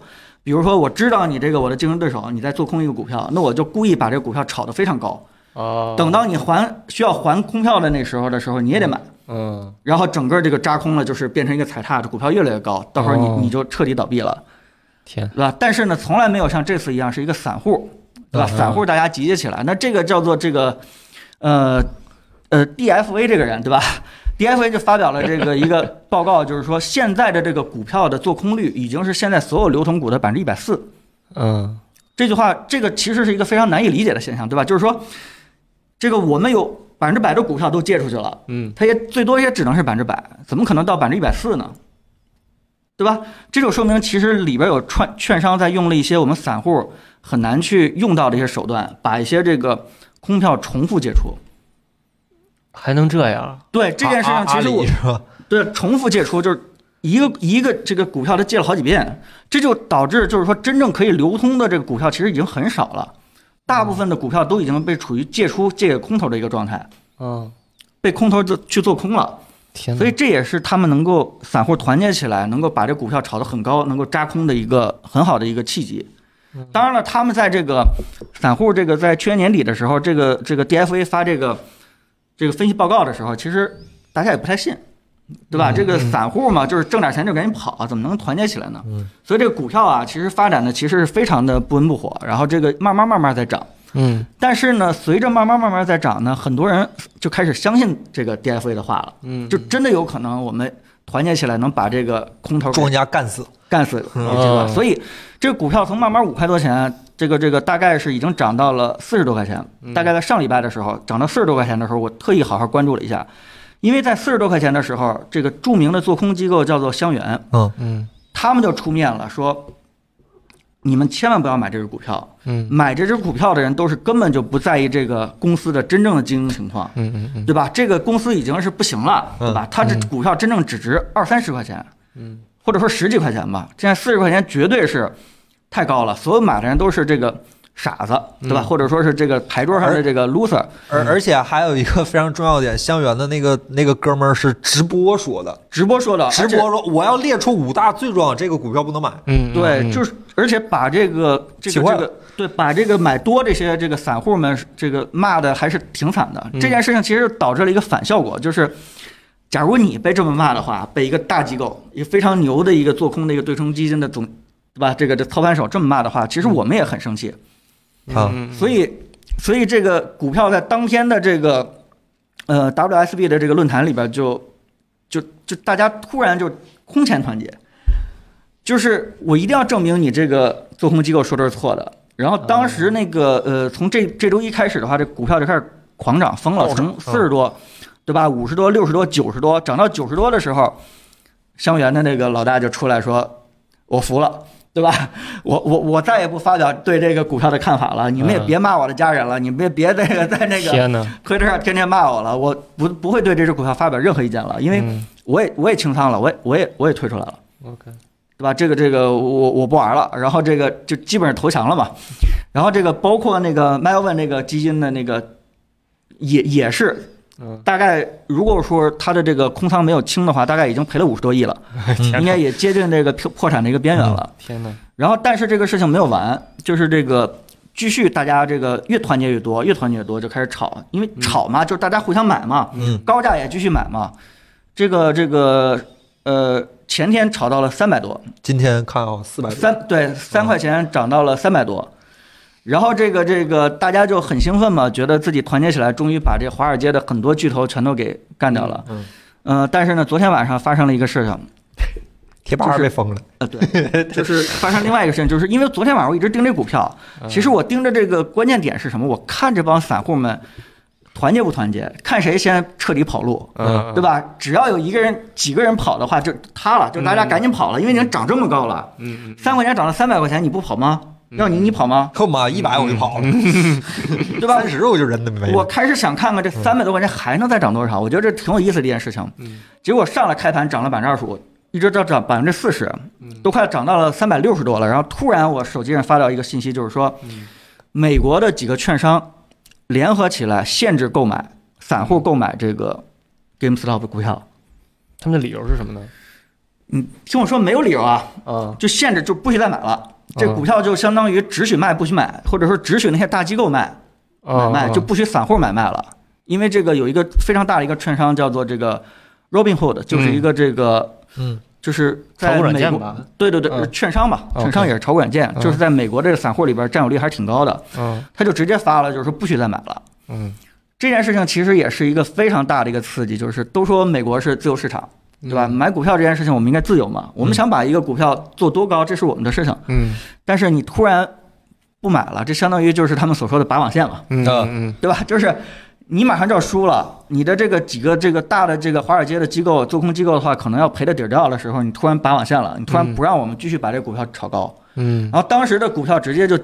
C: 比如说，我知道你这个我的竞争对手你在做空一个股票，那我就故意把这个股票炒得非常高，
E: 哦
C: 等到你还需要还空票的那时候的时候，你也得买。
E: 嗯
C: 然后整个这个扎空了，就是变成一个踩踏，这股票越来越高，到时候你、
E: 哦
C: 你就彻底倒闭了，
E: 天
C: 对吧？但是呢，从来没有像这次一样是一个散户，对吧？
A: 嗯
C: 散户大家集结起来，那这个叫做这个，呃，呃，DFA 这个人，对吧？DFA 就发表了这个一个报告，就是说现在的这个股票的做空率已经是现在所有流通股的百分之一百四，
E: 嗯
C: 这句话，这个其实是一个非常难以理解的现象，对吧？就是说，这个我们有百分之百的股票都借出去了，
E: 嗯，
C: 它也最多也只能是百分之百，怎么可能到百分之一百四呢？对吧？这就说明其实里边有券券商在用了一些我们散户很难去用到的一些手段，把一些这个空票重复借出。
F: 还能这样？
C: 对这件事情，其实
A: 啊阿
C: 我、
A: 里是吧？
C: 对，重复借出就是一个一个这个股票，它借了好几遍，这就导致就是说真正可以流通的这个股票其实已经很少了，大部分的股票都已经被处于借出借给空头的一个状态，
F: 啊
E: 嗯，
C: 被空头做去做空了，
E: 天
C: 所以这也是他们能够散户团结起来，能够把这股票炒得很高，能够扎空的一个很好的一个契机。当然了，他们在这个散户这个在去年年底的时候，这个这个 DFA 发这个这个分析报告的时候，其实大家也不太信，对吧？这个散户嘛，就是挣点钱就赶紧跑，怎么能团结起来呢？所以这个股票啊，其实发展的其实是非常的不温不火，然后这个慢慢慢慢在涨。
E: 嗯
C: 但是呢，随着慢慢慢慢在涨呢，很多人就开始相信这个 DFA 的话了，
E: 嗯
C: 就真的有可能我们团结起来能把这个空头给
A: 庄家干死，
C: 干死，对
E: 嗯
C: 吧？所以这个股票从慢慢五块多钱，这个这个大概是已经涨到了四十多块钱，
E: 嗯
C: 大概在上礼拜的时候涨到四十多块钱的时候，我特意好好关注了一下，因为在四十多块钱的时候，这个著名的做空机构叫做香源，
A: 嗯
E: 嗯
C: 他们就出面了，说你们千万不要买这只股票。
E: 嗯
C: 买这只股票的人都是根本就不在意这个公司的真正的经营情况，
E: 嗯嗯嗯
C: 对吧？这个公司已经是不行了，对吧？它这股票真正只值二三十块钱，
E: 嗯，
C: 或者说十几块钱吧。现在四十块钱绝对是太高了，所有买的人都是这个傻子，对
E: 嗯
C: 吧？或者说是这个牌桌上的这个 loser，
A: 而而且还有一个非常重要点，香园的那个那个哥们儿是直播说的，
C: 直播说的，
A: 直
C: 而且
A: 播说我要列出五大罪状，这个股票不能买。
E: 嗯，
C: 对，就是而且把这个这
A: 起
C: 个
A: 坏
C: 这
A: 了
C: 个对，把这个买多这些这个散户们这个骂的还是挺惨的。
E: 嗯
C: 这件事情其实导致了一个反效果，就是假如你被这么骂的话，被一个大机构，一个非常牛的一个做空的一个对冲基金的总，对吧？这个这操盘手这么骂的话，其
E: 嗯
C: 实我们也很生气。
A: 啊，
C: 所以，所以这个股票在当天的这个呃 WSB 的这个论坛里边就就就大家突然就空前团结，就是我一定要证明你这个做空机构说的是错的。然后当时那个呃，从这这周一开始的话，这股票就开始狂涨疯了，从四十多，对吧？五十多、六十多、九十多，涨到九十多的时候，香园的那个老大就出来说：“我服了。”对吧？ 我我我再也不发表对这个股票的看法了。你们也别骂我的家人了，你们也别这个在那个
E: 天呐，
C: 推特上天天骂我了，我不不会对这只股票发表任何意见了，因为
F: 嗯
C: 我也我也清仓了，我也我也我也退出来了。
E: OK
C: 对吧？这个这个我我不玩了，然后这个就基本上投降了嘛。然后这个包括那个 Melvin 那个基金的那个也也是
E: 嗯，
C: 大概如果说他的这个空仓没有清的话，大概已经赔了五十多亿 了，
E: 哎
C: 应该也接近这个破破产的一个边缘了。
E: 天呐，
C: 然后，但是这个事情没有完，就是这个继续大家这个越团结越多，越团结越多就开始炒，因
E: 嗯
C: 为炒嘛，就是大家互相买嘛，
A: 嗯
C: 高价也继续买嘛。这个这个呃，前天炒到了三百多，
A: 今天看啊，四百多，啊
C: 三对三块钱涨到了三百多，然后这个这个大家就很兴奋嘛，觉得自己团结起来，终于把这华尔街的很多巨头全都给干掉了。
A: 嗯
C: 呃，但是呢，昨天晚上发生了一个事情，
A: 贴吧
C: 就是
A: 被封了。
C: 呃，对，就是发生另外一个事情，就是因为昨天
E: 嗯
C: 晚上我一直盯这股票，其实我盯着这个关键点是什么？我看这帮散户们团结不团结，看谁先彻底跑路，
E: 嗯
C: 对吧？只要有一个人、几个人跑的话，就塌了，就大家赶紧跑了，因为已经涨这么高了，
E: 嗯
C: 三块钱涨到三百块钱，你不跑吗？要你你跑吗？
A: 可妈一百我就跑了，
C: 对吧
A: 三？十我就人都没
C: 嗯我
A: 了。
C: 开始想看看这三百多块钱还能再涨多少，我觉得这挺有意思的一件事情。结果上来开盘涨了百分之二十五，一直到涨百分之四十，都快涨到了三百六十多了。然后突然我手机上发到一个信息，就是说，美国的几个券商联合起来限制购买散户购买这个 GameStop 股票。
F: 他们的理由是什么呢？
C: 嗯，听我说，没有理由啊，
F: 啊，
C: 就限制就不许再买了。这股票就相当于只许卖不许买，或者说只许那些大机构卖。
F: 啊
C: 买
F: 哦
C: 卖，就不许散户买卖了，因为这个有一个非常大的一个券商叫做这个 Robinhood，就是一个这个
A: 嗯，
C: 就是
F: 炒
C: 在
F: 股软
C: 美
F: 件
C: 国，
F: 吧？
C: 对对对，
F: 嗯
C: 券商吧，
F: OK
C: 券商也是炒股软件，就是在美国这个散户里边占有率还是挺高的，
F: 嗯
C: 他就直接发了，就是说不许再买了。
F: 嗯，
C: 这件事情其实也是一个非常大的一个刺激，就是都说美国是自由市场，
F: 嗯
C: 对吧？买股票这件事情我们应该自由嘛，我们想把一个股票做多高，这是我们的事情，
E: 嗯
C: 但是你突然不买了，这相当于就是他们所说的拔网线嘛。
E: 嗯
F: 啊
E: 嗯
C: 对吧？ 就是你马上就要输了，你的这个几个这个大的这个华尔街的机构做空机构的话，可能要赔的底儿掉的时候，你突然拔网线了，你突然不让我们继续把这股票炒高，
E: 嗯
C: 然后当时的股票直接就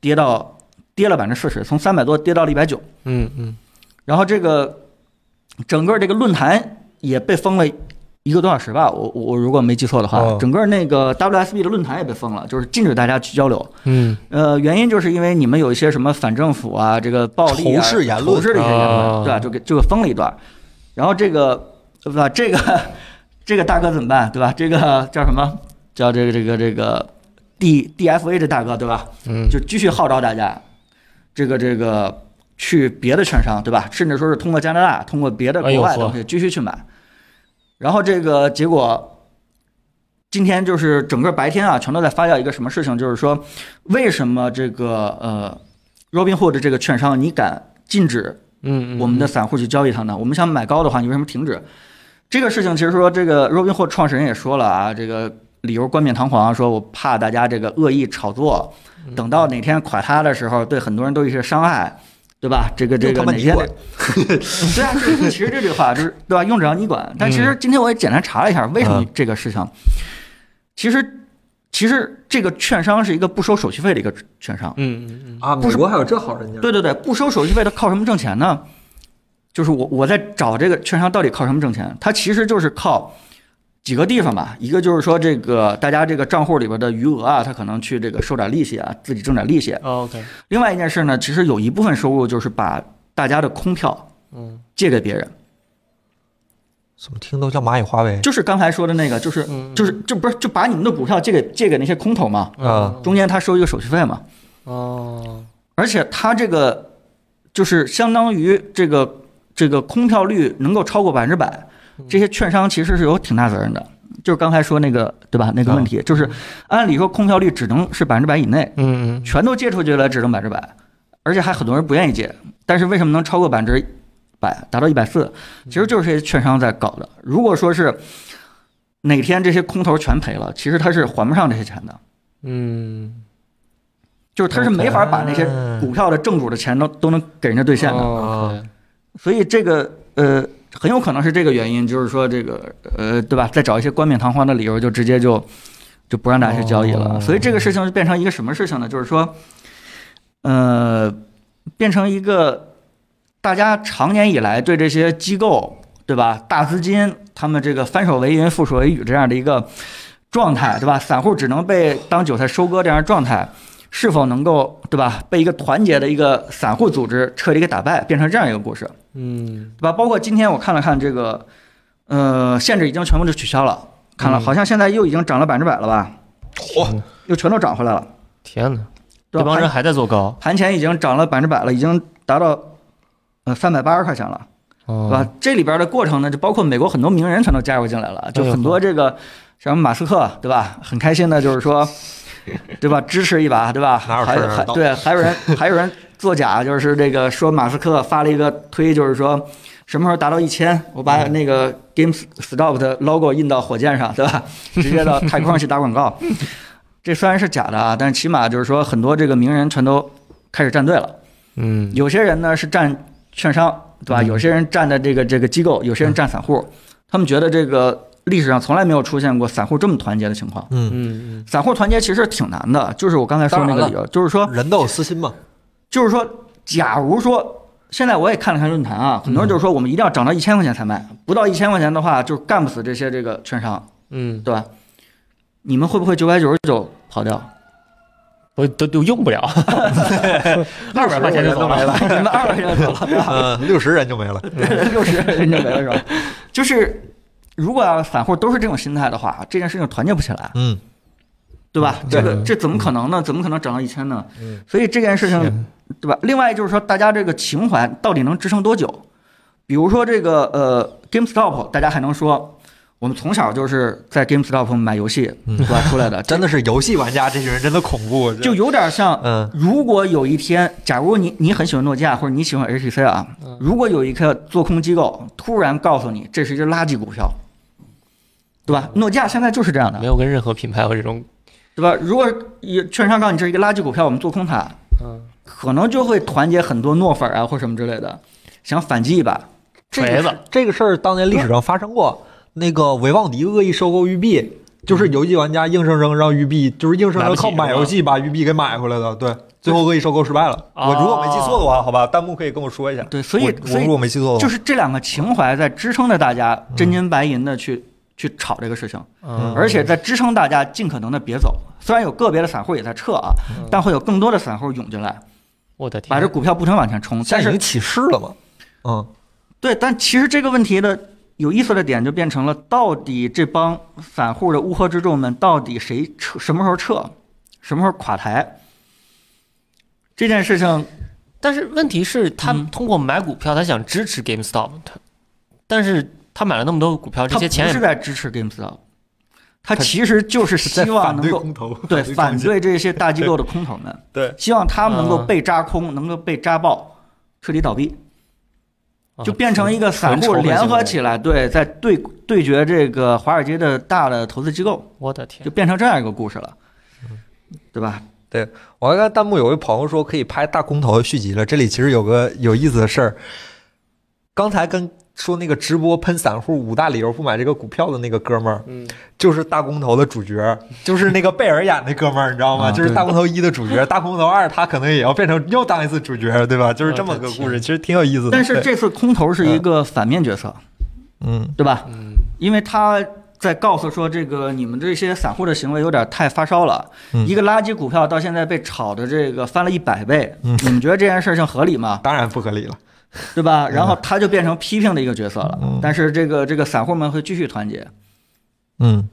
C: 跌到跌了百分之四十，从三百多跌到了一百九，
E: 嗯嗯
C: 然后这个整个这个论坛也被封了。一个多小时吧，我我我如果没记错的话，
A: 哦
C: 整个那个 WSB 的论坛也被封了，就是禁止大家去交流。
E: 嗯
C: 呃，原因就是因为你们有一些什么反政府啊，这个暴力、啊、
A: 仇视言论哦
C: 仇视的一些言论，
E: 啊
C: 对吧？就给就给封了一段儿，然后这个对吧？这个 这个大哥怎么办，对吧？这个叫什么？叫这个这个这个 D D F A 这大哥，对吧？
E: 嗯
C: 就继续号召大家，这个这个去别的券商，对吧？甚至说是通过加拿大，通过别的
F: 哎
C: 国
F: 呦
C: 外
F: 呵
C: 东西继续去买，然后这个结果。今天就是整个白天啊，全都在发酵一个什么事情，就是说，为什么这个呃，Robinhood 这个券商你敢禁止
E: 嗯
C: 我们的散户去交易它呢？我们想买高的话，你为什么停止？这个事情其实说，这个 Robinhood 创始人也说了啊，这个理由冠冕堂皇，啊说我怕大家这个恶意炒作，等到哪天垮塌的时候，对很多人都有一些伤害，对吧？这个这
A: 就
C: 个
A: 他妈
C: 哪
A: 你
C: 天
A: 管
C: 对啊，就是其实这句话就是对吧？用得着你管。但其实今天我也简单查了一下，为什么这个事情，其实其实这个券商是一个不收手续费的一个券商。
E: 嗯嗯
A: 啊，美国还有这好人家
C: 对对对，不收手续费，他靠什么挣钱呢？就是我我在找这个券商到底靠什么挣钱？它其实就是靠几个地方吧，一个就是说这个大家这个账户里边的余额啊，他可能去这个收点利息啊，自己挣点利息。
F: 嗯啊，OK，
C: 另外一件事呢，其实有一部分收入就是把大家的空票，
E: 嗯，
C: 借给别人，
A: 怎么听都像蚂蚁花呗
C: 就是刚才说的那个，就是
E: 嗯
C: 就是就不是就把你们的股票借给借给那些空头嘛，
E: 嗯
A: 啊。
C: 中间他收一个手续费嘛，
F: 啊
E: 哦
C: 而且它这个就是相当于这个这个空票率能够超过百分之百，这些券商其实是有挺大责任的。就是刚才说那个对吧？那个问题就是，按理说空票率只能是百分之百以内，
E: 嗯
C: 全都借出去了只能百分之百，而且还很多人不愿意借。但是为什么能超过百分之百，达到一百四？其实就是这些券商在搞的。如果说是哪天这些空头全赔了，其实他是还不上这些钱的。
E: 嗯
C: 就是他是没法把那些
A: 嗯
C: 股票的正主的钱都都能给人家兑现的，
F: 啊
E: 哦
C: 所以这个呃很有可能是这个原因，就是说这个呃对吧？再找一些冠冕堂皇的理由，就直接就就不让大家去交易了。所以这个事情就变成一个什么事情呢？就是说，呃，变成一个大家常年以来对这些机构对吧大资金他们这个翻手为云覆手为雨这样的一个状态对吧？散户只能被当韭菜收割这样的状态。是否能够对吧？被一个团结的一个散户组织彻底给打败，变成这样一个故事，
E: 嗯
C: 对吧？包括今天我看了看这个，呃，限制已经全部都取消了，看
F: 嗯
C: 了好像现在又已经涨了百分之百了吧？
A: 嚯，
C: 又全都涨回来了，
F: 天哪，这
C: 对吧？
F: 帮人还在做高，
C: 盘前已经涨了百分之百了，已经达到呃三百八十块钱了，对
F: 嗯
C: 吧？这里边的过程呢，就包括美国很多名人全都加入进来了，
F: 哎
C: 就很多这个像马斯克，对吧？很开心的就是说，对吧？支持一把，对吧？
A: 哪有
C: 还
A: 事儿
C: 还
A: 闹
C: 对，还有人还有人作假，就是这个说马斯克发了一个推，就是说。什么时候达到一千，我把
A: 嗯
C: 那个 GameStop 的 logo 印到火箭上，对吧？直接到太空上去打广告。这虽然是假的啊，但是起码就是说，很多这个名人全都开始站队了。
E: 嗯
C: 有些人呢是站券商，
A: 嗯
C: 对吧？有些人站的这个这个机构，有些人站散户，他们觉得这个历史上从来没有出现过散户这么团结的情况。
F: 嗯
C: 散户团结其实挺难的，就是我刚才说
A: 当
C: 那
A: 然
C: 个
A: 了
C: 理由，就是说，
A: 人都有私心 嘛，
C: 就是说，假如说现在我也看了看论坛啊，很多
F: 嗯
C: 人就是说我们一定要涨到一千块钱才卖，不到一千块钱的话，就是干不死这些这个券商，
F: 嗯，
C: 对吧？你们会不会九百九十九跑掉？
F: 我都都用不了，二百块钱就走
C: 没
F: 了。
C: 了，你们二百块钱就走了，对吧
A: 嗯，六十人就没了。
C: 六十人就没了是吧？就是如果要散户都是这种心态的话，这件事情团结不起来，
A: 嗯，
C: 对吧？这个这怎么可能呢？怎么可能涨到一千呢？
A: 嗯
C: 所以这件事情，对吧？另外就是说，大家这个情怀到底能支撑多久？比如说这个呃，GameStop，大家还能说我们从小就是在 GameStop 买游戏对吧 出来
A: 嗯
C: 的，
A: 真的是游戏玩家这群人真的恐怖，我觉得
C: 就有点像
A: 嗯
C: 如果有一天，假如你你很喜欢诺基亚，或者你喜欢 HTC 啊，
A: 嗯
C: 如果有一个做空机构突然告诉你这是一只垃圾股票，对吧？
A: 嗯
C: 诺基亚现在就是这样的
F: 没，有跟任何品牌或这种
C: 对吧？如果有券商告诉你这是一个垃圾股票，我们做空它，可能就会团结很多诺粉啊或什么之类的，想反击一把。
F: 锤子，
A: 这个事儿当年历史上发生过，那个维旺迪恶意收购育碧，就是游戏玩家硬生生让育碧，就是硬生生靠买游戏把育碧给买回来的，对，最后恶意收购失败了。
F: 哦
A: 我
C: 啊
A: 如果没记错的话，好吧，弹幕可以跟我说一下。
C: 对，所以
A: 我
C: 所
A: 我
C: 以
A: 如果没记错的话，
C: 就是这两个情怀在支撑着大家真金白银的去、去炒这个事情。
A: 嗯
C: 而且在支撑大家尽可能的别走。虽然有个别的散户也在撤啊，但会有更多的散户涌进来，
F: 我的天，
C: 把这股票不停往前冲。
A: 现在
C: 但
A: 已
C: 是
A: 经起势了嘛？嗯，
C: 对，但其实这个问题的有意思的点就变成了，到底这帮散户的乌合之众们，到底谁撤，什么时候撤，什么时候垮台？这件事情，
F: 呃但是问题是，他
C: 嗯
F: 通过买股票，他想支持 GameStop，他，但是他买了那么多股票，这
C: 他
F: 些钱
C: 不是
F: 也
C: 在支持 GameStop，他其实就是希望能够
A: 投，
C: 对反对这些大机构的空头们，
A: 对，
C: 希望他们能够
F: 嗯
C: 被扎空，能够被扎爆，彻底倒闭。
F: 啊
C: 就变成一个散户
F: 纯
C: 联合
F: 来。
C: 起来，对，在对对决这个华尔街的大的投资机构，
F: 我的
C: 就
F: 天，
C: 变成这样一个故事了，对吧？
A: 我还看弹幕有位朋友说可以拍大空头的续集了。这里其实有个有意思的事儿，刚才跟说那个直播喷散户五大理由不买这个股票的那个哥们儿，
F: 嗯，
A: 就是大空头的主角，就是那个贝尔演那哥们儿，你知道吗？
C: 啊
A: 就是
C: 对
A: 大空头一的主角，大空头二他可能也要变成又当一次主角，啊对吧？就是这么个故事，其实挺有意思的。
C: 但是
A: 对
C: 这次空头是一个反面角色，
A: 嗯
C: 对吧？因为他在告诉说，这个你们这些散户的行为有点太发烧了，
A: 嗯
C: 一个垃圾股票到现在被炒的这个翻了一百倍，
A: 嗯
C: 你们觉得这件事情合理吗？
A: 当然不合理了。
C: 对吧？然后他就变成批评的一个角色了，
A: 嗯
C: 但是这个这个散户们会继续团结，
A: 嗯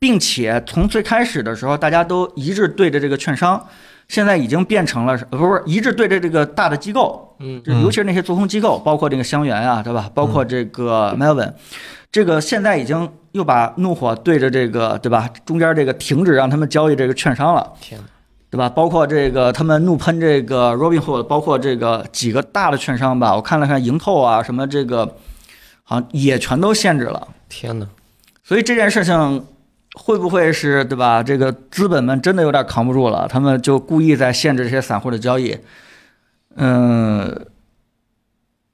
C: 并且从最开始的时候，大家都一致对着这个券商，现在已经变成了呃不是一致对着这个大的机构，
F: 嗯，
C: 就尤其是那些做空机构，包括这个香源啊，对吧？包括这个 Melvin，这个现在已经又把怒火对着这个对吧？中间这个停止让他们交易这个券商了，
F: 天哪，
C: 对吧？包括这个他们怒喷这个 Robinhood，包括这个几个大的券商吧，我看了看盈透啊，什么这个好像也全都限制了。
F: 天哪，
C: 所以这件事情会不会是对吧？这个资本们真的有点扛不住了，他们就故意在限制这些散户的交易。嗯，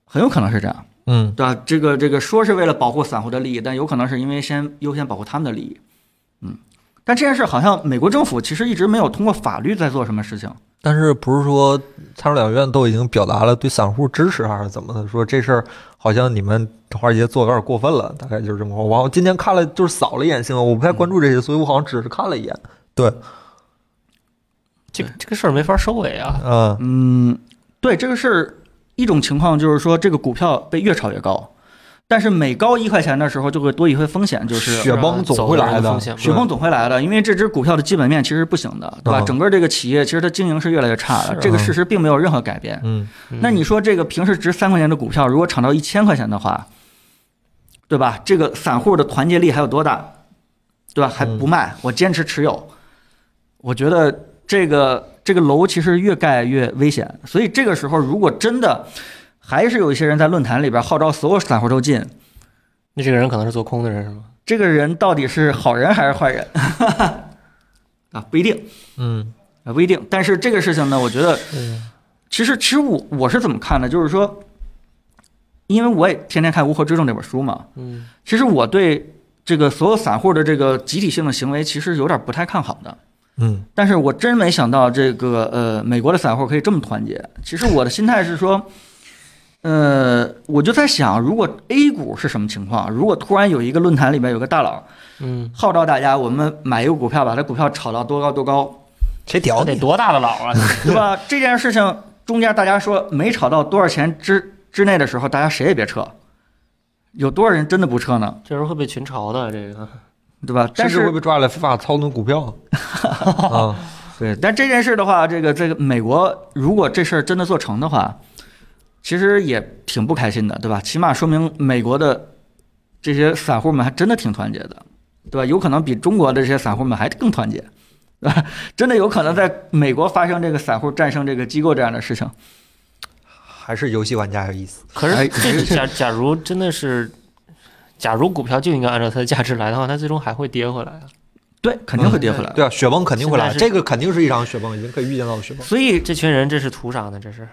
C: 很有可能是这样，
A: 嗯
C: 对吧？啊这个这个说是为了保护散户的利益，但有可能是因为先优先保护他们的利益。嗯，但这件事好像美国政府其实一直没有通过法律在做什么事情。
A: 但是不是说参众两院都已经表达了对散户支持还是怎么的？说这事儿好像你们华尔街做得有点过分了，大概就是这么个。我今天看了就是扫了一眼新闻，我不太关注这些，所以我好像只是看了一眼。对，
F: 这个这个事儿没法收尾啊。
A: 嗯
C: 嗯，对这个事儿，一种情况就是说这个股票被越炒越高，但是每高一块钱的时候就会多一回风险，就是
A: 雪崩总会来
F: 啊走人的
A: 的，
F: 风险嘛
C: 雪崩总会来的，因为这只股票的基本面其实不行的，对吧？
A: 嗯
C: 整个这个企业其实它经营是越来越差的，这个事实并没有任何改变。
A: 嗯
C: 那你说这个平时值三块钱的股票，如果炒到一千块钱的话，对吧？这个散户的团结力还有多大？对吧？还不卖，我坚持持有。我觉得这个这个楼其实越盖越危险，所以这个时候如果真的还是有一些人在论坛里边号召所有散户都进，
F: 那这个人可能是做空的人是吗？
C: 这个人到底是好人还是坏人 啊？不一定。
A: 嗯
C: 啊，不一定。但是这个事情呢，我觉得，其实其实我我是怎么看的，就是说，因为我也天天看《乌合之众》这本书嘛，
G: 嗯，
C: 其实我对这个所有散户的这个集体性的行为，其实有点不太看好的。
A: 嗯，
C: 但是我真没想到这个呃，美国的散户可以这么团结。其实我的心态是说，呃，我就在想，如果 A 股是什么情况？如果突然有一个论坛里面有个大佬，
G: 嗯，
C: 号召大家我们买一个股票，把它股票炒到多高 多高，
A: 谁
B: 他
A: 屌
B: 得
A: 你？
B: 多大的佬啊！
C: 对吧？这件事情中间大家说没炒到多少钱之之内的时候，大家谁也别撤。有多少人真的不撤呢？
F: 这时候会被群嘲的这个。
C: 对吧？但
A: 甚至
C: 是
A: 会被抓来非法操纵股票。啊，
C: 对，但这件事的话，这个这个美国如果这事儿真的做成的话，其实也挺不开心的，对吧？起码说明美国的这些散户们还真的挺团结的，对吧？有可能比中国的这些散户们还更团结，对吧？ 真的有可能在美国发生这个散户战胜这个机构这样的事情。
A: 还是游戏玩家有意思。
F: 可
C: 哎
F: 是这假假如真的是，假如股票就应该按照它的价值来的话，它最终还会跌回来啊。
C: 对，肯定会跌回来。
A: 对啊，雪崩肯定会来，
F: 现在
A: 这个肯定是一场雪崩，已经可以预见到的雪崩。
C: 所以
F: 这群人这是图啥呢？这是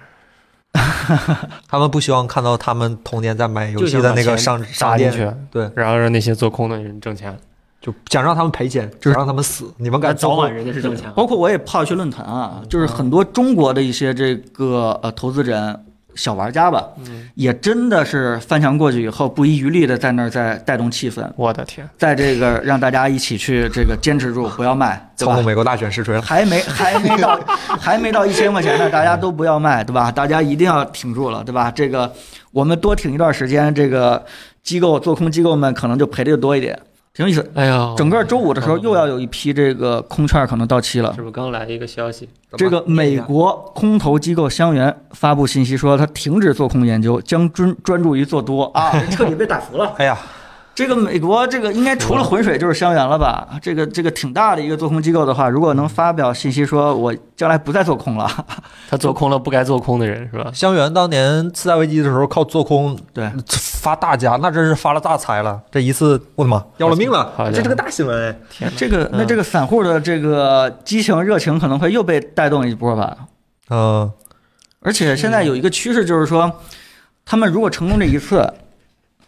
A: 他们不希望看到他们童年在买游戏的那个商商
F: 砸进
A: 店，
F: 去，
A: 对，
F: 然后让那些做空的人挣钱，
A: 就想让他们赔钱，
C: 就是
A: 想让他们死。你们
F: 那
A: 敢
F: 早
A: 操控
F: 晚人家是挣钱的。
C: 包括我也泡一些论坛啊，就是很多中国的一些这个呃投资人、小玩家吧，
F: 嗯
C: 也真的是翻墙过去以后，不遗余力的在那儿在带动气氛，
F: 我的天，
C: 在这个让大家一起去这个坚 持住，不要卖，对
A: 操
C: 吧
A: 控？美国大选实锤了？
C: 还没还没到还没到一千块钱呢，大家都不要卖，对吧？大家一定要挺住了，对吧？这个我们多挺一段时间，这个机构做空机构们可能就赔的就多一点，挺有意思。
F: 哎呀，
C: 整个周五的
F: 哦
C: 时候又要有一批这个空券可能到期了
F: 是。不是刚来一个消息？
A: 怎
C: 这
A: 么
C: 个美国空投机构香橼发布信息说，它停止做空研究，将专专注于做多啊，彻底被打服了。
A: 哎呀，
C: 这个美国这个应该除了浑水就是香橼了吧？这个这个挺大的一个做空机构的话，如果能发表信息说我将来不再做空了，
F: 他做空了不该做空的人是吧？
A: 香橼当年次贷危机的时候靠做空
C: 对，
A: 发大家，那真是发了大财了。这一次，我的妈，要了命了！
F: 好家伙
A: 这是个大新闻哎。
F: 天哪，
C: 这个那这个散户的这个激情热情可能会又被带动一波吧。
A: 嗯，
C: 而且现在有一个趋势就是说，他们如果成功这一次，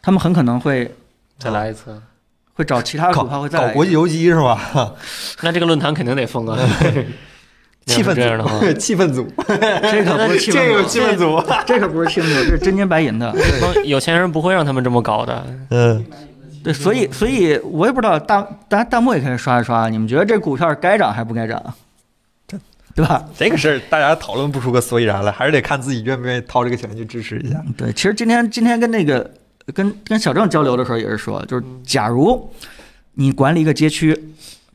C: 他们很可能会
F: 再来一次，
C: 会找其他
A: 搞
C: 股票会再来
A: 搞
C: 一
A: 国
C: 个
A: 际游击是吧？
F: 那这个论坛肯定得封 啊。
A: 气氛
F: 这样的话，
A: 组， 气氛组，
C: 这可不是气氛
A: 这
C: 股
A: 个气氛 组，
C: 这可不是清楚，这是真金白银的。
F: 封有钱人不会让他们这么搞的。
A: 嗯，
C: 对，所以所以我也不知道大大家弹幕也可以刷一刷，啊你们觉得这股票该涨还不该涨？啊对吧？
A: 这个事儿大家讨论不出个所以然来，还是得看自己愿不愿意掏这个钱去支持一下。
C: 对，其实今天今天跟那个跟跟小郑交流的时候也是说，就是假如你管理一个街区，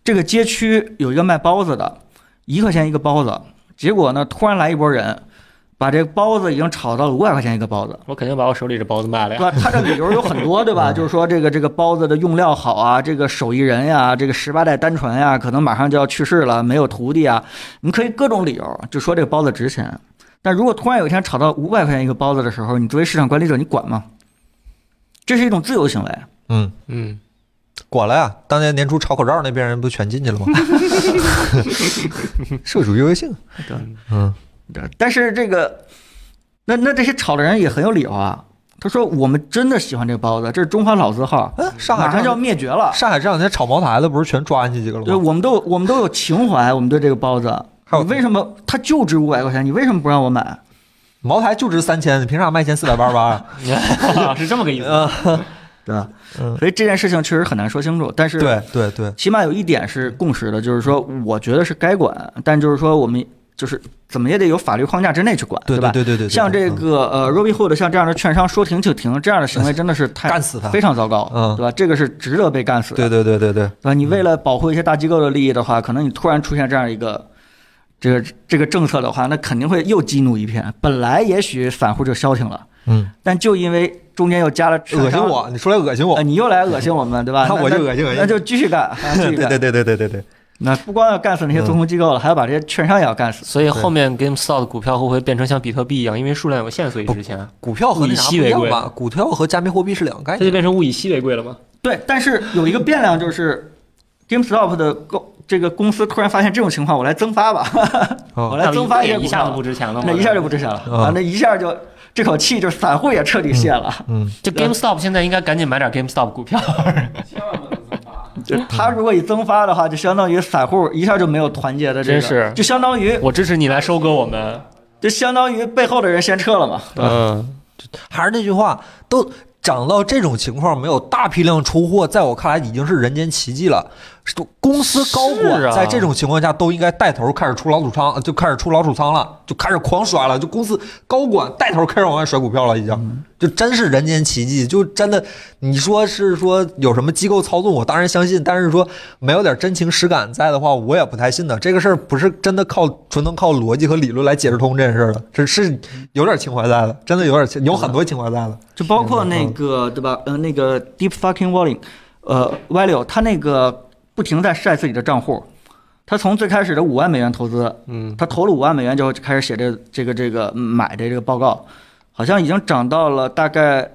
C: 这个街区有一个卖包子的，一块钱一个包子，结果呢突然来一波人，把这个包子已经炒到了五百块钱一个包子，
F: 我肯定把我手里这包子卖了
C: 对
F: 呀。
C: 吧？他这理由有很多，对吧？就是说这个这个包子的用料好啊，这个手艺人呀，这个十八代单传呀，可能马上就要去世了，没有徒弟啊，你可以各种理由就说这个包子值钱。但如果突然有一天炒到五百块钱一个包子的时候，你作为市场管理者，你管吗？这是一种自由行为，
A: 嗯，
F: 嗯，
A: 管了呀！啊当年年初炒口罩那边人不全进 去了吗？社会主义优越
C: 啊
A: 性，
C: 对但是这个，那那这些炒的人也很有理由啊。他说：“我们真的喜欢这个包子，这是中华老字号，
A: 嗯，上海
C: 马上
A: 这
C: 就要
A: 两
C: 灭绝了。
A: 上海这两天炒茅台的不是全抓进去几个了
C: 对，
A: 吗？
C: 我们都我们都有情怀，我们对这个包子。
A: 还有
C: 你为什么它就值五百块钱？你为什么不让我买？
A: 茅台就值三千，你凭啥卖一千四百八十八？
F: 是这么个意思。
C: 呃对吧？
A: 嗯
C: 所以这件事情确实很难说清楚。 但是，
A: 对对对，
C: 起码有一点是共识的，就是说，我觉得是该管，但就是说，我们就是怎么也得有法律框架之内去管，
A: 对
C: 吧？
A: 对对对对，
C: 像这
A: 嗯哎
C: 个呃，Robinhood 像这样的券商说停就停，这样的行为真的是太
A: 干死他
C: 非，常糟糕，
A: 嗯
C: 对吧？这个是值得被干死
A: 对
C: 的。
A: 对对对对，
C: 对吧？你为了保护一些大机构的利益的话，可能你突然出现这样一个这个这个政策的话，那肯定会又激怒一片。本来也许散户就消停了，
A: 嗯，
C: 但就因为中间又加了
A: 恶心我，你说来恶心我
C: 呃，，你又来恶心我们，对吧？
A: 那我就恶心恶心
C: 那就继续干，啊、继续
A: 对
C: 干。
A: 对对对对对对，
C: 那不光要干死那些做空机构了，还要把这些券商也要干死。
F: 所以后面 GameStop 的股票会不会变成像比特币一样，因为数量有限，所以值钱？
C: 哎
A: 股票和那啥
F: 物
A: 不
F: 以稀
A: 一
F: 为
A: 样
F: 贵
A: 吧？股票和加密货币是两个概
F: 它就
A: 念。
F: 变成物以稀为贵了吗？
C: 对，但是有一个变量就是 GameStop 的购这个公司突然发现这种情况，我来增发吧，
A: 哦
C: 我来增发
B: 那
C: 些
B: 也
C: 股
B: 一下
C: 票
B: 子不值钱了嘛，
C: 那一下就不值钱了
A: 嗯
C: 啊，那一下就这口气就散户也彻底泄了。
A: 嗯，
B: 这 GameStop 现在应该赶紧买点 GameStop 股票，
C: 就他如果一增发的话，就相当于散户一下就没有团结的这个，
B: 真是
C: 就相当于
B: 我支持你来收割我们。
C: 就相当于背后的人先撤了嘛。
E: 嗯，
A: 还是那句话，都涨到这种情况，没有大批量出货，在我看来已经是人间奇迹了。是公司高
B: 是
A: 管
B: 啊
A: 在这种情况下都应该带头开始出老鼠仓，呃就开始出老鼠仓了，就开始狂甩了。就公司高管带头开始往外甩股票了，已
B: 嗯
A: 经就真是人间奇迹。就真的，你说是说有什么机构操纵，我当然相信，但是说没有点真情实感在的话，我也不太信的。这个事儿不是真的靠纯能靠逻辑和理论来解释通这件事儿的，这是有点情怀在的，真的有点情有很多情怀在的。
C: 就包括那个对吧？呃，那个 Deep Fucking Wallet，呃，Value，他那个不停在晒自己的账户，他从最开始的五万美元投资，嗯，他投了五万美元就开始写这这个这个嗯买的这个报告，好像已经涨到了大概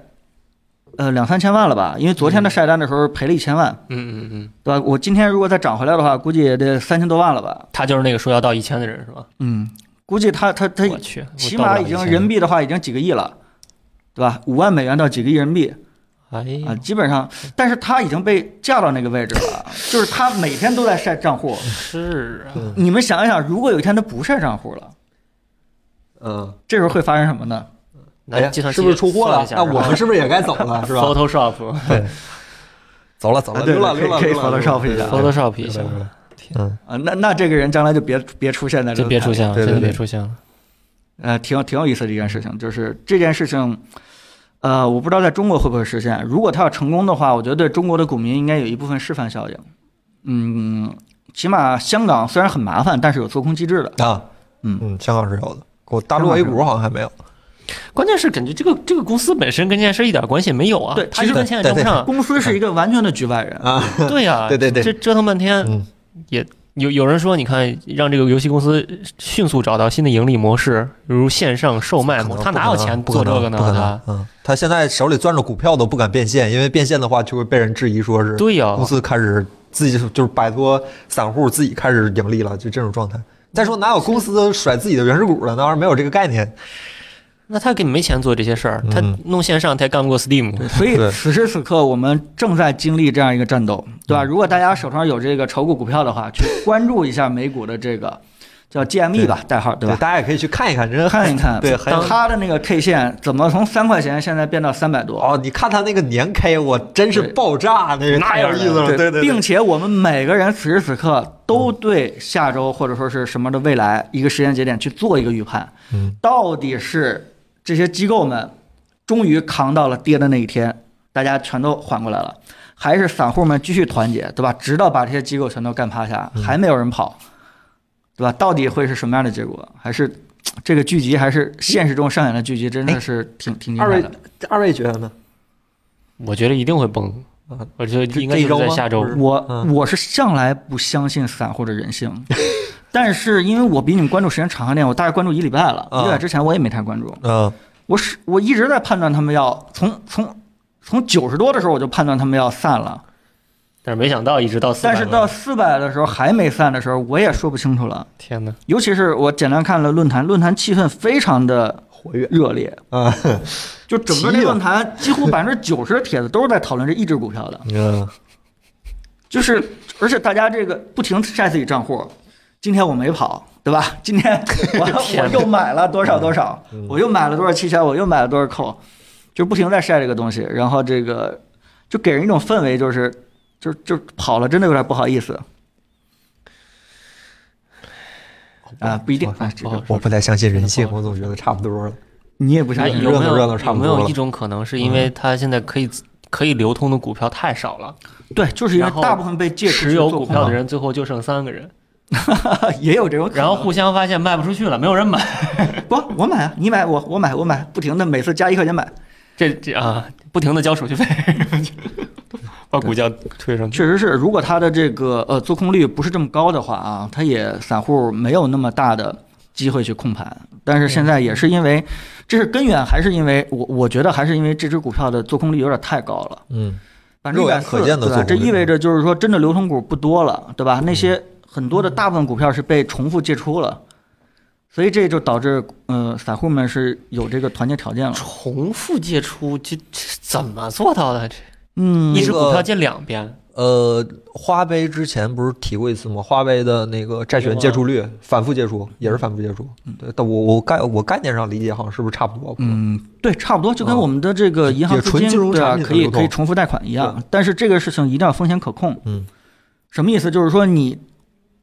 C: 呃两三千万了吧？因为昨
B: 嗯
C: 天他晒单的时候赔了一千万，
E: 嗯嗯嗯，
C: 对吧？我今天如果再涨回来的话，估计也得三千多万了吧？
B: 他就是那个说要到一千的人是吧？
C: 嗯，估计他他
A: 哎
C: 他
B: 我去，我
C: 起
B: 到不
C: 码
B: 了
C: 已经
B: 1000
C: 人民币的话已经几个亿了，对吧？五万美元到几个亿人民币。
B: 哎呀
C: 啊，基本上，但是他已经被架到那个位置了，就是他每天都在晒账户。
B: 是啊，
C: 你们想一想，如果有一天他不晒账户了，
A: 嗯，
C: 这时候会发生什么呢？
A: 哎
B: 那
A: 呀，
B: 计算器
A: 是不是出货
B: 算
A: 了
B: 一？下啊
A: 那我们是不是也该走了？是吧？
B: Photoshop
A: 走了，走了，
C: 啊对
A: 溜了，
C: 可以
A: 溜了，
C: 可以
A: 溜了
C: Photoshop 一下
B: Photoshop 一下，
C: 啊，那那这个人将来就别别出现在这
B: 真
C: 个
B: 别出现了，
A: 对对
B: 真的
A: 对
B: 别出现了。
C: 呃，挺有挺有意思的一件事情，就是这件事情，呃，我不知道在中国会不会实现。如果它要成功的话，我觉得对中国的股民应该有一部分示范效应。嗯，起码香港虽然很麻烦，但是有做空机制的。
A: 啊，
C: 嗯
A: 嗯，香港是有的，我大陆 A 股好像还没有。
B: 关键是感觉这个这个公司本身跟这件事一点关系没有啊，
C: 对
B: 其实跟钱也沾不上。
C: 公司是一个完全的局外
A: 嗯
C: 人，
B: 对呀，
A: 对对对
B: 这折腾半天
A: 嗯，
B: 也有有人说，你看让这个游戏公司迅速找到新的盈利模式，如线上售卖
A: 可
B: 模
A: 能
B: 式，他哪有钱
A: 不可
B: 做
A: 能
B: 这个呢？
A: 不可
B: 他
A: 能，嗯，他现在手里攥着股票都不敢变现，因为变现的话就会被人质疑说是
B: 对呀、
A: 公司开始自己就是摆脱散户，自己开始盈利了，就这种状态。再说哪有公司甩自己的原始股的？那玩意儿没有这个概念。
B: 那他根本没钱做这些事儿，他
A: 嗯
B: 弄线上他也干不过 Steam，
C: 所以
A: 对
C: 此时此刻，我们正在经历这样一个战斗，对吧？如果大家手上有这个炒股股票的话，去关注一下美股的这个叫 GME 吧，代号对吧？
A: 大家也可以去看一看，真的
C: 看一看，
A: 对，很有
C: 它的那个 K 线怎么从三块钱现在变到三百多？
A: 哦，你看他那个年 K，我真是
C: 对
A: 爆炸，那个太有意思了，嗯对对，
C: 并且我们每个人此时此刻都对下周或者说是什么的未来一个时间节点去做一个预判
A: 嗯，
C: 到底是这些机构们终于扛到了跌的那一天，大家全都缓过来了，还是散户们继续团结，对吧？直到把这些机构全都干趴
A: 嗯
C: 下，还没有人跑，对吧？到底会是什么样的结果？还是这个剧集，还是现实中上演的剧集，真的是挺挺精
A: 哎二
C: 彩
A: 位
C: 的。
A: 二位觉得呢？
B: 我觉得一定会崩
A: 啊。
B: 我觉
A: 这
B: 得应该就是在下周
A: 这一周吗不是
C: 我
A: 嗯
C: 我是向来不相信散户的人性， 但是因为我比你们关注时间长一点，我大概关注一礼拜了，一
A: 啊
C: 礼拜之前我也没太关注，
A: 嗯
C: 我是我一直在判断他们要从从从九十多的时候我就判断他们要散了，
B: 但是没想到一直到400
C: 但是到四百的时候还没散的时候，我也说不清楚了。
B: 天哪，
C: 尤其是我简单看了论坛，论坛气氛非常的活跃热烈，
A: 啊
C: 就整
A: 奇
C: 个这
A: 异了
C: 论坛几乎百分之九十的帖子都是在讨论这一只股票的。
A: 嗯，
C: 就是而且大家这个不停晒自己账户，今天我没跑，对吧？今天 我我又买了多少多少，
B: 嗯
C: 我又买了多少期权，我又买了多少扣，就不停在晒这个东西，然后这个就给人一种氛围，就是就就跑了，真的有点不好意
B: 哦
C: 思。啊，不一定啊，
B: 哦
C: 这个
A: 我不太相信人性，我总觉得差不多了。
C: 你也不
B: 哎
C: 相信
B: 有没
A: 热
B: 有
A: 闹热闹差不多了
B: 有没有一种可能是因为它现在可以可以流通的股票太少了，
C: 对，就是因为
B: 然后
C: 大部分被借出去
B: 持有
C: 做
B: 股
C: 空
B: 票的
C: 了
B: 人最后就剩三个人，
C: 也有这种可能，
B: 然后互相发现卖不出去了，没有人买。
C: 不，我买啊，你买我，我买我买，不停的每次加一块钱买，
B: 这这啊，不停的交手续费，
F: 哦
B: 把股价推上去。
C: 确实是，如果它的这个呃做空率不是这么高的话啊，它也散户没有那么大的机会去控盘。但是现在也是因为，这是根源，还是因为我我觉得还是因为这只股票的做空率有点太高了，
A: 嗯，
C: 百分之
A: 肉
C: 百
A: 眼可见的
C: 对吧？
A: 做空
C: 这
A: 率嗯
C: 意味着就是说真的流通股不多了，对吧？那些很多的大部分股票是被重复借出了，所以这就导致呃散户们是有这个团结条件了。
F: 重复借出，这这怎么做到的？这
C: 嗯
F: 一只股票借两遍，
A: 呃，花呗之前不是提过一次吗？花呗的那个债权借出率反复借出，也是反复借出。对，但我我概我概念上理解好像是不是差不多？
C: 嗯，对，差不多就跟我们的这个银
A: 哦
C: 行
A: 也
C: 资
A: 纯
C: 金
A: 金融
C: 对啊
A: 产品
C: 可
A: 的
C: 以
A: 流
C: 可以
A: 动
C: 重复贷款一样，但是这个事情一定要风险可控。
A: 嗯，
C: 什么意思？就是说你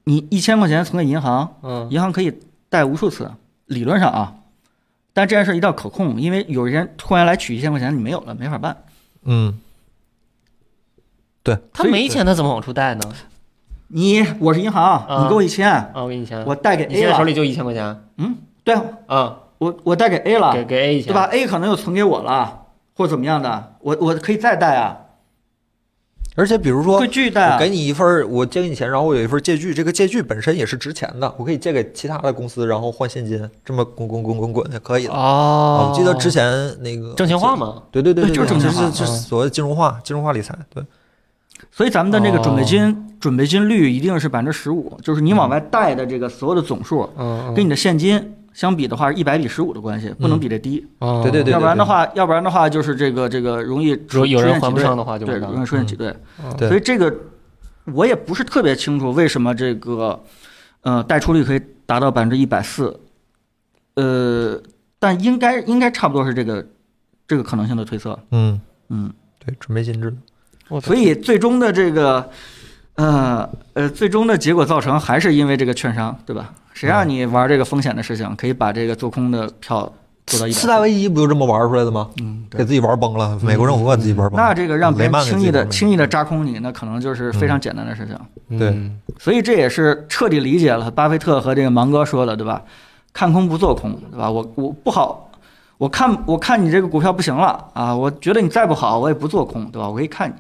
C: 你一千块钱存给银行，
F: 嗯，
C: 银行可以贷无数次，理论上啊，但这件事一定要可控，因为有人突然来取一千块钱，你没有了，没法办。
A: 嗯，对，
F: 他没钱他怎么往出贷呢？
C: 你我是银行，
F: 啊
C: 你给我一千，
F: 啊，我给你钱，
C: 我贷给
F: 你现
C: A
F: 在手
C: 了，
F: 里就一千块钱，
C: 对啊，
F: 啊，
C: 我我贷给 A 了
F: 给，给 A 一千，
C: 啊对吧？A 可能又存给我了，或怎么样的，我我可以再贷啊，
A: 而且比如说
C: 会，继续贷
A: 我
C: 啊
A: 给。你一份儿，我借给你钱，然后我有一份借据，这个借据本身也是值钱的，我可以借给其他的公司，然后换现金，这么滚滚滚滚滚也可以的。啊，
F: 哦
A: 我记得之前那个
F: 证券化嘛，
A: 对对对
C: 对就是
A: 对
C: 证券化
A: 就是所谓金融化、金融化理财，对，
C: 所以咱们的那个准备
F: 哦
C: 金准备金率一定是百分之十五，就是你往外贷的这个所有的总数
F: 嗯，
C: 跟你的现金相比的话，是一百比十五的关系，不能比这低。
F: 嗯
A: 对对对
C: 要不然的话，要不然的话就是这个这个容易
F: 如果有人
C: 出现
F: 还不
C: 挤兑
F: 上的话就
C: 对
F: 完蛋了嗯
C: 容易出现挤兑。
A: 对
C: 所以这个我也不是特别清楚为什么这个呃贷出率可以达到百分之一百四，呃，但应该应该差不多是这个这个可能性的推测。
A: 嗯，
C: 嗯，
A: 对，准备金制，
C: 所以最终的这个呃呃最终的结果造成还是因为这个券商，对吧？谁让你玩这个风险的事情，可以把这个做空的票做到一百？
A: 次贷危机不就这么玩出来的吗？
C: 嗯，对
A: 给自己玩崩了，美国政府把自己玩崩了。
C: 那这个让别人轻易的轻易
A: 的，
C: 的扎空你，那可能就是非常简单的事情。
A: 对
E: 嗯
C: 所以这也是彻底理解了巴菲特和这个芒哥说的，对吧？看空不做空，对吧？我我不好，我看我看你这个股票不行了啊，我觉得你再不好，我也不做空，对吧？我可以看你，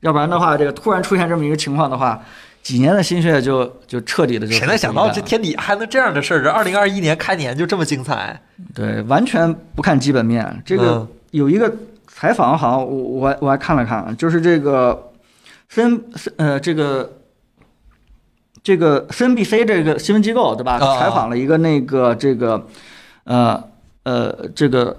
C: 要不然的话，这个突然出现这么一个情况的话，几年的心血就就彻底的就
A: 谁能想到这
C: 付诸
A: 天底下还能这样的事儿？这二零二一年开年就这么精彩？
C: 一干对完全不看基本面，这个
A: 嗯
C: 有一个采访，好像我我还我还看了看，就是这个 C N 呃这个这个 CNBC 这个新闻机构对吧？
A: 啊啊
C: 采访了一个那个这个呃呃这个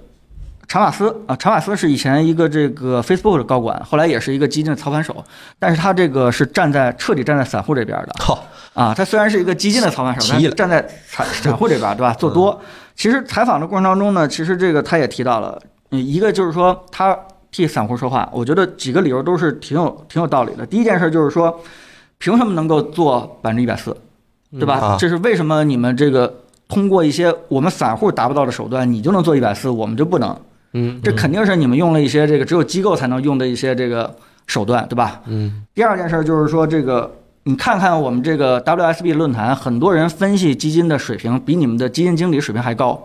C: 查马斯啊，查马斯是以前一个这个 Facebook 的高管，后来也是一个激进的操盘手，但是他这个是站在彻底站在散户这边的。
A: 靠，
C: 啊，他虽然是一个激进的操盘手，
A: 起
C: 但
A: 义
C: 是
A: 了
C: 站在 散散户这边，对吧？做多。其实采访的过程当中呢，其实这个他也提到了，嗯一个就是说他替散户说话，我觉得几个理由都是挺有挺有道理的。第一件事就是说，凭什么能够做百分之一百四，对吧？
A: 嗯啊
C: 这是为什么你们这个通过一些我们散户达不到的手段，你就能做一百四，我们就不能？
A: 啊
E: 嗯
C: 这肯定是你们用了一些这个只有机构才能用的一些这个手段，对吧？
E: 嗯
C: 第二件事儿就是说，这个你看看我们这个 WSB 论坛，很多人分析基金的水平比你们的基金经理水平还 高，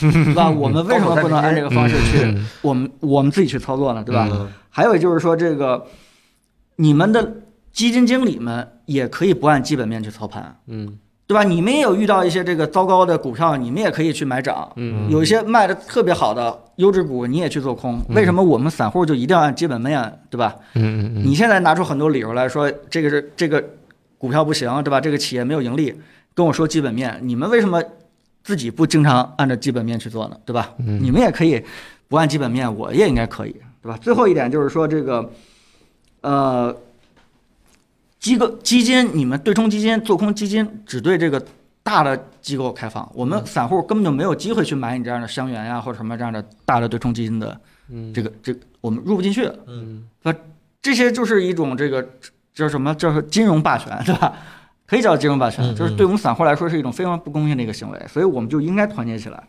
C: 对吧？我们为什么不能按这个方式去，我们
E: 嗯
C: 我们自己去操作呢？对吧？
A: 嗯
C: 还有就是说，这个你们的基金经理们也可以不按基本面去操盘，
E: 嗯
C: 对吧？你们也有遇到一些这个糟糕的股票，你们也可以去买涨。
E: 嗯
C: 有一些卖的特别好的优质股，你也去做空，为什么我们散户就一定要按基本面，对吧？
E: 嗯嗯
C: 你现在拿出很多理由来说，这个是这个股票不行，对吧？这个企业没有盈利，跟我说基本面，你们为什么自己不经常按照基本面去做呢？对吧？你们也可以不按基本面，我也应该可以，对吧？最后一点就是说这个，呃，机构基金，你们对冲基金、做空基金只对这个大的机构开放，我们散户根本就没有机会去买你这样的香源呀、或者什么这样的大的对冲基金的这个这个，我们入不进去。
A: 嗯，
C: 这些就是一种这个叫什么？叫做金融霸权，对吧？可以叫金融霸权，
A: 嗯
C: 就是对我们散户来说是一种非常不公平的一个行为，所以我们就应该团结起来。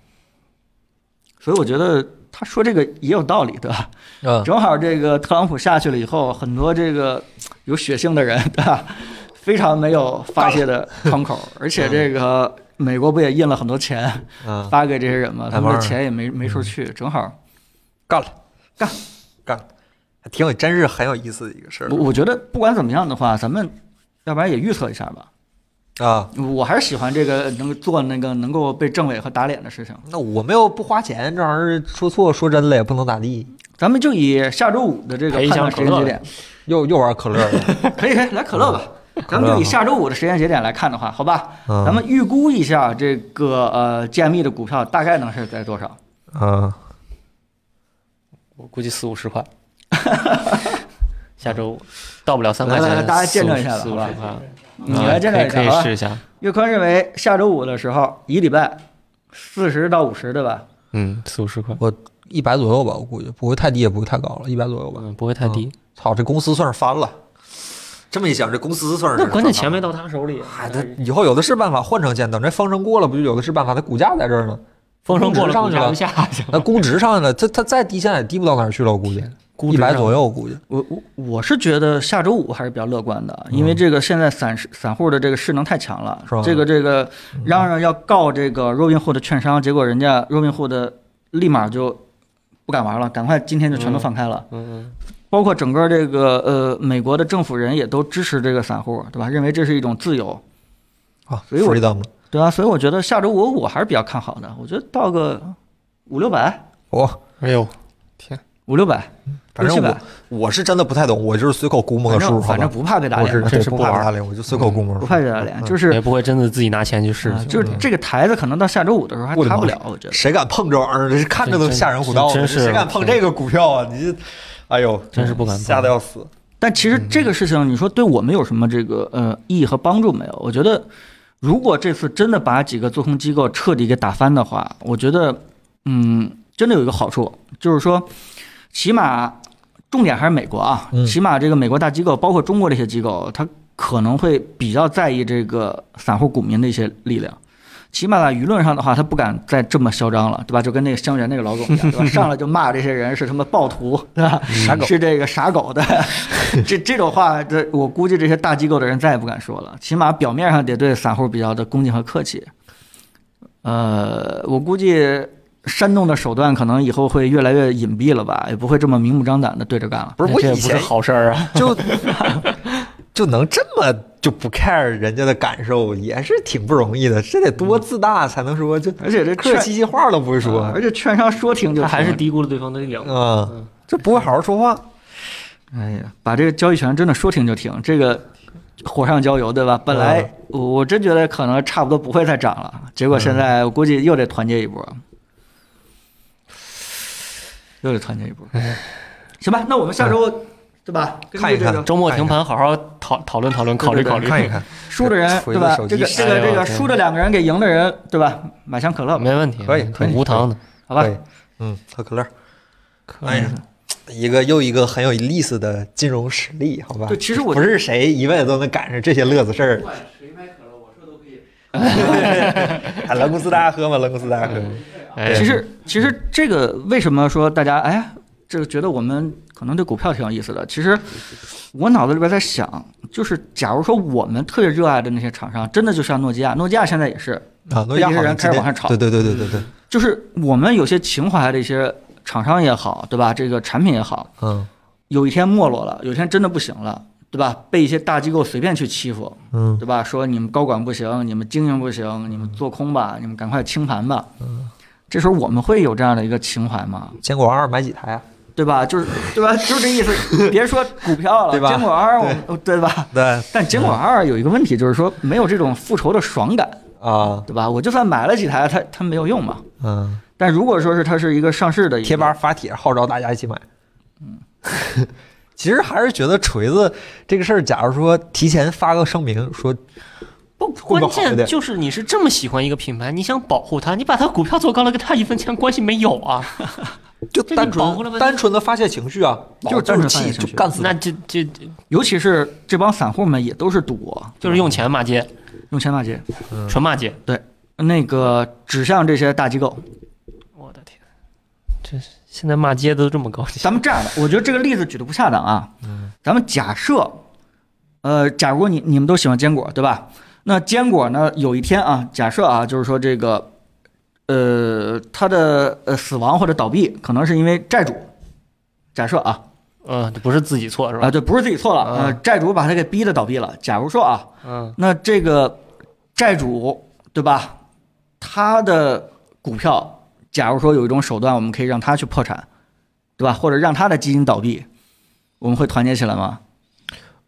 C: 所以我觉得他说这个也有道理，对吧？
A: 嗯，
C: 正好这个特朗普下去了以后，很多这个有血性的人，对吧？非常没有发泄的窗口，而且这个美国不也印了很多钱
A: 嗯，
C: 发给这些人嘛？他
A: 那
C: 们
A: 玩意
C: 的
A: 儿嗯
C: 钱也没没处去，正好
A: 干了，干，干了，还挺有，真是很有意思的一个事
C: 我我觉得不管怎么样的话，咱们要不然也预测一下吧。
A: 儿啊。
C: 我还是喜欢这个能做那个能够被政委和打脸的事情。
A: 那我们又不花钱，这玩意儿说错说真了也不能咋地，
C: 咱们就以下周五的这个
F: 赔一
C: 判
F: 箱
C: 断时
F: 可
C: 间
F: 乐
C: 节点，
A: 又又玩可乐了。
C: 可以可以来可乐吧。 咱们就以下周五的时间节点来看的话，好吧，
A: 嗯
C: 咱们预估一下这个呃 GME 的股票大概能是在多少？
A: 嗯，
F: 我估计四五十 块。下周到不了三块
C: 来来
F: 钱，
C: 来大家见证一下吧
F: 四五十块。嗯
C: 你来见证一下
F: 可以可
C: 好吧
F: 以试一下。
C: 岳宽认为下周五的时候，一礼拜四十到五十，对吧？
F: 嗯，四五十块，
A: 一百左右吧，我估计不会太低，也不会太高了，一百左右吧。
F: 嗯，不会太低。
A: 操，这公司算是翻了。这么一想，这公司算是
C: 嗯
F: 那关键钱没到他手里，
C: 啊
A: 哎，他以后有的是办法换成钱，等这风声过了，不就有的是办法？它股价在这儿呢，
F: 风声过
A: 估值
F: 了，
A: 上
F: 股
A: 去
F: 价
A: 了
F: 不下去了。
A: 那估值上去了，它它再低现在也低不到哪儿去了，我估计
F: 估
A: 一
F: 值
A: 百
F: 上
A: 左右，我估计。
C: 我我我是觉得下周五还是比较乐观的，因为这个现在散市散户的这个势能太强了，
A: 嗯是吧嗯
C: 这个这个嚷嚷要告这个 Robinhood 的券商，结果人家 Robinhood 的立马就不敢玩了，赶快今天就全都放开了。
F: 嗯，
C: 包括整个这个呃美国的政府人也都支持这个散户，对吧？认为这是一种自由，
A: 啊
C: 所以我
A: ，freedom，
C: 对啊吧？所以我觉得下周五我还是比较看好的，我觉得到个五六百，
A: 我
E: 哎呦，
C: 五六百，
A: 哦反
C: 六
A: 正
C: 七百
A: 我我是真的不太懂，我就是随口估摸
C: 反
A: 个数，
C: 正
A: 好
C: 反
A: 吧
C: 正？不怕被打
A: 我是
C: 脸，
A: 对
C: 这是
A: 不
C: 玩
A: 怕
C: 儿
A: 打脸，我嗯就随口估摸
C: 不
A: 数。
C: 怕被打脸，就是
F: 也不会真的自己拿钱去试
C: 啊
F: 去。
C: 就是这个台子可能到下周五的时候还
A: 我的
C: 塌不
A: 妈
C: 了，我觉得。
A: 谁敢碰这玩意儿？这看着都吓人虎道
F: 真
A: 的，
F: 是
A: 谁敢碰这个股票啊？你这，哎呦，
F: 真是不敢碰
A: 吓得要死。
C: 但其
A: 嗯
C: 实这个事情，你说对我们有什么这个呃意义和帮助没有？我觉得，如果这次真的把几个做空机构彻底给打翻的话，我觉得，嗯，真的有一个好处，就是说，起码重点还是美国啊，
A: 嗯
C: 起码这个美国大机构，包括中国的一些机构，它可能会比较在意这个散户股民的一些力量。起码在舆论上的话，他不敢再这么嚣张了，对吧？就跟那个香园那个老总一样，对吧？上来就骂这些人是他妈暴徒，对吧？
A: 傻狗
C: 是这个傻狗的，这这种话，这我估计这些大机构的人再也不敢说了。起码表面上得对散户比较的恭敬和客气。呃，我估计煽动的手段可能以后会越来越隐蔽了吧，也不会这么明目张胆的对着干了。
A: 不是
F: 那
A: 我
F: 这也
A: 以
F: 不是
A: 前
F: 好事儿啊。
A: 就 就能这么就不 care 人家的感受，也是挺不容易的。这得多自大才能说，就
C: 嗯而且这
A: 客
C: 劝
A: 气气话都不会说
C: 啊，嗯而且券商说停就
F: 他还是
C: 停
F: 低估了对方的力量。
A: 啊，就不会好好说话。
C: 哎呀，把这个交易权真的说停就停，这个火上浇油，对吧？本
A: 嗯
C: 来我我真觉得可能差不多不会再涨了，结果现在我估计又得团结一波，又得团结一波。行吧，那我们下周、对吧？根据
A: 哎嗯看一看
C: 这个
F: 周末停盘，好好讨讨论讨论，考虑考虑。
A: 看一看，
C: 输的人
A: 回
C: 对
A: 到
C: 吧？
A: 手
C: 这
A: 机哎
C: 个这个这个输的两个人给赢的人对吧？买箱可乐吧，
F: 没问题，
A: 可以可以
F: 无糖的。
C: 好吧
A: 可？以嗯，喝可乐。哎呀，一个又一个很有意思的金融实例，好吧？
C: 对其实我
A: 不是谁一辈子都能赶上这些乐子事儿。 啊，冷公司大家喝吗？冷公司大家喝。
C: 嗯
F: 哎，
C: 其实其实这个为什么说大家哎呀，这个觉得我们可能对股票挺有意思的？其实我脑子里边在想，就是假如说我们特别热爱的那些厂商，真的就像诺基亚，诺基亚现在也是，
A: 啊，诺基亚
C: 被一
A: 好
C: 些
A: 像
C: 人开始往上炒
A: 对对对对对对，
C: 就是我们有些情怀的一些厂商也好，对吧？这个产品也好，
A: 嗯
C: 有一天没落了，有一天真的不行了，对吧？被一些大机构随便去欺负，
A: 嗯
C: 对吧？说你们高管不行，你们经营不行，你们做空吧，你们赶快清盘吧。这时候我们会有这样的一个情怀吗？
A: 坚果二买几台啊？
C: 对吧？就是 对吧？就是这意思。别说股票了，
A: 对吧
C: 坚果二，我们 对吧？
A: 对
C: 但坚果二有一个问题，就是说没有这种复仇的爽感，
A: 啊，
C: 对吧？我就算买了几台，它它没有用嘛。
A: 嗯，
C: 但如果说是它是一个上市的一个
A: 贴吧，发帖号召大家一起买。 其实还是觉得锤子这个事儿，假如说提前发个声明说，
F: 不，
A: 会不
F: 关
A: 会好一点
F: 键就是你是这么喜欢一个品牌，你想保护它，你把它股票做高了，跟它一分钱关系没有啊？
A: 就
F: 这你
A: 单
F: 保护了
A: 纯
F: 呗
A: 单纯的发泄情绪啊，
C: 就是
A: 就
C: 单纯
A: 是
C: 发泄
A: 气
C: 情
A: 就
C: 绪
A: 干死
F: 那
A: 他。
F: 这这
C: 尤其是这帮散户们也都是赌博，
F: 就是用钱骂街，
C: 用钱骂街，
F: 纯骂街。
C: 那个指向这些大机构。
F: 我的天，这是现在骂街都这么高 级
C: 咱们这样的，我觉得这个例子举的不恰当啊。咱们假设，呃，假如你你们都喜欢坚果，对吧？那坚果呢，有一天啊，假设啊，就是说这个，呃，它的呃死亡或者倒闭，可能是因为债主。假设啊
F: 嗯，这不是自己错是
C: 啊，
F: 吧？
C: 对，不是自己错了，呃，债主把他给逼的倒闭了。假如说啊，
F: 嗯，
C: 那这个债主对吧？他的股票，假如说有一种手段，我们可以让他去破产，对吧？或者让他的基金倒闭，我们会团结起来吗？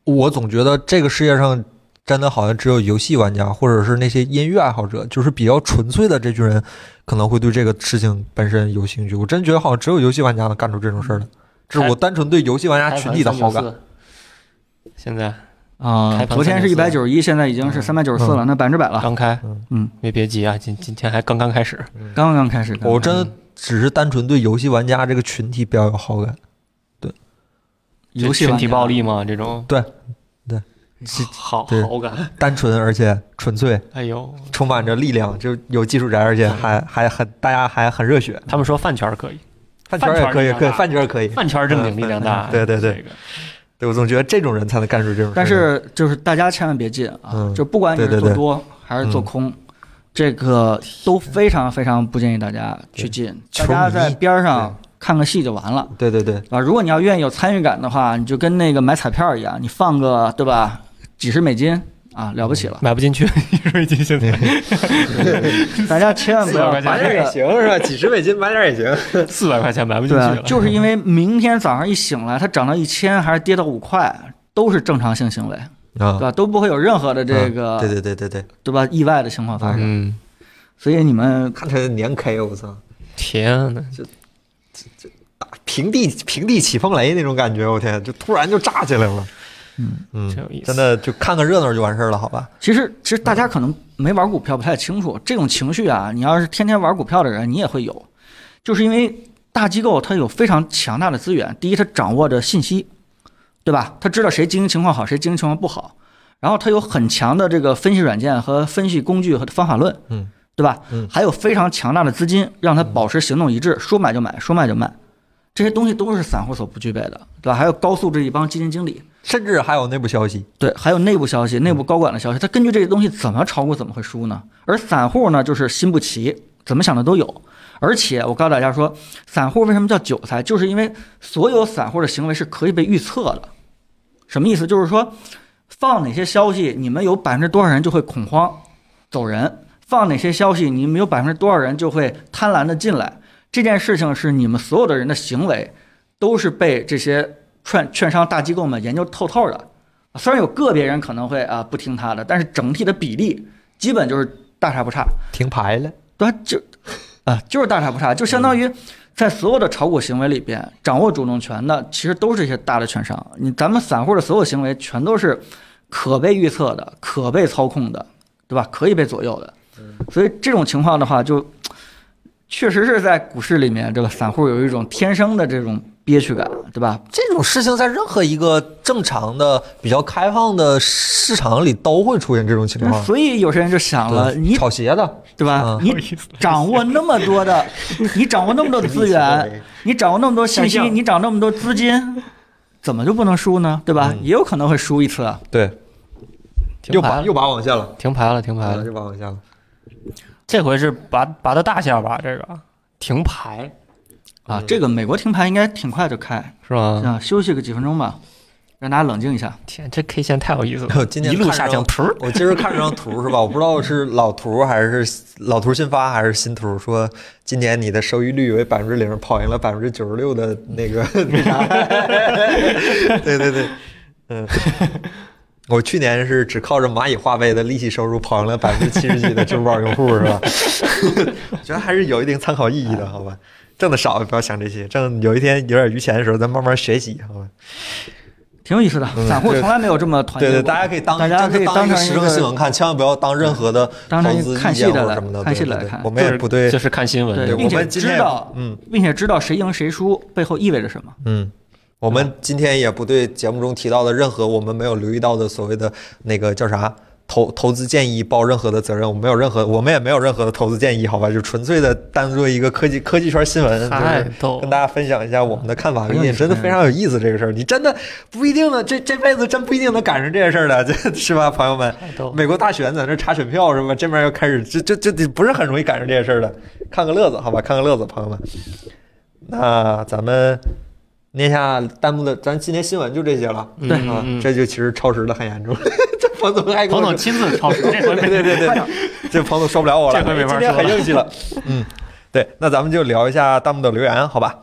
A: 我总觉得这个世界上真的好像只有游戏玩家或者是那些音乐爱好者，就是比较纯粹的这群人，可能会对这个事情本身有兴趣。我真觉得好像只有游戏玩家能干出这种事儿来，这是我单纯对游戏玩家群体的好感。
F: 现在
C: 啊
F: 开，盘
C: 昨天是一百
F: 394
C: 九十一，现在已经是三百九十四了，那百分之
A: 啊
C: 百了，
F: 刚开，
C: 嗯，
F: 别别急啊，今今天还刚刚开始。
C: 刚刚开始。刚刚
A: 我真的只是单纯对游戏玩家这个群体比较有好感。
C: 游戏
F: 群
C: 玩
F: 体
C: 家
F: 暴力嘛，这种
A: 对，对，
F: 好
A: 对
F: 好感，
A: 单纯而且纯粹，
F: 哎呦，
A: 充满着力量，就有技术宅，而且还还很大家还很热血。
F: 他们说饭圈儿可以，
A: 饭圈儿也可以，
F: 饭圈儿力量
A: 可以，饭圈
F: 大
A: 儿可以。
F: 饭圈儿正经力量大。啊
A: 嗯对对对
F: 这个，
A: 对我总觉得这种人才能干出这种事儿。
C: 但是就是大家千万别进啊
A: 嗯，
C: 就不管你
A: 对
C: 是
A: 对对嗯
C: 做多还是做空，这个都非常非常不建议大家去进，
A: 对
C: 大家
A: 球迷
C: 在边儿上看个戏就完了。
A: 对对对，
C: 啊，如果你要愿意有参与感的话，你就跟那个买彩票一样，你放个对吧，几十美金啊，了不起了。
F: 买不进去， 因为进现在
A: 嗯
C: 大家千万不
F: 四百
C: 要
F: 块钱
C: 把
A: 买
C: 这
A: 点也
C: 个。
A: 行是吧？几十美金买点也行。
F: 四百块钱买不进
C: 对
F: 去
C: 啊
F: 了，，
C: 就是因为明天早上一醒来，它涨到一千还是跌到五块，都是正常性行为，对
A: 啊，
C: 吧？都不会有任何的这个
A: 嗯对对对对对，
C: 对吧意外的情况发生。
F: 嗯，
C: 所以你们
A: 看他年 K，我操，啊
F: 天呐，
A: 平地平地起风雷那种感觉，我天，就突然就炸起来了。嗯
F: 真有意思
A: 真的就看个热闹就完事儿了，好吧？
C: 其实其实大家可能没玩股票不太清楚，这种情绪啊，你要是天天玩股票的人，你也会有，就是因为大机构它有非常强大的资源，第一它掌握着信息，对吧？它知道谁经营情况好，谁经营情况不好，然后它有很强的这个分析软件和分析工具和方法论，
A: 嗯，
C: 对吧？
A: 嗯
C: 还有非常强大的资金，让它保持行动一致，说买就买，说卖就卖。这些东西都是散户所不具备的，对吧？还有高素质一帮基金经理，
A: 甚至还有内部消息，
C: 对，还有内部消息、内部高管的消息，他根据这些东西怎么炒股怎么会输呢？而散户呢，就是心不齐，怎么想的都有。而且我告诉大家说，散户为什么叫韭菜，就是因为所有散户的行为是可以被预测的。什么意思？就是说，放哪些消息，你们有百分之多少人就会恐慌走人；放哪些消息，你们有百分之多少人就会贪婪的进来。这件事情是你们所有的人的行为，都是被这些券券商大机构们研究透透的。啊虽然有个别人可能会啊不听他的，但是整体的比例基本就是大差不差，
A: 停牌了。
C: 对吧？就啊就是大差不差，就相当于在所有的炒股行为里边，掌握主动权的其实都是一些大的券商。你咱们散户的所有行为全都是可被预测的、可被操控的，对吧？可以被左右的。所以这种情况的话，就确实是在股市里面，这个散户有一种天生的这种憋屈感，对吧？
A: 这种事情在任何一个正常的、比较开放的市场里都会出现这种情况。
C: 所以有些人就想了，
A: 对
C: 你
A: 炒鞋的，
C: 对吧
A: 嗯？
C: 你掌握那么多 的，你掌握那么多的资源，你掌握那么多信息，
F: 下降
C: 你掌握那么多资金，怎么就不能输呢？对
A: 嗯
C: 吧？也有可能会输一次啊。
A: 对，
F: 停
A: 又
F: 牌
A: 拔
F: 了，
A: 又拔往下了，
F: 停牌了，停
C: 啊
F: 牌了。
A: 又拔往下了。
F: 这回是拔拔的大下巴，这个停牌
C: 啊，
A: 嗯
C: 这个美国停牌应该挺快就开
F: 是吗？
C: 啊，休息个几分钟吧，让大家冷静一下。
F: 天，这 K 线太有意思
A: 我
F: 了，
A: 今天
F: 一路
A: 看
F: 下
A: 着
F: 降，噗，
A: 我今儿看这张图是吧？我不知道是老图还是老图新发还是新图，说今年你的收益率为百分之零，跑赢了百分之九十六的那个那啥。对对对，嗯，我去年是只靠着蚂蚁花呗的利息收入，跑赢了百分之七十几的支付宝用户是吧？ 我觉得还是有一定参考意义的，好吧？挣的少不要想这些，挣有一天有点余钱的时候，咱慢慢学习，好吧？
C: 挺有意思的，散户
A: 嗯对
C: 从来没有这么团结
A: 对
C: 过。
A: 对，大家可以当
C: 大家
A: 真的
C: 可以
A: 当
C: 当
A: 一个
C: 成
A: 时
C: 一
A: 政新闻
C: 个
A: 看，千万不要当任何的
C: 当
A: 投
C: 成
A: 资
C: 看
A: 意
C: 戏
A: 见
C: 的
A: 或
C: 来
A: 什么的，
C: 看戏
A: 对
C: 的
A: 对对
C: 来看
A: 我们也不对
F: 这，是看新闻。
A: 对
F: 这个
C: 并
A: 我
C: 且
A: 们今天
C: 知道，
A: 嗯
C: 并且知道谁赢谁输背后意味着什 么。
A: 嗯，我们今天也不对节目中提到的任何我们没有留意到的所谓的那个叫啥投投资建议报任何的责任，我们没有任何，我们也没有任何的投资建议，好吧，就纯粹的当做一个科技科技圈新闻，就
F: 太
A: 是
F: 逗了
A: 跟大家分享一下我们的看法和
C: 很
A: 意
C: 有
A: 见，
C: 意思
A: 真的非常有意思这个事儿，你真的 不一定呢，这这辈子真不一定能赶上这件事儿的， 这是吧，朋友们？
F: 逗了
A: 美国大选在那查选票是吧？这边又开始，这这这这不是很容易赶上这件事儿的，看个乐子好吧，看个乐子，朋友们。那咱们念下弹幕的，咱今天新闻就这些了。
F: 嗯
C: 对
A: 啊，
F: 嗯
A: 这就其实超时的很严重。 这彭总还跟
F: 彭
A: 我
F: 总
A: 说
F: 亲自超时，这回
A: 对
F: 没
A: 对对对，这彭总受不了我了，
F: 这回没法
A: 今天
F: 说
A: 很
F: 了
A: 硬气 了。嗯，对，那咱们就聊一下弹幕的留言，好吧？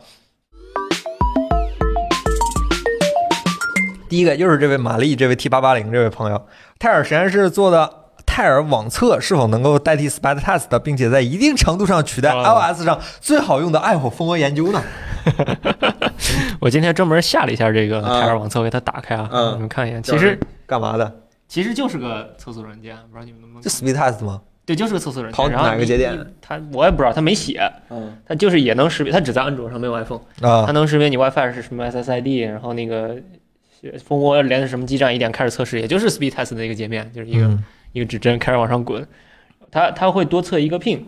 A: 第一个又是这位玛丽，这位 T 八八零这位朋友，泰尔实验室做的。泰尔网测是否能够代替 Spectest，并且在一定程度上取代
F: 哦
A: iOS 上最好用的爱火蜂窝研究呢？
F: 我今天专门下了一下这个泰尔网测，给它打开啊，
A: 嗯
F: 你们看一眼。
A: 就
F: 其
A: 是
F: 实
A: 干嘛的？
F: 其实就是个测速软件，不知道你们能不能
A: 就 Speedtest 吗？
F: 对，就是个测速软
A: 跑
F: 件。然后
A: 哪个
F: 你
A: 节点？
F: 你它我也不知道，它没写，
A: 嗯
F: 它就是也能识别，它只在安卓上没有 iPhone，它
A: 啊，
F: 能识别你 WiFi 是什么 SSID，然后那个蜂窝连的什么基站，一点开始测试，也就是 Speed Test 的一个界面，就是一个、
A: 嗯
F: 一个指针开始往上滚，它它会多测一个 ping，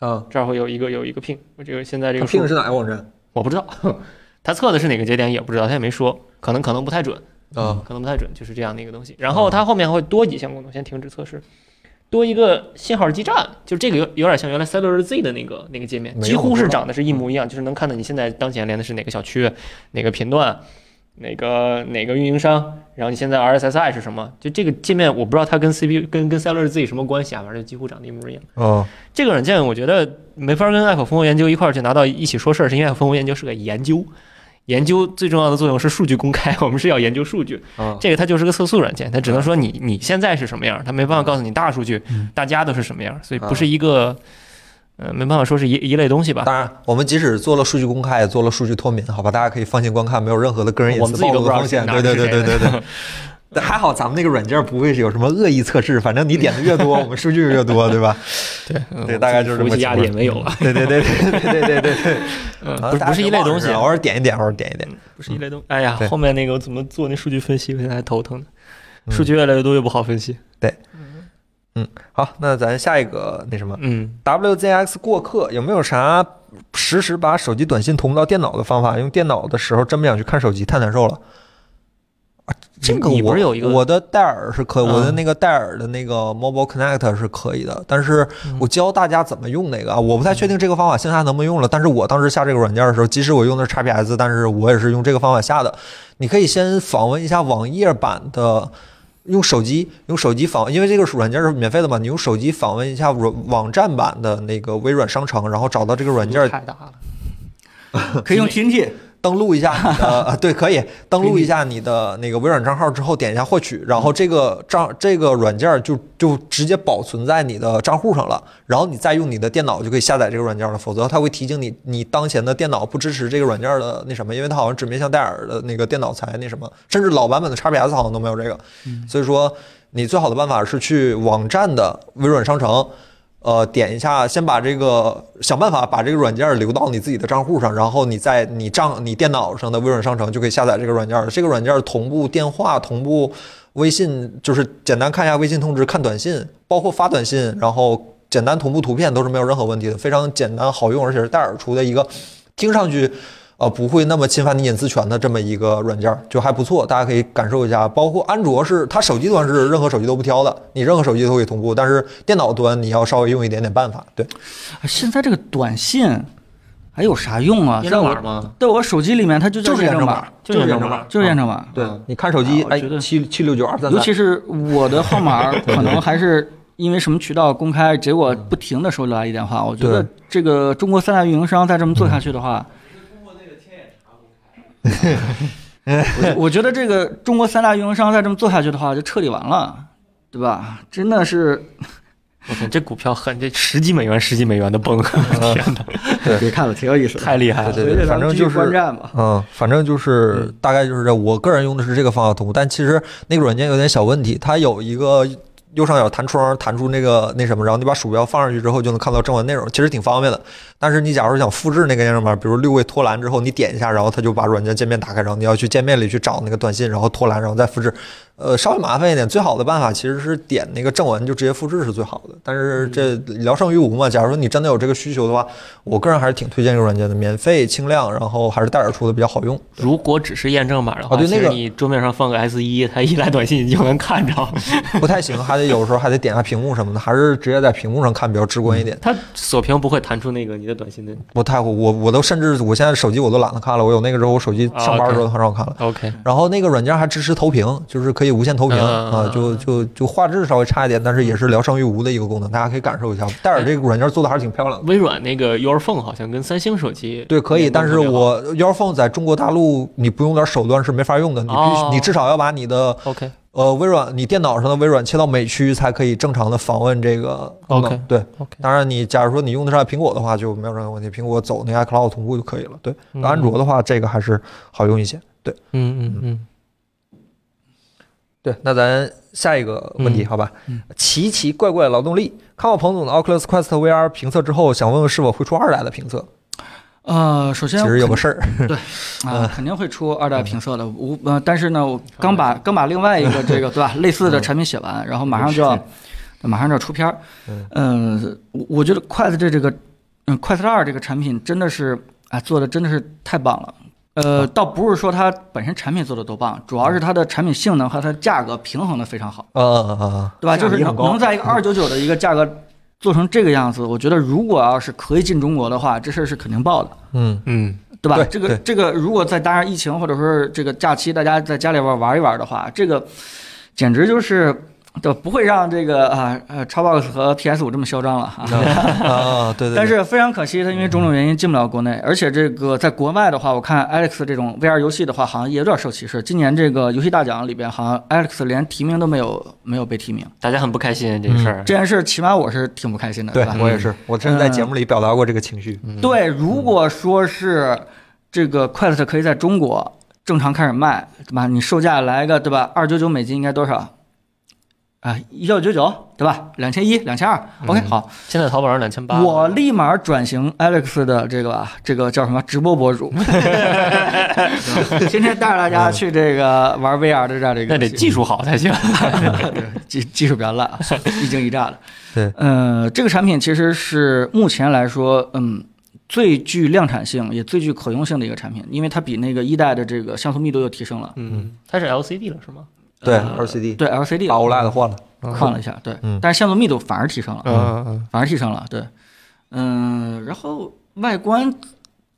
A: 啊，
F: 这儿会有一个有一个 ping，我这个现在这
A: 它
F: 个
A: 拼
F: 数
A: 的是哪个网站？
F: 我不知道， 它测的是哪个节点也不知道，它也没说，可能可能不太准，
A: 啊，
F: 可能不太准，就是这样的一个东西。然后它后面会多几项功能，先停止测试，多一个信号基站，就这个有有点像原来 Cellular Z 的那个那个界面，
A: 没有
F: 几乎
A: 我知
F: 是
A: 道
F: 长得是一模一样，就是能看到你现在当前连的是哪个小区、哪个频段、哪个哪个运营商，然后你现在 RSSI 是什么，就这个界面我不知道它跟 CPU 跟跟 Cellular Z 什么关系啊，反正就几乎长得一模一样。
A: 哦，
F: 这个软件我觉得没法跟爱否蜂窝研究一块儿去拿到一起说事儿，是因为爱否蜂窝研究是个研究，研究最重要的作用是数据公开，我们是要研究数 据。
A: 啊，
F: 这个它就是个测速软件，它只能说你你现在是什么样，它没办法告诉你大数据大家都是什么样，所以不是一个，呃，没办法说是一一类东西吧。
A: 当然，我们即使做了数据公开，也做了数据脱敏，好吧，大家可以放心观看，没有任何的个人隐
F: 我
A: 私
F: 们自己
A: 暴
F: 都
A: 露的
F: 不知道
A: 风险。
F: 哪
A: 对
F: 个
A: 对
F: 是
A: 对
F: 谁
A: 对对对。 但还好咱们那个软件不会是有什么恶意测试，反正你点的越多，我们数据越多， 对吧？
F: 嗯
A: 对大概就是这么
F: 服务器压
A: 情
F: 力也
A: 况
F: 没有了，
A: 对对对对对对对对对，啊
F: 不是
A: 大家
F: 不是一类
A: 别忘
F: 东西啊
A: 了偶尔点一点，偶尔点一点。
F: 不是一类东西。哎呀
A: 对，
F: 后面那个怎么做那数据分析，我现在还头疼呢，数据越来越多越不好分析。
A: 好，那咱下一个那什么
F: 嗯，
A: WZX 过客有没有啥实时把手机短信同步到电脑的方法？用电脑的时候真不想去看手机，太难受了。啊，这个
F: 你不
A: 我
F: 是有一个
A: 我的戴尔是可以，
F: 嗯
A: 我的那个戴尔的那个 Mobile Connect 是可以的，但是我教大家怎么用那个啊，我不太确定这个方法线下能不能用了。但是我当时下这个软件的时候，即使我用的是 XPS，但是我也是用这个方法下的。你可以先访问一下网页版的，用手机用手机访，因为这个软件是免费的嘛，你用手机访问一下网网站版的那个微软商城，然后找到这个软件
F: 太大了。
C: 可以用 TNT，
A: 登录一下你 的，啊对，可以登录一下你的那个微软账号之后，点一下获取，然后这个账这个软件就就直接保存在你的账户上了，然后你再用你的电脑就可以下载这个软件了，否则它会提醒你你当前的电脑不支持这个软件的那什么，因为它好像只面向戴尔的那个电脑才那什么，甚至老版本的 XPS 好像都没有这个，所以说你最好的办法是去网站的微软商城。呃，点一下，先把这个想办法把这个软件留到你自己的账户上，然后你在你账你电脑上的微软商城就可以下载这个软件了。这个软件同步电话、同步微信，就是简单看一下微信通知、看短信，包括发短信，然后简单同步图片都是没有任何问题的，非常简单好用，而且是戴尔出的一个听上去呃不会那么侵犯你隐私权的这么一个软件，就还不错，大家可以感受一下。包括安卓是它手机端是任何手机都不挑的，你任何手机都可以同步，但是电脑端你要稍微用一点点办法。对，
C: 现在这个短信还有啥用啊？
F: 验
C: 在
F: 证
C: 我
F: 码吗？
C: 在我手机里面，它就叫
A: 就是
C: 验
A: 验证
C: 码
A: 码，啊
F: 就是验
C: 验
F: 证
C: 证
F: 码
C: 就是验证码。
A: 对，你看手机，
F: 啊我
A: 哎
F: 觉，得
A: 七七六九二三
C: 尤
A: 三，
C: 其是我的 号码可能还是因为什么渠道公开，结果不停的收到一电话。我觉得
A: 对
C: 这个中国三大运营商再这么做下去的话， 我我觉得这个中国三大运营商再这么做下去的话，就彻底完了，对吧？真的是
F: 我天，这股票狠，这十几美元、十几美元的 崩，天哪，
C: 别看了，挺有意思的。
F: 太厉害了！
A: 对对对，反正就是
C: 观战吧。
A: 嗯，反正就是大概就是这，我个人用的是这个方法同步，但其实那个软件有点小问题，它有一个右上角弹窗弹出那个那什么，然后你把鼠标放上去之后就能看到正文内容，其实挺方便的。但是你假如想复制那个验证码，比如六位拖栏之后，你点一下，然后它就把软件界面打开，然后你要去界面里去找那个短信，然后拖栏，然后再复制，呃，稍微麻烦一点。最好的办法其实是点那个正文就直接复制是最好的，但是这聊胜于无嘛。假如说你真的有这个需求的话，我个人还是挺推荐这个软件的，免费、轻量，然后还是戴尔出的比较好用。
F: 如果只是验证码的话，
A: 啊对
F: 其实
A: 那个
F: 你桌面上放个 S 一，它一来短信你就能看着。
A: 不太行，还得有时候还得点下屏幕什么的，还是直接在屏幕上看比较直观一点。
F: 它锁屏不会弹出那个你的短信的。
A: 不太会，我我都甚至我现在
F: 啊
A: 手机我都懒得看了，我有那个之后，我手机上班的时候很少看了。
F: OK，
A: 然后那个软件还支持投屏，就是可以以无线投屏
F: 嗯嗯
A: 啊，
F: 嗯
A: 就就就画质稍微差一点，但是也是疗伤于无的一个功能，大家可以感受一下。戴尔这个软件做的还是挺漂亮的。
F: 微软那个 Your Phone 好像跟三星手机
A: 对，可以，
F: 联动
A: 但
F: 特
A: 是
F: 别好
A: 我 Your Phone 在中国大陆你不用点手段是没法用的，你必须、
F: 哦
A: 你至少要把你的
F: OK
A: 呃微软你电脑上的微软切到美区才可以正常的访问这个功能
F: OK
A: 对，
F: OK
A: 当然你假如说你用得上苹果的话就没有任何问题，苹果走那个 iCloud 同步就可以了。对，
F: 嗯
A: 安卓的话这个还是好用一些。对
F: 嗯嗯嗯，
A: 对，那咱下一个问题、
F: 嗯
A: 好吧？奇奇怪怪劳动力，看过彭总的 Oculus Quest VR 评测之后，想问问是否会出二代的评测？
C: 呃，首先
A: 其实有个事儿，呃
C: 啊，肯定会出
A: 嗯
C: 二代评测的。无呃，但是呢，我刚把刚把另外一个这个 对吧类似的产品写完，然后马上就
A: 嗯
C: 要马上就要出片儿。嗯，我我觉得筷子这这个嗯筷子二这个产品真的是哎做的真的是太棒了。呃，倒不是说它本身产品做的多棒，主要是它的产品性能和它的价格平衡的非常好，
A: 嗯嗯嗯嗯，
C: 对吧？
A: 价
C: 就
A: 格
C: 是
A: 也
C: 能
A: 很高
C: 能在一个二九九的一个价格做成这个样子，我觉得如果要是可以进中国的话，这事儿是肯定爆的。
A: 嗯
E: 嗯，
C: 对吧？
A: 对
C: 这个
A: 对
C: 这个，如果再搭上疫情或者说是这个假期，大家在家里边玩一玩的话，这个简直就是对吧，不会让这个啊呃 Xbox 和 PS 五这么嚣张了啊。
A: 啊啊，对对对。
C: 但是非常可惜，它因为种种原因进不了国内，而且这个在国外的话，我看 Alex 这种 VR 游戏的话，好像也有点受歧视。今年这个游戏大奖里边，好像 Alex 连提名都没有，没有被提名。
F: 大家很不开心啊这个事儿。
C: 这件事起码我是挺不开心的，
A: 对
C: 吧？
A: 我也是，我真的在节目里表达过这个情绪。
F: 嗯
C: 对，如果说是这个 Quest 可以在中国正常开始卖，对吧？你售价来个对吧？二九九美金应该多少？啊，幺九九对吧？两千一、两千二，OK，好，
F: 现在淘宝上两千嗯八，
C: 我立马转型 Alex 的这个吧，这个叫什么直播 博主， 对吧天天带着大家去这个玩 VR 的这样的一个
F: 那
C: 游戏，
F: 得技术好才行。
C: 技 技术比较烂，啊，一惊一乍的。
A: 对，
C: 呃，这个产品其实是目前来说，嗯，最具量产性也最具可用性的一个产品，因为它比那个一代的这个像素密度又提升了。
E: 嗯，
F: 它是 LCD 了是吗？
A: 对
C: 呃
A: ，LCD
C: 对 LCD
A: 把 OLED 换了，
C: 换了一下，对，
A: 嗯
C: 但是像素密度反而提升了，
E: 嗯嗯
C: 反而提升了，对，嗯、然后外观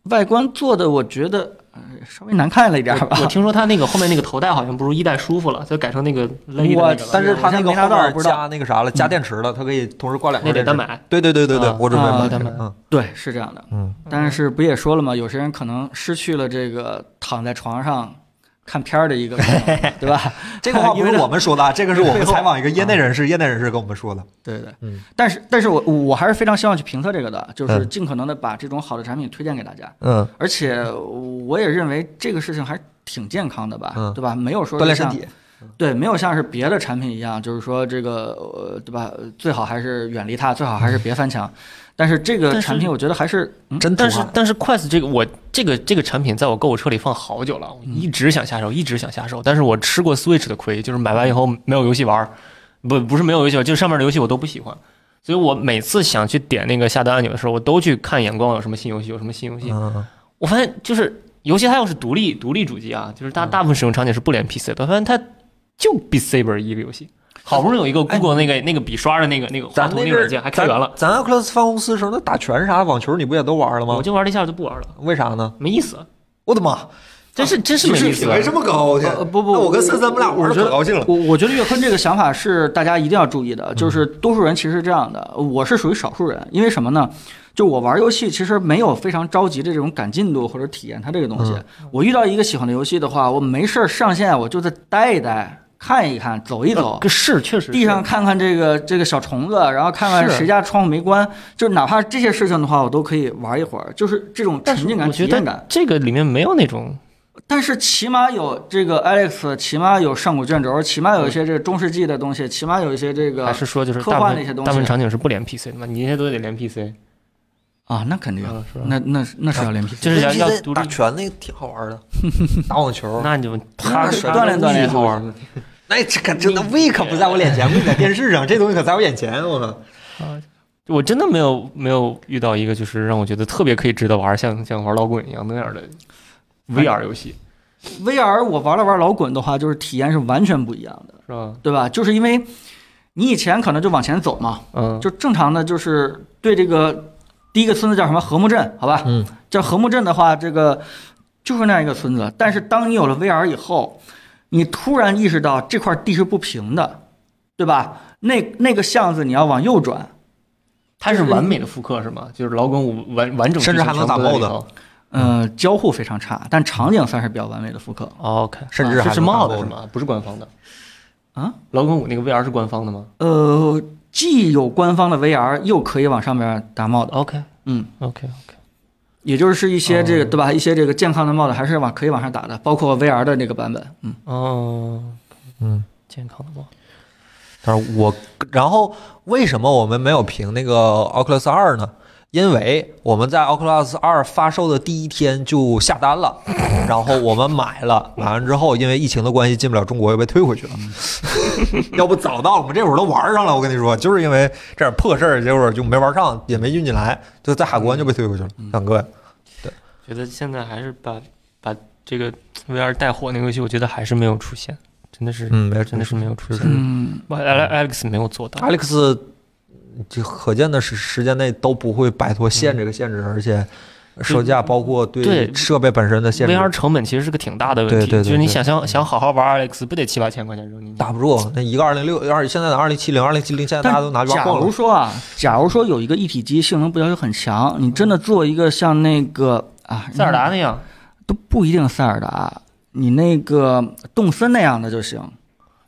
C: 外观做的我觉得、呃、稍微难看了一点儿吧。
F: 我听说它那个后面那个头戴好像不如一代舒服了，就改成那个勒的那个了。
A: 但是它那个
C: 我现在没拿
A: 后
C: 到
A: 面
C: 不知道嗯
A: 加那个啥了，加电池了，它可以同时挂两
F: 那
A: 个
F: 得
A: 电
F: 单
A: 池。
F: 买，
A: 对对对对对
F: 啊，
A: 我准备
C: 啊
A: 买这
F: 单
A: 个。
F: 买
A: 嗯
C: 对，是这样的。
A: 嗯，
C: 但是不也说了吗？有些人可能失去了这个躺在床上看片儿的一个功 能，对吧？
A: 这个话不
C: 因为
A: 是
C: 它
A: 我们说的啊，这个是我 们采访一个业内人士，业内人士跟我们说的。
C: 对对，
A: 嗯。
C: 但是，但是我我还是非常希望去评测这个的，就是
A: 嗯
C: 尽可能的把这种好的产品推荐给大家。
A: 嗯，
C: 而且，我也认为这个事情还挺健康的吧，
A: 嗯
C: 对吧？没有说
A: 锻炼身
C: 像
A: 体。
C: 对，没有像是别的产品一样，就是说这个呃，对吧？最好还是远离它，最好还是别翻墙。但是这
F: 但
C: 个
F: 是
C: 产品，我觉得还是嗯，
A: 嗯真土
F: 但是
A: 啊
F: 但是 Quest 这个我这个这个产品在我购物车里放好久了，我
A: 嗯
F: 一直想下手，一直想下手，但是我吃过 Switch 的亏，就是买完以后没有游戏玩儿，不不是没有游戏玩儿，就是上面的游戏我都不喜欢，所以我每次想去点那个下单按钮的时候，我都去看眼光有什么新游戏，有什么新游戏，
A: 嗯，
F: 我发现就是尤其它要是独立独立主机啊，就是
A: 嗯
F: 大大部分使用场景是不连 PC 的，我发现它就 b Saber 一个游戏。好不容易有一个 Google 那个那个笔刷的那个那个滑
A: 哎咱
F: 头
A: 那
F: 那个软件还开源了，
A: 咱 Oculus 办公司时候那打拳啥网球你不也都玩了
F: 我
A: 吗？
F: 就玩了一下就不玩了，
A: 为啥呢？
F: 没意思。啊
A: 我的妈，
F: 真
C: 啊
F: 是真是没意思。啊
A: 么高，我天
C: 呃不不，
A: 那
C: 我
A: 森森我们俩
C: 我
A: 得
C: 觉得
A: 高兴了。
C: 我我觉得岳坤这个想法是大家一定要注意的，就是
F: 嗯
C: 多数人其实是这样的，我是属于少数人，因为什么呢？就我玩游戏其实没有非常着急的这种赶进度或者体验它这个东西。
F: 嗯
C: 我遇到一个喜欢的游戏的话，我没事儿上线我就再待一待，看一看，走一走。
F: 个是确实呃是
C: 地上看看这个这个小虫子，然后看看
F: 是
C: 谁家窗户没关，就哪怕这些事情的话，我都可以玩一会儿，就是这种
F: 但
C: 沉
F: 是
C: 浸感、
F: 我
C: 体
F: 觉
C: 验感
F: 得。这个里面没有那种
C: 但是起码有这个 Alex，起码有上古卷轴，起码有一些这个中世纪的东西，起码有一些这个
F: 还是说就是
C: 科
F: 大
C: 幻
F: 部
C: 的一些
F: 分
C: 东西
F: 大部分场景是不连 PC 的嘛？你那些都得连 PC，
C: 啊，那肯定，
F: 啊是吧
C: 那那那是要连 P，
F: 就是要要独
A: 打
F: 立。
A: 拳那个挺好玩的，打网球。
F: 那你就他
C: 锻炼锻炼啊好玩
A: 玩。那这可真的胃可不在我脸前，胃在电视上，这东西可在我眼前，我靠！
F: 啊我真的没有没有遇到一个就是让我觉得特别可以值得玩，像像玩老滚一样那样的 VR 游戏，
C: VR 我玩了玩老滚的话，就是体验是完全不一样的，
F: 是吧？
C: 对吧？就是因为你以前可能就往前走嘛，
F: 嗯，
C: 就正常的就是对这个第一个村子叫什么和睦镇，好吧？
A: 嗯，
C: 叫和睦镇的话，这个就是那样一个村子。但是当你有了 VR 以后，你突然意识到这块地是不平的，对吧？那那个巷子你要往右转，
B: 它是完美的复刻是吗？就是老滚五完完整，
A: 甚至还能打 mod
C: 嗯、呃，交互非常差，但场景算是比较完美的复刻。
B: OK，
A: 甚
F: 嗯
A: 至
B: 啊
A: 还
B: 是是
A: 能打
B: mod
A: mod
B: 是吗？不是官方的
C: 啊？
B: 老滚五那个 VR 是官方的吗
C: 呃，既有官方的 VR，又可以往上面打 mod，
B: ？OK
C: 嗯，
B: OK OK，
C: 也就是一些这个、对吧？一些这个健康的 mod 还是往可以往上打的，包括 VR 的那个版本，嗯，
B: 哦，
A: 嗯，
B: 健康的 mod。
A: 但是我，然后为什么我们没有评那个 Oculus 二呢？因为我们在 Oculus 二发售的第一天就下单了，然后我们买了，买完之后因为疫情的关系进不了中国，又被退回去了。 要不早到我们这会儿都玩上了，我跟你说，就是因为这点破事儿，结果就没玩上，也没运进来，就在海关就被退回去了。看各位，
F: 觉得现在还是把把这个 VR 带火那个游戏，我觉得还是没有出现，真的是，
A: 嗯，没
F: 真的是没有出现。
C: 嗯
F: 我 Alex 没有做到，
A: Alex，就可见的时时间内都不会摆脱线这个限制，而且售价包括对
F: 嗯对
A: 设备本身的限制
F: VR 成本其实是个挺大的问
A: 对
F: 题，
A: 对对
F: 就是你
A: 对
F: 想想想好好玩 Alex，不得七八千块钱扔进去？
A: 打不住。那一个二零六二，现在的二零七零、二零七零，现在大家都拿去
C: 假
A: 逛
C: 如
A: 了。
C: 说啊，假如说有一个一体机性能不要求很强，你真的做一个像那个啊
F: 塞尔达那样，
C: 都不一定塞尔达，你那个动森那样的就行。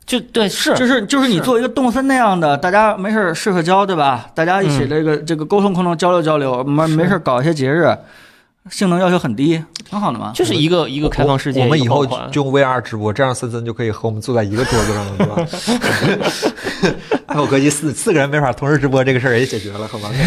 F: 就对是
C: 就是就是你做一个动森那样的，大家没事儿社社交，对吧？大家一起这
F: 嗯
C: 个、这个沟通沟通，交流交流，没没事儿搞一些节日，性能要求很低，挺好的嘛。
F: 就是一个一个开放世界，
A: 我我们
F: 一
A: 以
F: 个
A: 后
F: 爆款
A: 就用 VR 直播，这样森森就可以和我们坐在一个桌子上了，对吧？ 爱否科技四四个人没法同时直播，这个事儿也解决了，很完美。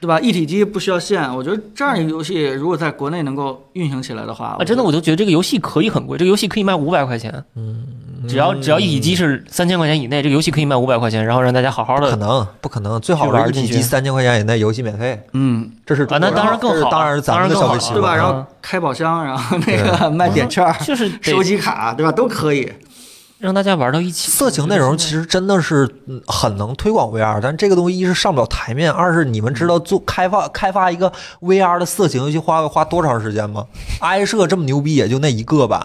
C: 对吧？一体机不需要线，我觉得这样一个游戏如果在国内能够运行起来的话，
F: 啊，真的，
C: 我
F: 我就觉得这个游戏可以很贵，这个游戏可以卖五百块钱，嗯，只要只要一体机是三千块钱以内，这个游戏可以卖五百块钱，然后让大家好好
A: 不可
F: 的。
A: 能，不可能，最好
F: 去玩
A: 是一
F: 进
A: 体
F: 去
A: 机三千块钱以内，游戏免费，
C: 嗯，
A: 这是
F: 啊那当然更好
A: 这是当然是咱们的消费习
C: 对吧？
A: 惯，啊
C: 然后开宝箱，然后那个卖点券儿、
F: 就是得
C: 收集卡，对吧？都可以。
F: 让大家玩到一起。
A: 色情内容其实真的是嗯很能推广 VR，但这个东西一是上不了台面，二是你们知道做
F: 嗯
A: 开发开发一个 VR 的色情游戏花花多长时间吗？哀社这么牛逼也就那一个 吧，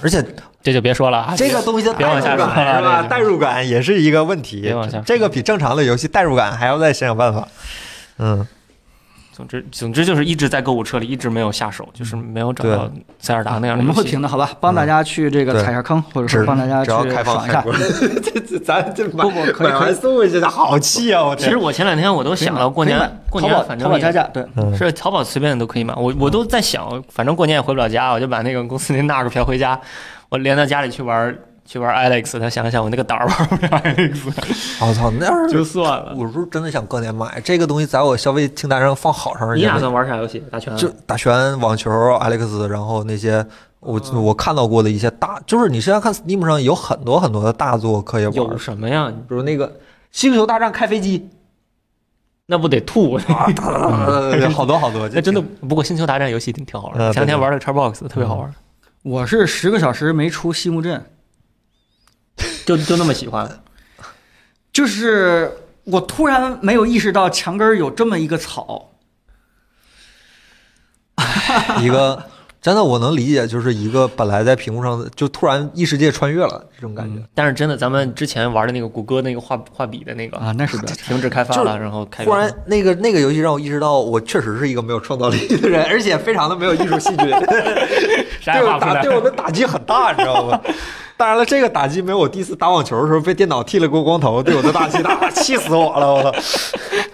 A: 而且
F: 这就别说了啊，
A: 这个东西的
F: 别
A: 代
F: 往
A: 入
F: 下
A: 感
F: 说了
A: 是吧？
F: 这个
A: 代入感也是一个问题
F: 别往下说，
A: 这个比正常的游戏代入感还要再想想办法。嗯，
F: 总之总之就是一直在购物车里，一直没有下手，就是没有找到塞尔达那样
C: 我
F: 的游戏。
C: 们会评的好吧？帮大家去
F: 嗯
C: 这个
A: 对
C: 踩下坑，或者
A: 只
C: 说帮大家
A: 只
C: 去
A: 要开放
C: 爽一
A: 开
C: 下。
A: 关， 这这咱这买
C: 不不可以
A: 买
C: 可
A: 完
C: 以
A: 送回去的好气啊！我
F: 其
A: 天
F: 实。我前两天我都 想到过年
C: 可以买
F: 过
C: 淘
F: 年
C: 宝
F: 反
C: 淘
F: 正
C: 宝
F: 也
C: 加价，对，
A: 嗯
F: 是淘宝随便都可以买，我我都在想，反正过年也回不了家，我就把那个公司那纳个嫖回家，我连到家里去玩去玩 Alex，他想了想我那个胆儿玩不了 Alex
A: 我操，那要是
F: 就算了。
A: 我不是真的想过年买这个东西，在我消费清单上放好长时
F: 你
A: 间
F: 打
A: 了，
F: 算玩啥游戏？打拳啊？
A: 就打拳、网球、Alex，然后那些我、
F: 嗯
A: 我看到过的一些大，就是你现在看 Steam 上有很多很多的大作可以玩，
F: 有
A: 比
F: 什么呀？
A: 如那个《星球大战》开飞机，
F: 那不得吐？
A: 啊，哒哒哒哒哒好多好多，
F: 那嗯哎真的。
A: 就
F: 不过《星球大战》游戏挺挺好
A: 嗯
F: 玩的，前两天
A: 对对
F: 玩了个 Xbox，特别好玩，
C: 我是十个小时没出西木阵，
F: 就就那么喜欢。
C: 就是我突然没有意识到墙根儿有这么一个草，
A: 一个真的我能理解，就是一个本来在屏幕上就突然异世界穿越了这种感觉。
F: 但是真的，咱们之前玩的那个谷歌那个画画笔的那个
C: 啊那是 的
F: 停止开发了，然后开
A: 忽
F: 源
A: 然，那个那个游戏让我意识到，我确实是一个没有创造力的人，而且非常的没有艺术细菌。
F: 啥也
A: 对
F: 画
A: 我
F: 不出
A: 打
F: 来
A: 对。我的打击很大，你知道吗？当然了，这个打击没有我第一次打网球的时候被电脑剃了个光头对我的打击大，气死我了！我操，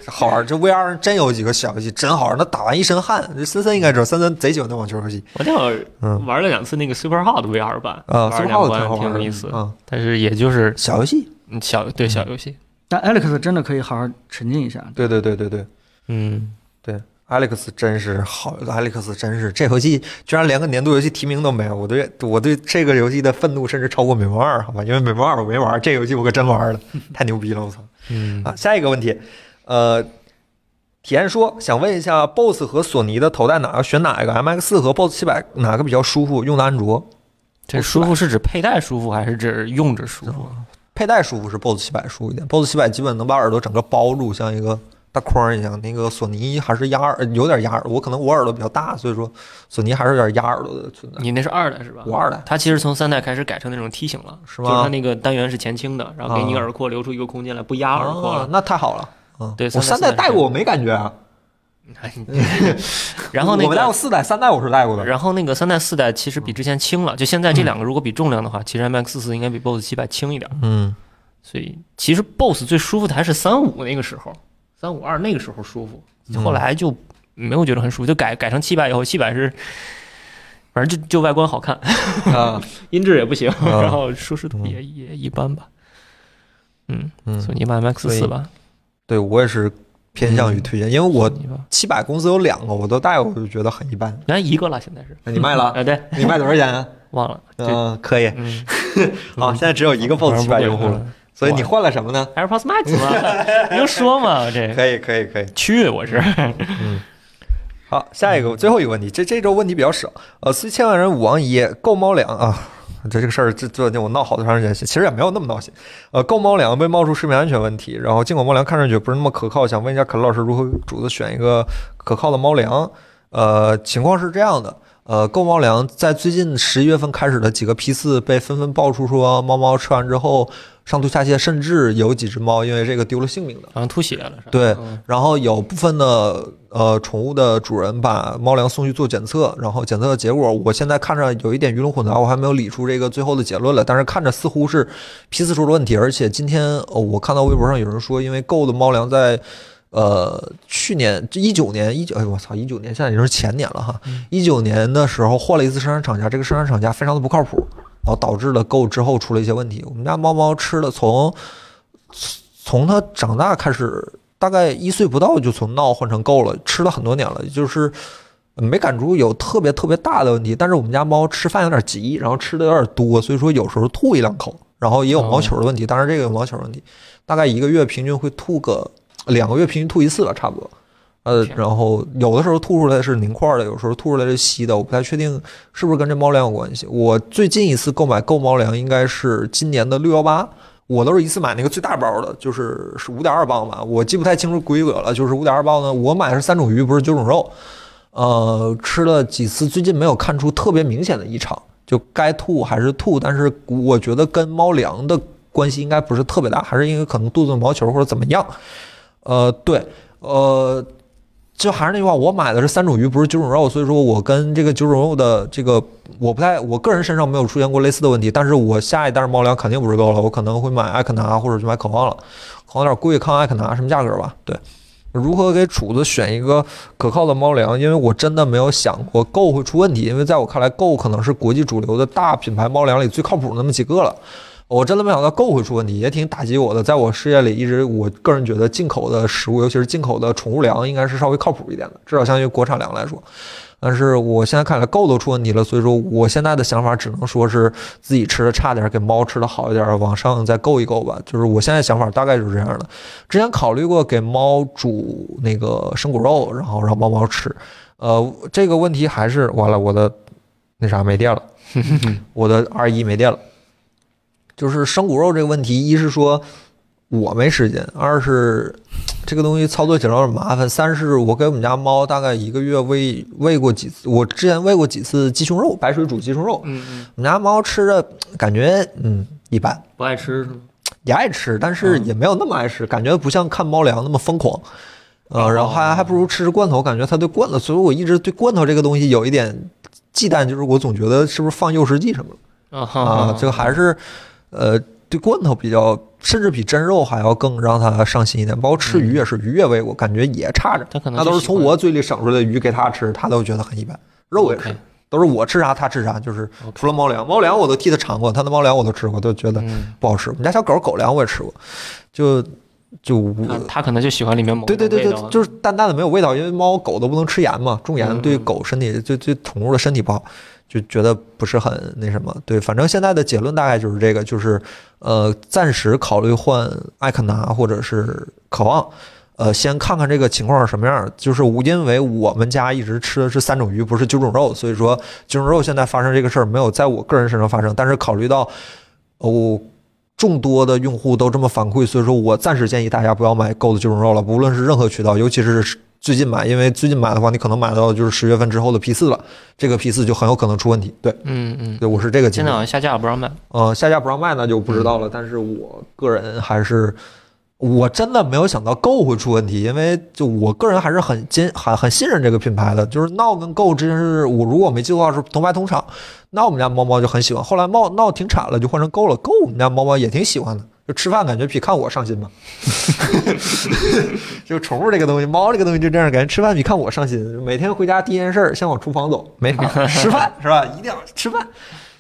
A: 好玩！这 VR 真有几个小游戏真好玩，那打完一身汗。这森森应该知道，森森贼喜欢那网球游戏
F: 我那会儿
A: 嗯
F: 玩了两次那个 Super Hot VR 版
A: 啊
F: 玩了
A: ，Super
F: 两
A: Hot
F: 关
A: 挺好
F: 挺
A: 玩
F: 有
A: 的
F: 意思，
A: 啊，
F: 但是也就是
A: 小游戏。
F: 嗯小对小游戏，
C: 但 Alex 真的可以好好沉浸一下。
A: 对对对对对
F: 嗯，
A: 对，Alex 真是好，Alex 真是这游戏居然连个年度游戏提名都没有，我对我对这个游戏的愤怒甚至超过《美梦二》，好吧，因为《美梦二》我没玩，这游戏我可真玩了，太牛逼了，我操！嗯啊，下一个问题，呃，体验说想问一下，BOSS 和索尼的头戴哪个选哪个？MX 四和 BOSS 七百哪个比较舒服？用的安卓
F: 这舒服是指佩戴舒服还是指用着舒服？
A: 佩戴舒服是 BOSS 七百舒服一点，BOSS 七百基本能把耳朵整个包住，像一个大框一样。那个索尼还是压耳，有点压耳，我可能我耳朵比较大，所以说索尼还是有点压耳朵的存在。
F: 你那是二代是吧？
A: 我二代
F: 它其实从三代开始改成那种梯形了，
A: 是吗
F: 就是它那个单元是前倾的，然后给你
A: 啊
F: 耳廓留出一个空间来，不压耳廓
A: 啊
F: 了。，
A: 那太好了。嗯，
F: 对
A: 我
F: 三
A: 三
F: 代
A: 代带过，我没感觉啊。
F: 然后那
A: 我们带过
F: 个，
A: 四代，三代我是带过的。
F: 然后那个三代四代其实比之前轻了，就现在这两个如果比重量的话，其实 MX 四四应该比 BOSS 七百轻一点。
A: 嗯，
F: 所以其实 BOSS 最舒服的还是三五那个时候，三五二那个时候舒服，
A: 嗯
F: 后来就没有觉得很舒服，就改改成七百以后，七百是。反正就就外观好看，
A: 啊，
F: 音质也不行，
A: 啊
F: 然后舒适度也、也一般吧。嗯，
A: 嗯，
F: 索尼吧 MX 四吧，
A: 对我也是偏向于推荐，因为
F: 索
A: 我
F: 尼吧，
A: 七百公司有两个我都带过，我就觉得很一般。
F: 咱一个了，现在是
A: 那你卖
F: 啊，
A: 了？
F: 对，
A: 你卖多少钱啊？
F: 忘了， 对，
A: 嗯，可以。
F: 嗯，
A: 啊，现在只有一个 BOSS 七百用户了，所以你换了什么呢？
F: AirPods Max 嘛， 你就说嘛，这
A: 可以，可以，可以。
F: 去我是，
A: 好，下一个最后一个问题，这这周问题比较少。呃，四千万人五王爷购猫粮啊，这这个事儿，这这这我闹好长时间，其实也没有那么闹心。呃，购猫粮被冒出食品安全问题，然后进口猫粮看上去不是那么可靠，想问一下可乐老师如何主子选一个可靠的猫粮？呃，情况是这样的。呃，购猫粮在最近十一月份开始的几个批次被纷纷爆出说，猫猫吃完之后上吐下泻，甚至有几只猫因为这个丢了性命的。
F: 好像吐血了是吧？
A: 对
F: 嗯，
A: 然后有部分的呃宠物的主人把猫粮送去做检测，然后检测的结果，我现在看着有一点鱼龙混杂，我还没有理出这个最后的结论来，但是看着似乎是批次出了问题，而且今天、呃我看到微博上有人说，因为购的猫粮在。呃，去年这一九年一九，哎呦我操，一九年现在已经是前年了哈。一九年的时候换了一次生产厂家，这个生产厂家非常的不靠谱，然后导致了购之后出了一些问题。我们家猫猫吃了从从它长大开始，大概一岁不到就从闹换成够了，吃了很多年了，就是没感出有特别特别大的问题。但是我们家猫吃饭有点急，然后吃的有点多，所以说有时候吐一两口，然后也有毛球的问题。当然这个有毛球问题，大概一个月平均会吐个两个月平均吐一次吧，差不多。呃，
F: 天
A: 然后有的时候吐出来是凝块的，有时候吐出来是稀的，我不太确定是不是跟这猫粮有关系。我最近一次购买购猫粮应该是今年的六幺八，我都是一次买那个最大包的，就是是五点二磅吧，我记不太清楚规格了。就是五点二磅呢，我买的是三种鱼，不是九种肉。呃，吃了几次，最近没有看出特别明显的异常，就该吐还是吐，但是我觉得跟猫粮的关系应该不是特别大，还是因为可能肚子有毛球或者怎么样。呃，对，呃，就还是那句话，我买的是三种鱼，不是九种肉，所以说我跟这个九种肉的这个，我不太，我个人身上没有出现过类似的问题，但是我下一袋猫粮肯定不是够了，我可能会买艾肯达或者去买可望了，可望有点贵，看看艾肯达什么价格吧。对，如何给厨子选一个可靠的猫粮？因为我真的没有想过够会出问题，因为在我看来，够可能是国际主流的大品牌猫粮里最靠谱的那么几个了。我真的没想到够会出问题，也挺打击我的。在我视野里，一直我个人觉得进口的食物，尤其是进口的宠物粮，应该是稍微靠谱一点的，至少相对于国产粮来说。但是我现在看来够都出问题了，所以说我现在的想法只能说是自己吃的差点，给猫吃的好一点，往上再够一够吧。就是我现在想法大概就是这样的。之前考虑过给猫煮那个生骨肉，然后让猫猫吃。呃，这个问题还是完了，我的那啥没电了，我的 R 一没电了。就是生骨肉这个问题，一是说我没时间，二是这个东西操作起来有点麻烦，三是我给我们家猫大概一个月喂喂过几次，我之前喂过几次鸡胸肉，白水煮鸡胸肉，
F: 嗯嗯，
A: 我们家猫吃着感觉嗯一般，
F: 不爱吃是吗？
A: 也爱吃，但
F: 嗯
A: 是也没有那么爱吃，感觉不像看猫粮那么疯狂。
F: 哦
A: 呃，然后还还不如吃吃罐头，感觉它对罐头，所以我一直对罐头这个东西有一点忌惮，就是我总觉得是不是放诱食剂什么的。
F: 啊
A: 啊，这个还是呃对罐头比较，甚至比真肉还要更让它上心一点。包括吃鱼也是，鱼也喂过，感觉也差着。
F: 嗯他可能
A: 那都是从我嘴里省出来的鱼给它吃，它都觉得很一般。肉也是
F: OK
A: 都是我吃啥它吃啥，就是除了猫粮，猫粮我都替它尝过，它的猫粮我都吃过，都觉得
F: 嗯
A: 不好吃。我们家小狗狗粮我也吃过，就就
F: 他
A: 我
F: 他可能就喜欢里面某
A: 对对对
F: 种
A: 对
F: 味道，
A: 就是淡淡的没有味道，因为猫狗都不能吃盐嘛，重盐
F: 嗯
A: 对狗身体对对宠物的身体不好，就觉得不是很那什么。对，反正现在的结论大概就是这个，就是呃，暂时考虑换艾肯达或者是渴望。呃，先看看这个情况是什么样儿。就是我因为我们家一直吃的是三种鱼，不是九种肉，所以说九种肉现在发生这个事儿没有在我个人身上发生。但是考虑到，呃我众多的用户都这么反馈，所以说我暂时建议大家不要买 Gold 九重肉了，不论是任何渠道，尤其是最近买，因为最近买的话，你可能买到就是十月份之后的 P 四了，这个 P 四就很有可能出问题。对，
F: 嗯嗯，
A: 对我是这个经
F: 现在
A: 历
F: 好。像下架了，不让卖。
A: 呃，下架不让卖那就不知道了，但是我个人还是。我真的没有想到 Go 会出问题，因为就我个人还是很坚很很信任这个品牌的，就是 Now 跟 Go 之间是我如果我没记错的话是同牌同厂，那我们家猫猫就很喜欢，后来猫 Now 停产了就换成 Go 了，Go 我们家猫猫也挺喜欢的，就吃饭感觉比看我上心嘛， 就宠物这个东西，猫这个东西就这样，感觉吃饭比看我上心，每天回家第一件事儿先往厨房走，没法吃饭是吧？一定要吃饭。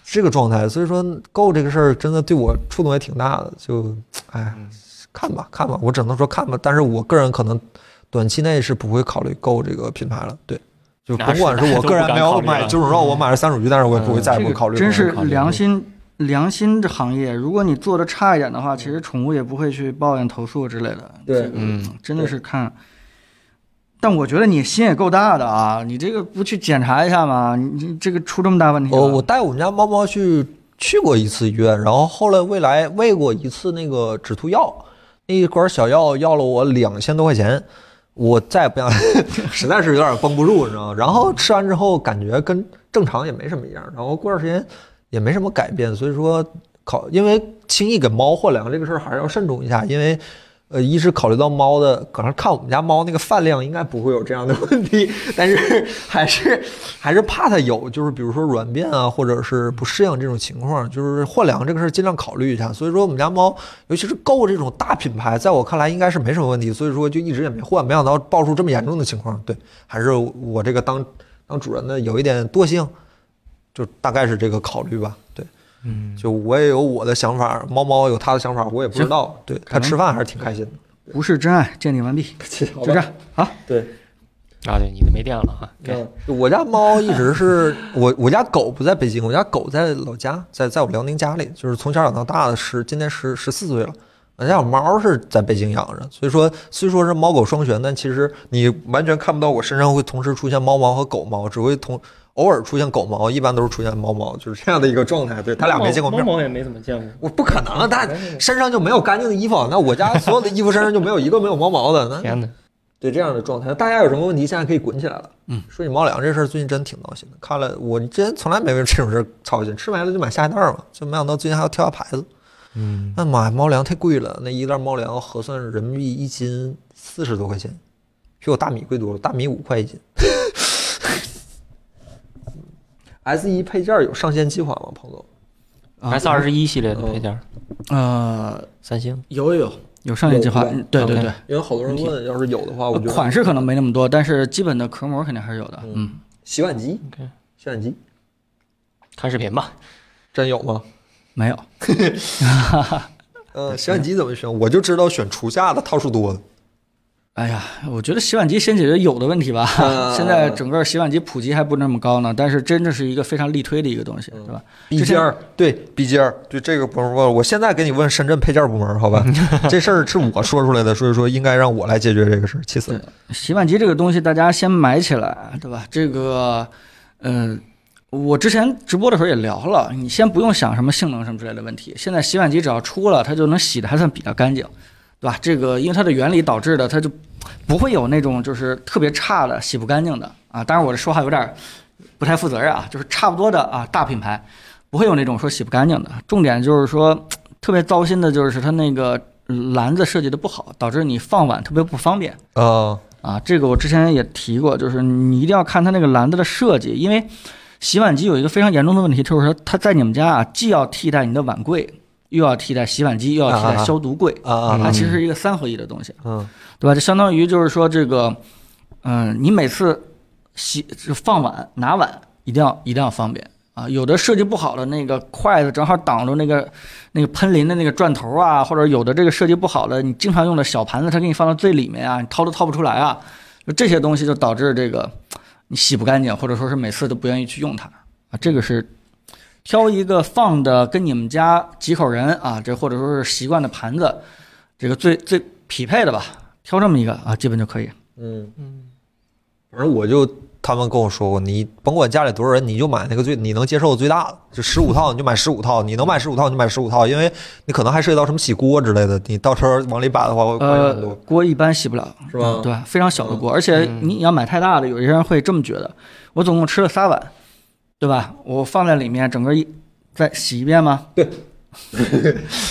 A: 这个状态，所以说 Go 这个事儿真的对我触动也挺大的，就哎，
F: 嗯
A: 看吧看吧，我只能说看吧。但是我个人可能短期内是不会考虑 Go 这个品牌了，对，就
F: 那
A: 甭
F: 是
A: 管
F: 大家
A: 我
F: 都
A: 个人
F: 不敢
A: 没有
F: 考虑
A: 买
F: 了
A: 九种肉，我买了三种鱼，但是我也不会再也
C: 嗯这
A: 不
C: 个
A: 考虑了。
C: 真是
A: 考虑
C: 良心良心的行业。如果你做的差一点的话，其实宠物也不会去抱怨投诉之类的。
A: 对
C: 这个
E: 嗯
C: 真的是看。但我觉得你心也够大的啊！你这个不去检查一下吗？你你这个出这么大问题了，
A: 我哦我带我们家猫猫去去过一次医院，然后后来未来喂过一次那个止吐药，那一管小药要了我两千多块钱，我再也不想， 实在是有点绷不住，你知道吗？然后吃完之后感觉跟正常也没什么一样，然后过段时间也没什么改变，所以说考，因为轻易给猫换粮这个事儿还是要慎重一下，因为。呃，一是考虑到猫的，可能看我们家猫那个饭量，应该不会有这样的问题， 但是还是 还是怕它有，就是比如说软便啊，或者是不适应这种情况，就是换粮这个事儿尽量考虑一下。所以说我们家猫，尤其是 Go 这种大品牌，在我看来应该是没什么问题，所以说就一直也没换，没想到爆出这么严重的情况。对，还是我这个当当主人的有一点惰性，就大概是这个考虑吧。对，嗯，就我也有我的想法，猫猫有它的想法，我也不知道。对它吃饭还是挺开心的。
C: 不是真爱。鉴 定完毕，就这样好。
A: 对，
F: 啊，对，你的没电了啊。对，
A: 嗯，我家猫一直是我我家狗不在北京，我家狗在老家，在在我辽宁家里，就是从小养到大的十，今年十十四岁了。我家小猫是在北京养着，所以说虽说是猫狗双全，但其实你完全看不到我身上会同时出现猫毛和狗毛，只会同偶尔出现狗毛，一般都是出现猫毛，就是这样的一个状态。对，他俩没见过面。
F: 猫猫也没怎么见过。
A: 我不可能，他身上就没有干净的衣服，那我家所有的衣服身上就没有一个没有毛毛的。那
F: 天哪，
A: 对这样的状态，大家有什么问题，现在可以滚起来了。嗯，说起猫粮这事儿，最近真挺闹心的。看了我之前从来没为这种事儿操心，吃没了就买下一袋儿嘛，就没想到最近还要跳下牌子。嗯，那妈呀，猫粮太贵了，那一袋猫粮合算人民币一斤四十多块钱，比我大米贵多了，大米五块一斤。S 一配件有上线计划吗，彭总？啊
F: S 二十一系列
A: 哦
F: 的配件儿，
C: 呃，
F: 三星。
C: 有有有有上线计划，
A: 有
C: 嗯对对对，
A: 因为好多人问，要是有的话，我觉
C: 呃
A: 得
C: 款式可能没那么多，但是基本的壳膜肯定还是有的。嗯，
A: 洗碗机
F: OK，
A: 洗碗机
F: 看视频吧。
A: 真有吗？
C: 没有，
A: 呃，洗碗机怎么选？我就知道选厨下的套数多的。
C: 哎呀，我觉得洗碗机先解决有的问题吧。
A: 嗯
C: 现在整个洗碗机普及还不那么高呢，但是真的是一个非常力推的一个东西，对吧？
A: B
C: 之前
A: 尖儿，对 B 尖儿，对这个不是我，我现在给你问深圳配件部门，好吧？这事儿是我说出来的，所以说应该让我来解决这个事儿，气死
C: 对
A: 了。，
C: 洗碗机这个东西大家先买起来，对吧？这个，呃，我之前直播的时候也聊了，你先不用想什么性能什么之类的问题，现在洗碗机只要出了，它就能洗的还算比较干净，对吧？这个因为它的原理导致的，它就不会有那种就是特别差的洗不干净的啊。当然我这说话有点不太负责任啊，就是差不多的啊，大品牌不会有那种说洗不干净的。重点就是说，特别糟心的就是它那个呃篮子设计的不好，导致你放碗特别不方便。
A: 啊，
C: 啊，这个我之前也提过，就是你一定要看它那个篮子的设计，因为洗碗机有一个非常严重的问题，就是说它在你们家啊，既要替代你的碗柜，又要替代洗碗机，又要替
A: 啊啊啊
C: 代消毒柜，
A: 啊啊
C: 它
A: 啊
C: 其实是一个三合一的东西，
A: 嗯
C: 对吧？就相当于就是说这个，嗯、你每次洗就放碗拿碗一定要一定要方便。啊，有的设计不好的那个筷子正好挡住那个那个喷淋的那个转头啊，或者有的这个设计不好的，你经常用的小盘子，它给你放到最里面啊，你掏都掏不出来啊，就这些东西就导致这个你洗不干净，或者说是每次都不愿意去用它啊。这个是挑一个放的跟你们家几口人啊，这或者说是习惯的盘子，这个最最匹配的吧，挑这么一个啊，基本就可以。
A: 嗯，反正我就他们跟我说过，你甭管家里多少人，你就买那个最你能接受的最大的，就十五套你就买十五套，你能买十五套你买十五套，因为你可能还涉及到什么洗锅之类的，你到时候往里摆的话会关系
C: 呃
A: 很多，，
C: 锅一般洗不了，
A: 是吧
C: 嗯对，非常小的锅，而且你你要买太大的，有些人会这么觉得，我总共吃了仨碗，对吧？我放在里面，整个一再洗一遍吗？对，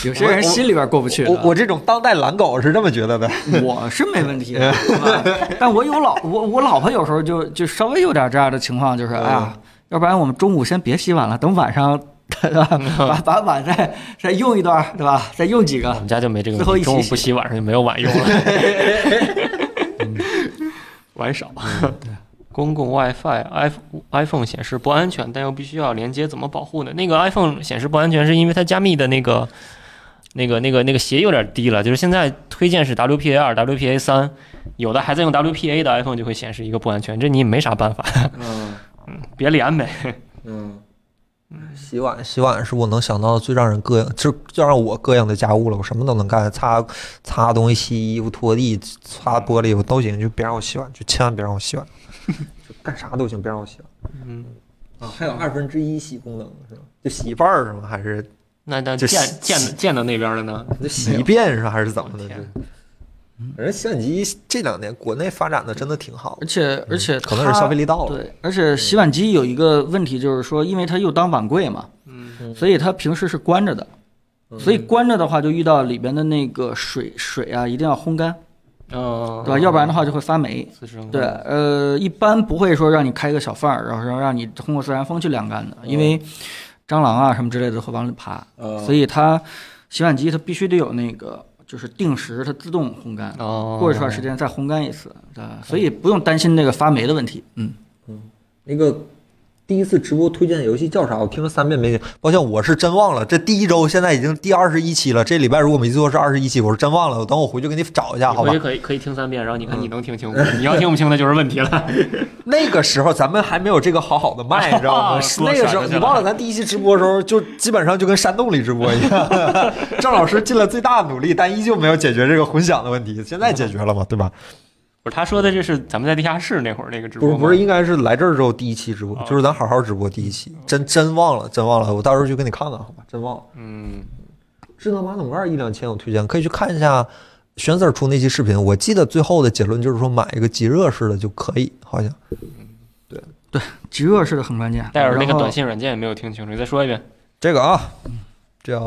C: 有些人心里边过不去。
A: 我我这种当代懒狗是这么觉得的，
C: 我是没问题 的，是吧但我有老我我老婆有时候就就稍微有点这样的情况，就是哎呀，要不然我们中午先别洗碗了，等晚上 对吧？把把碗再再用一段，对吧？再用几个
F: 我，们家就没这个
C: 最后
F: 问
C: 一
F: 题，
C: 起
F: 中午
C: 洗
F: 不洗，晚上就没有碗 用了。玩少。 公共 WiFi，iPhone iPhone 显示不安全，但又必须要连接，怎么保护呢？那个 iPhone 显示不安全是因为它加密的那个、那个、那个、那个协议有点低了，就是现在推荐是 WPA 二、WPA 三，有的还在用 WPA 的 iPhone 就会显示一个不安全，这你也没啥办法。
A: 嗯
F: 别连呗。
A: 嗯。洗碗，洗碗是我能想到最让人膈应，就是最让我膈应的家务了。我什么都能干，擦擦东西、洗衣服、拖地、擦玻璃，我都行，就别让我洗碗，就千万别让我洗碗，就干啥都行，别让我洗碗。
F: 嗯，
A: 啊，还有二分之一洗功能是吧？就洗一半儿是吗？还是
F: 那那
A: 就
F: 见
A: 洗
F: 见见到那边了呢？
A: 就洗一遍是吧还是怎么的？
F: 我天
A: 就反正洗碗机这两年国内发展的真的挺好
C: 而，且而且
A: 嗯可能是
C: 它
A: 消费力到了。
C: 对，而且洗碗机有一个问题，就是说，因为它又当碗柜嘛，
F: 嗯，
C: 所以它平时是关着的，
A: 嗯
C: 所以关着的话就遇到里边的那个水水啊，一定要烘干，
F: 哦，
C: 对吧？要不然的话就会发霉。
A: 嗯
F: 滋生
C: 对，呃，一般不会说让你开个小缝儿，然后然后让你通过自然风去晾干的，
A: 嗯
C: 因为蟑螂啊什么之类的会往里爬，
A: 哦
C: 所以它洗碗机它必须得有那个就是定时它自动烘干，
F: 哦，
C: 过一段时间再烘干一次，对，所以不用担心那个发霉的问题。嗯，
A: 那个第一次直播推荐的游戏叫啥？我听了三遍没，抱歉，我是真忘了。这第一周现在已经第二十一期了，这礼拜如果没记错是二十一期，我是真忘了。我等我回去给你找一下，好
F: 你
A: 吧
F: 回去？可以可以听三遍，然后你看你能听清楚， 你要听不清那就是问题了。？
A: 那个时候咱们还没有这个好好的麦，你知道吗 那个时候你忘了咱第一期直播的时候，就基本上就跟山洞里直播 一样。郑老师尽了最大的努力，但依旧没有解决这个混响的问题。现在解决了嘛，对吧？
F: 不是他说的，这是咱们在地下室那会儿那个直
A: 不
F: 播
A: 是
F: 吗，
A: 不是，应该是来这儿之后第一期直播
F: 哦，
A: 就是咱好好直播第一期。真真忘了，真忘了，我到时候去给你看看，好吧？真忘了。
F: 嗯，
A: 智能马桶盖一两千，我推荐可以去看一下玄 Sir 出那期视频。我记得最后的结论就是说买一个即热式的就可以，好像
C: 极热式的很关键。
F: 戴尔那
C: 然
F: 个
C: 后
F: 短信软件也没有听清楚，你再说一遍，
A: 这个啊叫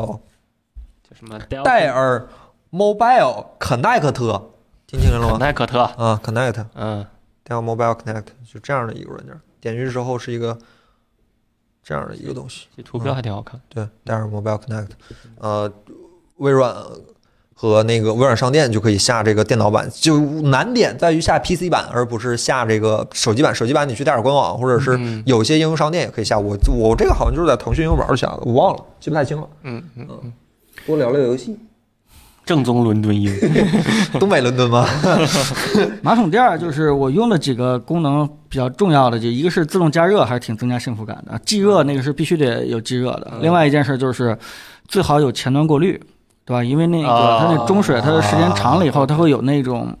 F: 叫什么？
A: 戴尔 Mobile Connect，听清楚了
F: 肯
A: 吗？
F: 耐哦可特，
A: 啊，Connect，
F: 嗯，
A: 戴尔 Mobile Connect 就这样的一个软件，点进去之后是一个这样的一个东西。
F: 这图标还挺好看。
A: 对，戴尔 Mobile Connect，呃，微软和那个微软商店就可以下这个电脑版，就难点在于下 PC 版，而不是下这个手机版。手机版你去戴尔官网，或者是
F: 嗯
A: 有些应用商店也可以下。我我这个好像就是在腾讯应用宝下的，我忘了，记不太清了。
F: 嗯嗯嗯，
A: 多聊聊游戏，
F: 正宗伦敦音，
A: 东北伦敦吗？
C: 马桶垫儿就是我用了几个功能比较重要的，就一个是自动加热，还是挺增加幸福感的。即热那个是必须得有即热的。另外一件事就是最好有前端过滤，对吧？因为那个
F: 啊
C: 它那中水，它的时间长了以后，它会有那种。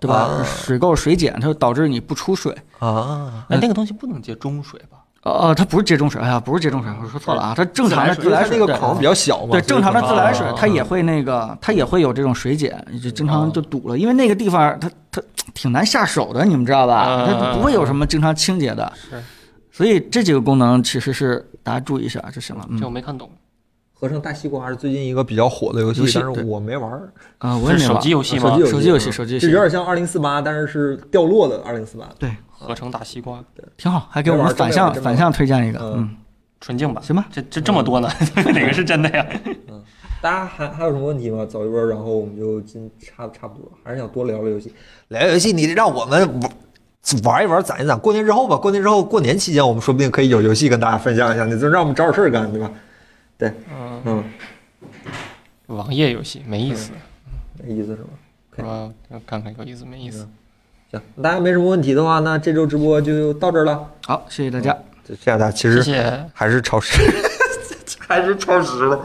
C: 对吧
A: 啊？
C: 水垢、水碱，它会导致你不出水。
A: 啊，
F: 哎，那个东西不能接中水吧？
C: 哦哦，它不是接中水，哎呀，不是接中水，我说错了啊，它正常的自
A: 因为它
C: 来
A: 那
C: 水
A: 个
C: 对啊
A: 孔比较小嘛。
C: 对，正常的自来水
A: 啊，
C: 它也会那个，它也会有这种水碱，就经常就堵了，因为那个地方
A: 啊
C: 它它挺难下手的，你们知道吧？
F: 嗯
C: 它不会有什么经常清洁的，
F: 是，
C: 所以这几个功能其实是大家注意一下就行了。
F: 这我
C: 嗯，
F: 没看懂。
A: 合成大西瓜是最近一个比较火的游戏
C: 游，戏
A: 但是
C: 对
A: 我没玩儿。啊
C: 啊，我也
F: 是
C: 没
F: 手
C: 玩
F: 机。游戏
A: 手
F: 吗
A: 机？
C: 手机游戏手机游戏
A: 就有点像二零四八，但是是掉落的二零四八。
C: 对，
F: 合成大西瓜，
C: 挺好，还给我
A: 没玩
C: 们
A: 真
C: 反
A: 没
C: 向
A: 玩真没
C: 反向推荐一个，
A: 嗯
C: 嗯，
F: 纯净吧？
C: 行吧，
F: 这这这么 多呢，哪个是真的呀？
A: 大家还还有什么问题吗？走一波，然后我们就今差差不多，还是想多聊聊游戏，聊游戏，你让我们玩玩一玩，攒一攒。过年之后吧，过年之后，过年期间我们说不定可以有游戏跟大家分享一下，你就让我们找点事儿干，对吧？对，
F: 嗯，
A: 嗯，
F: 网页游戏没意思，
A: 那意思是吧？
F: 是吧？要看看有意思没意思。
A: 行，大家没什么问题的话，那这周直播就到这儿了。
C: 好，谢谢大家。
F: 嗯
A: 这这样大家其
F: 谢
A: 实
F: 谢。
A: 还是超时，还是超时了。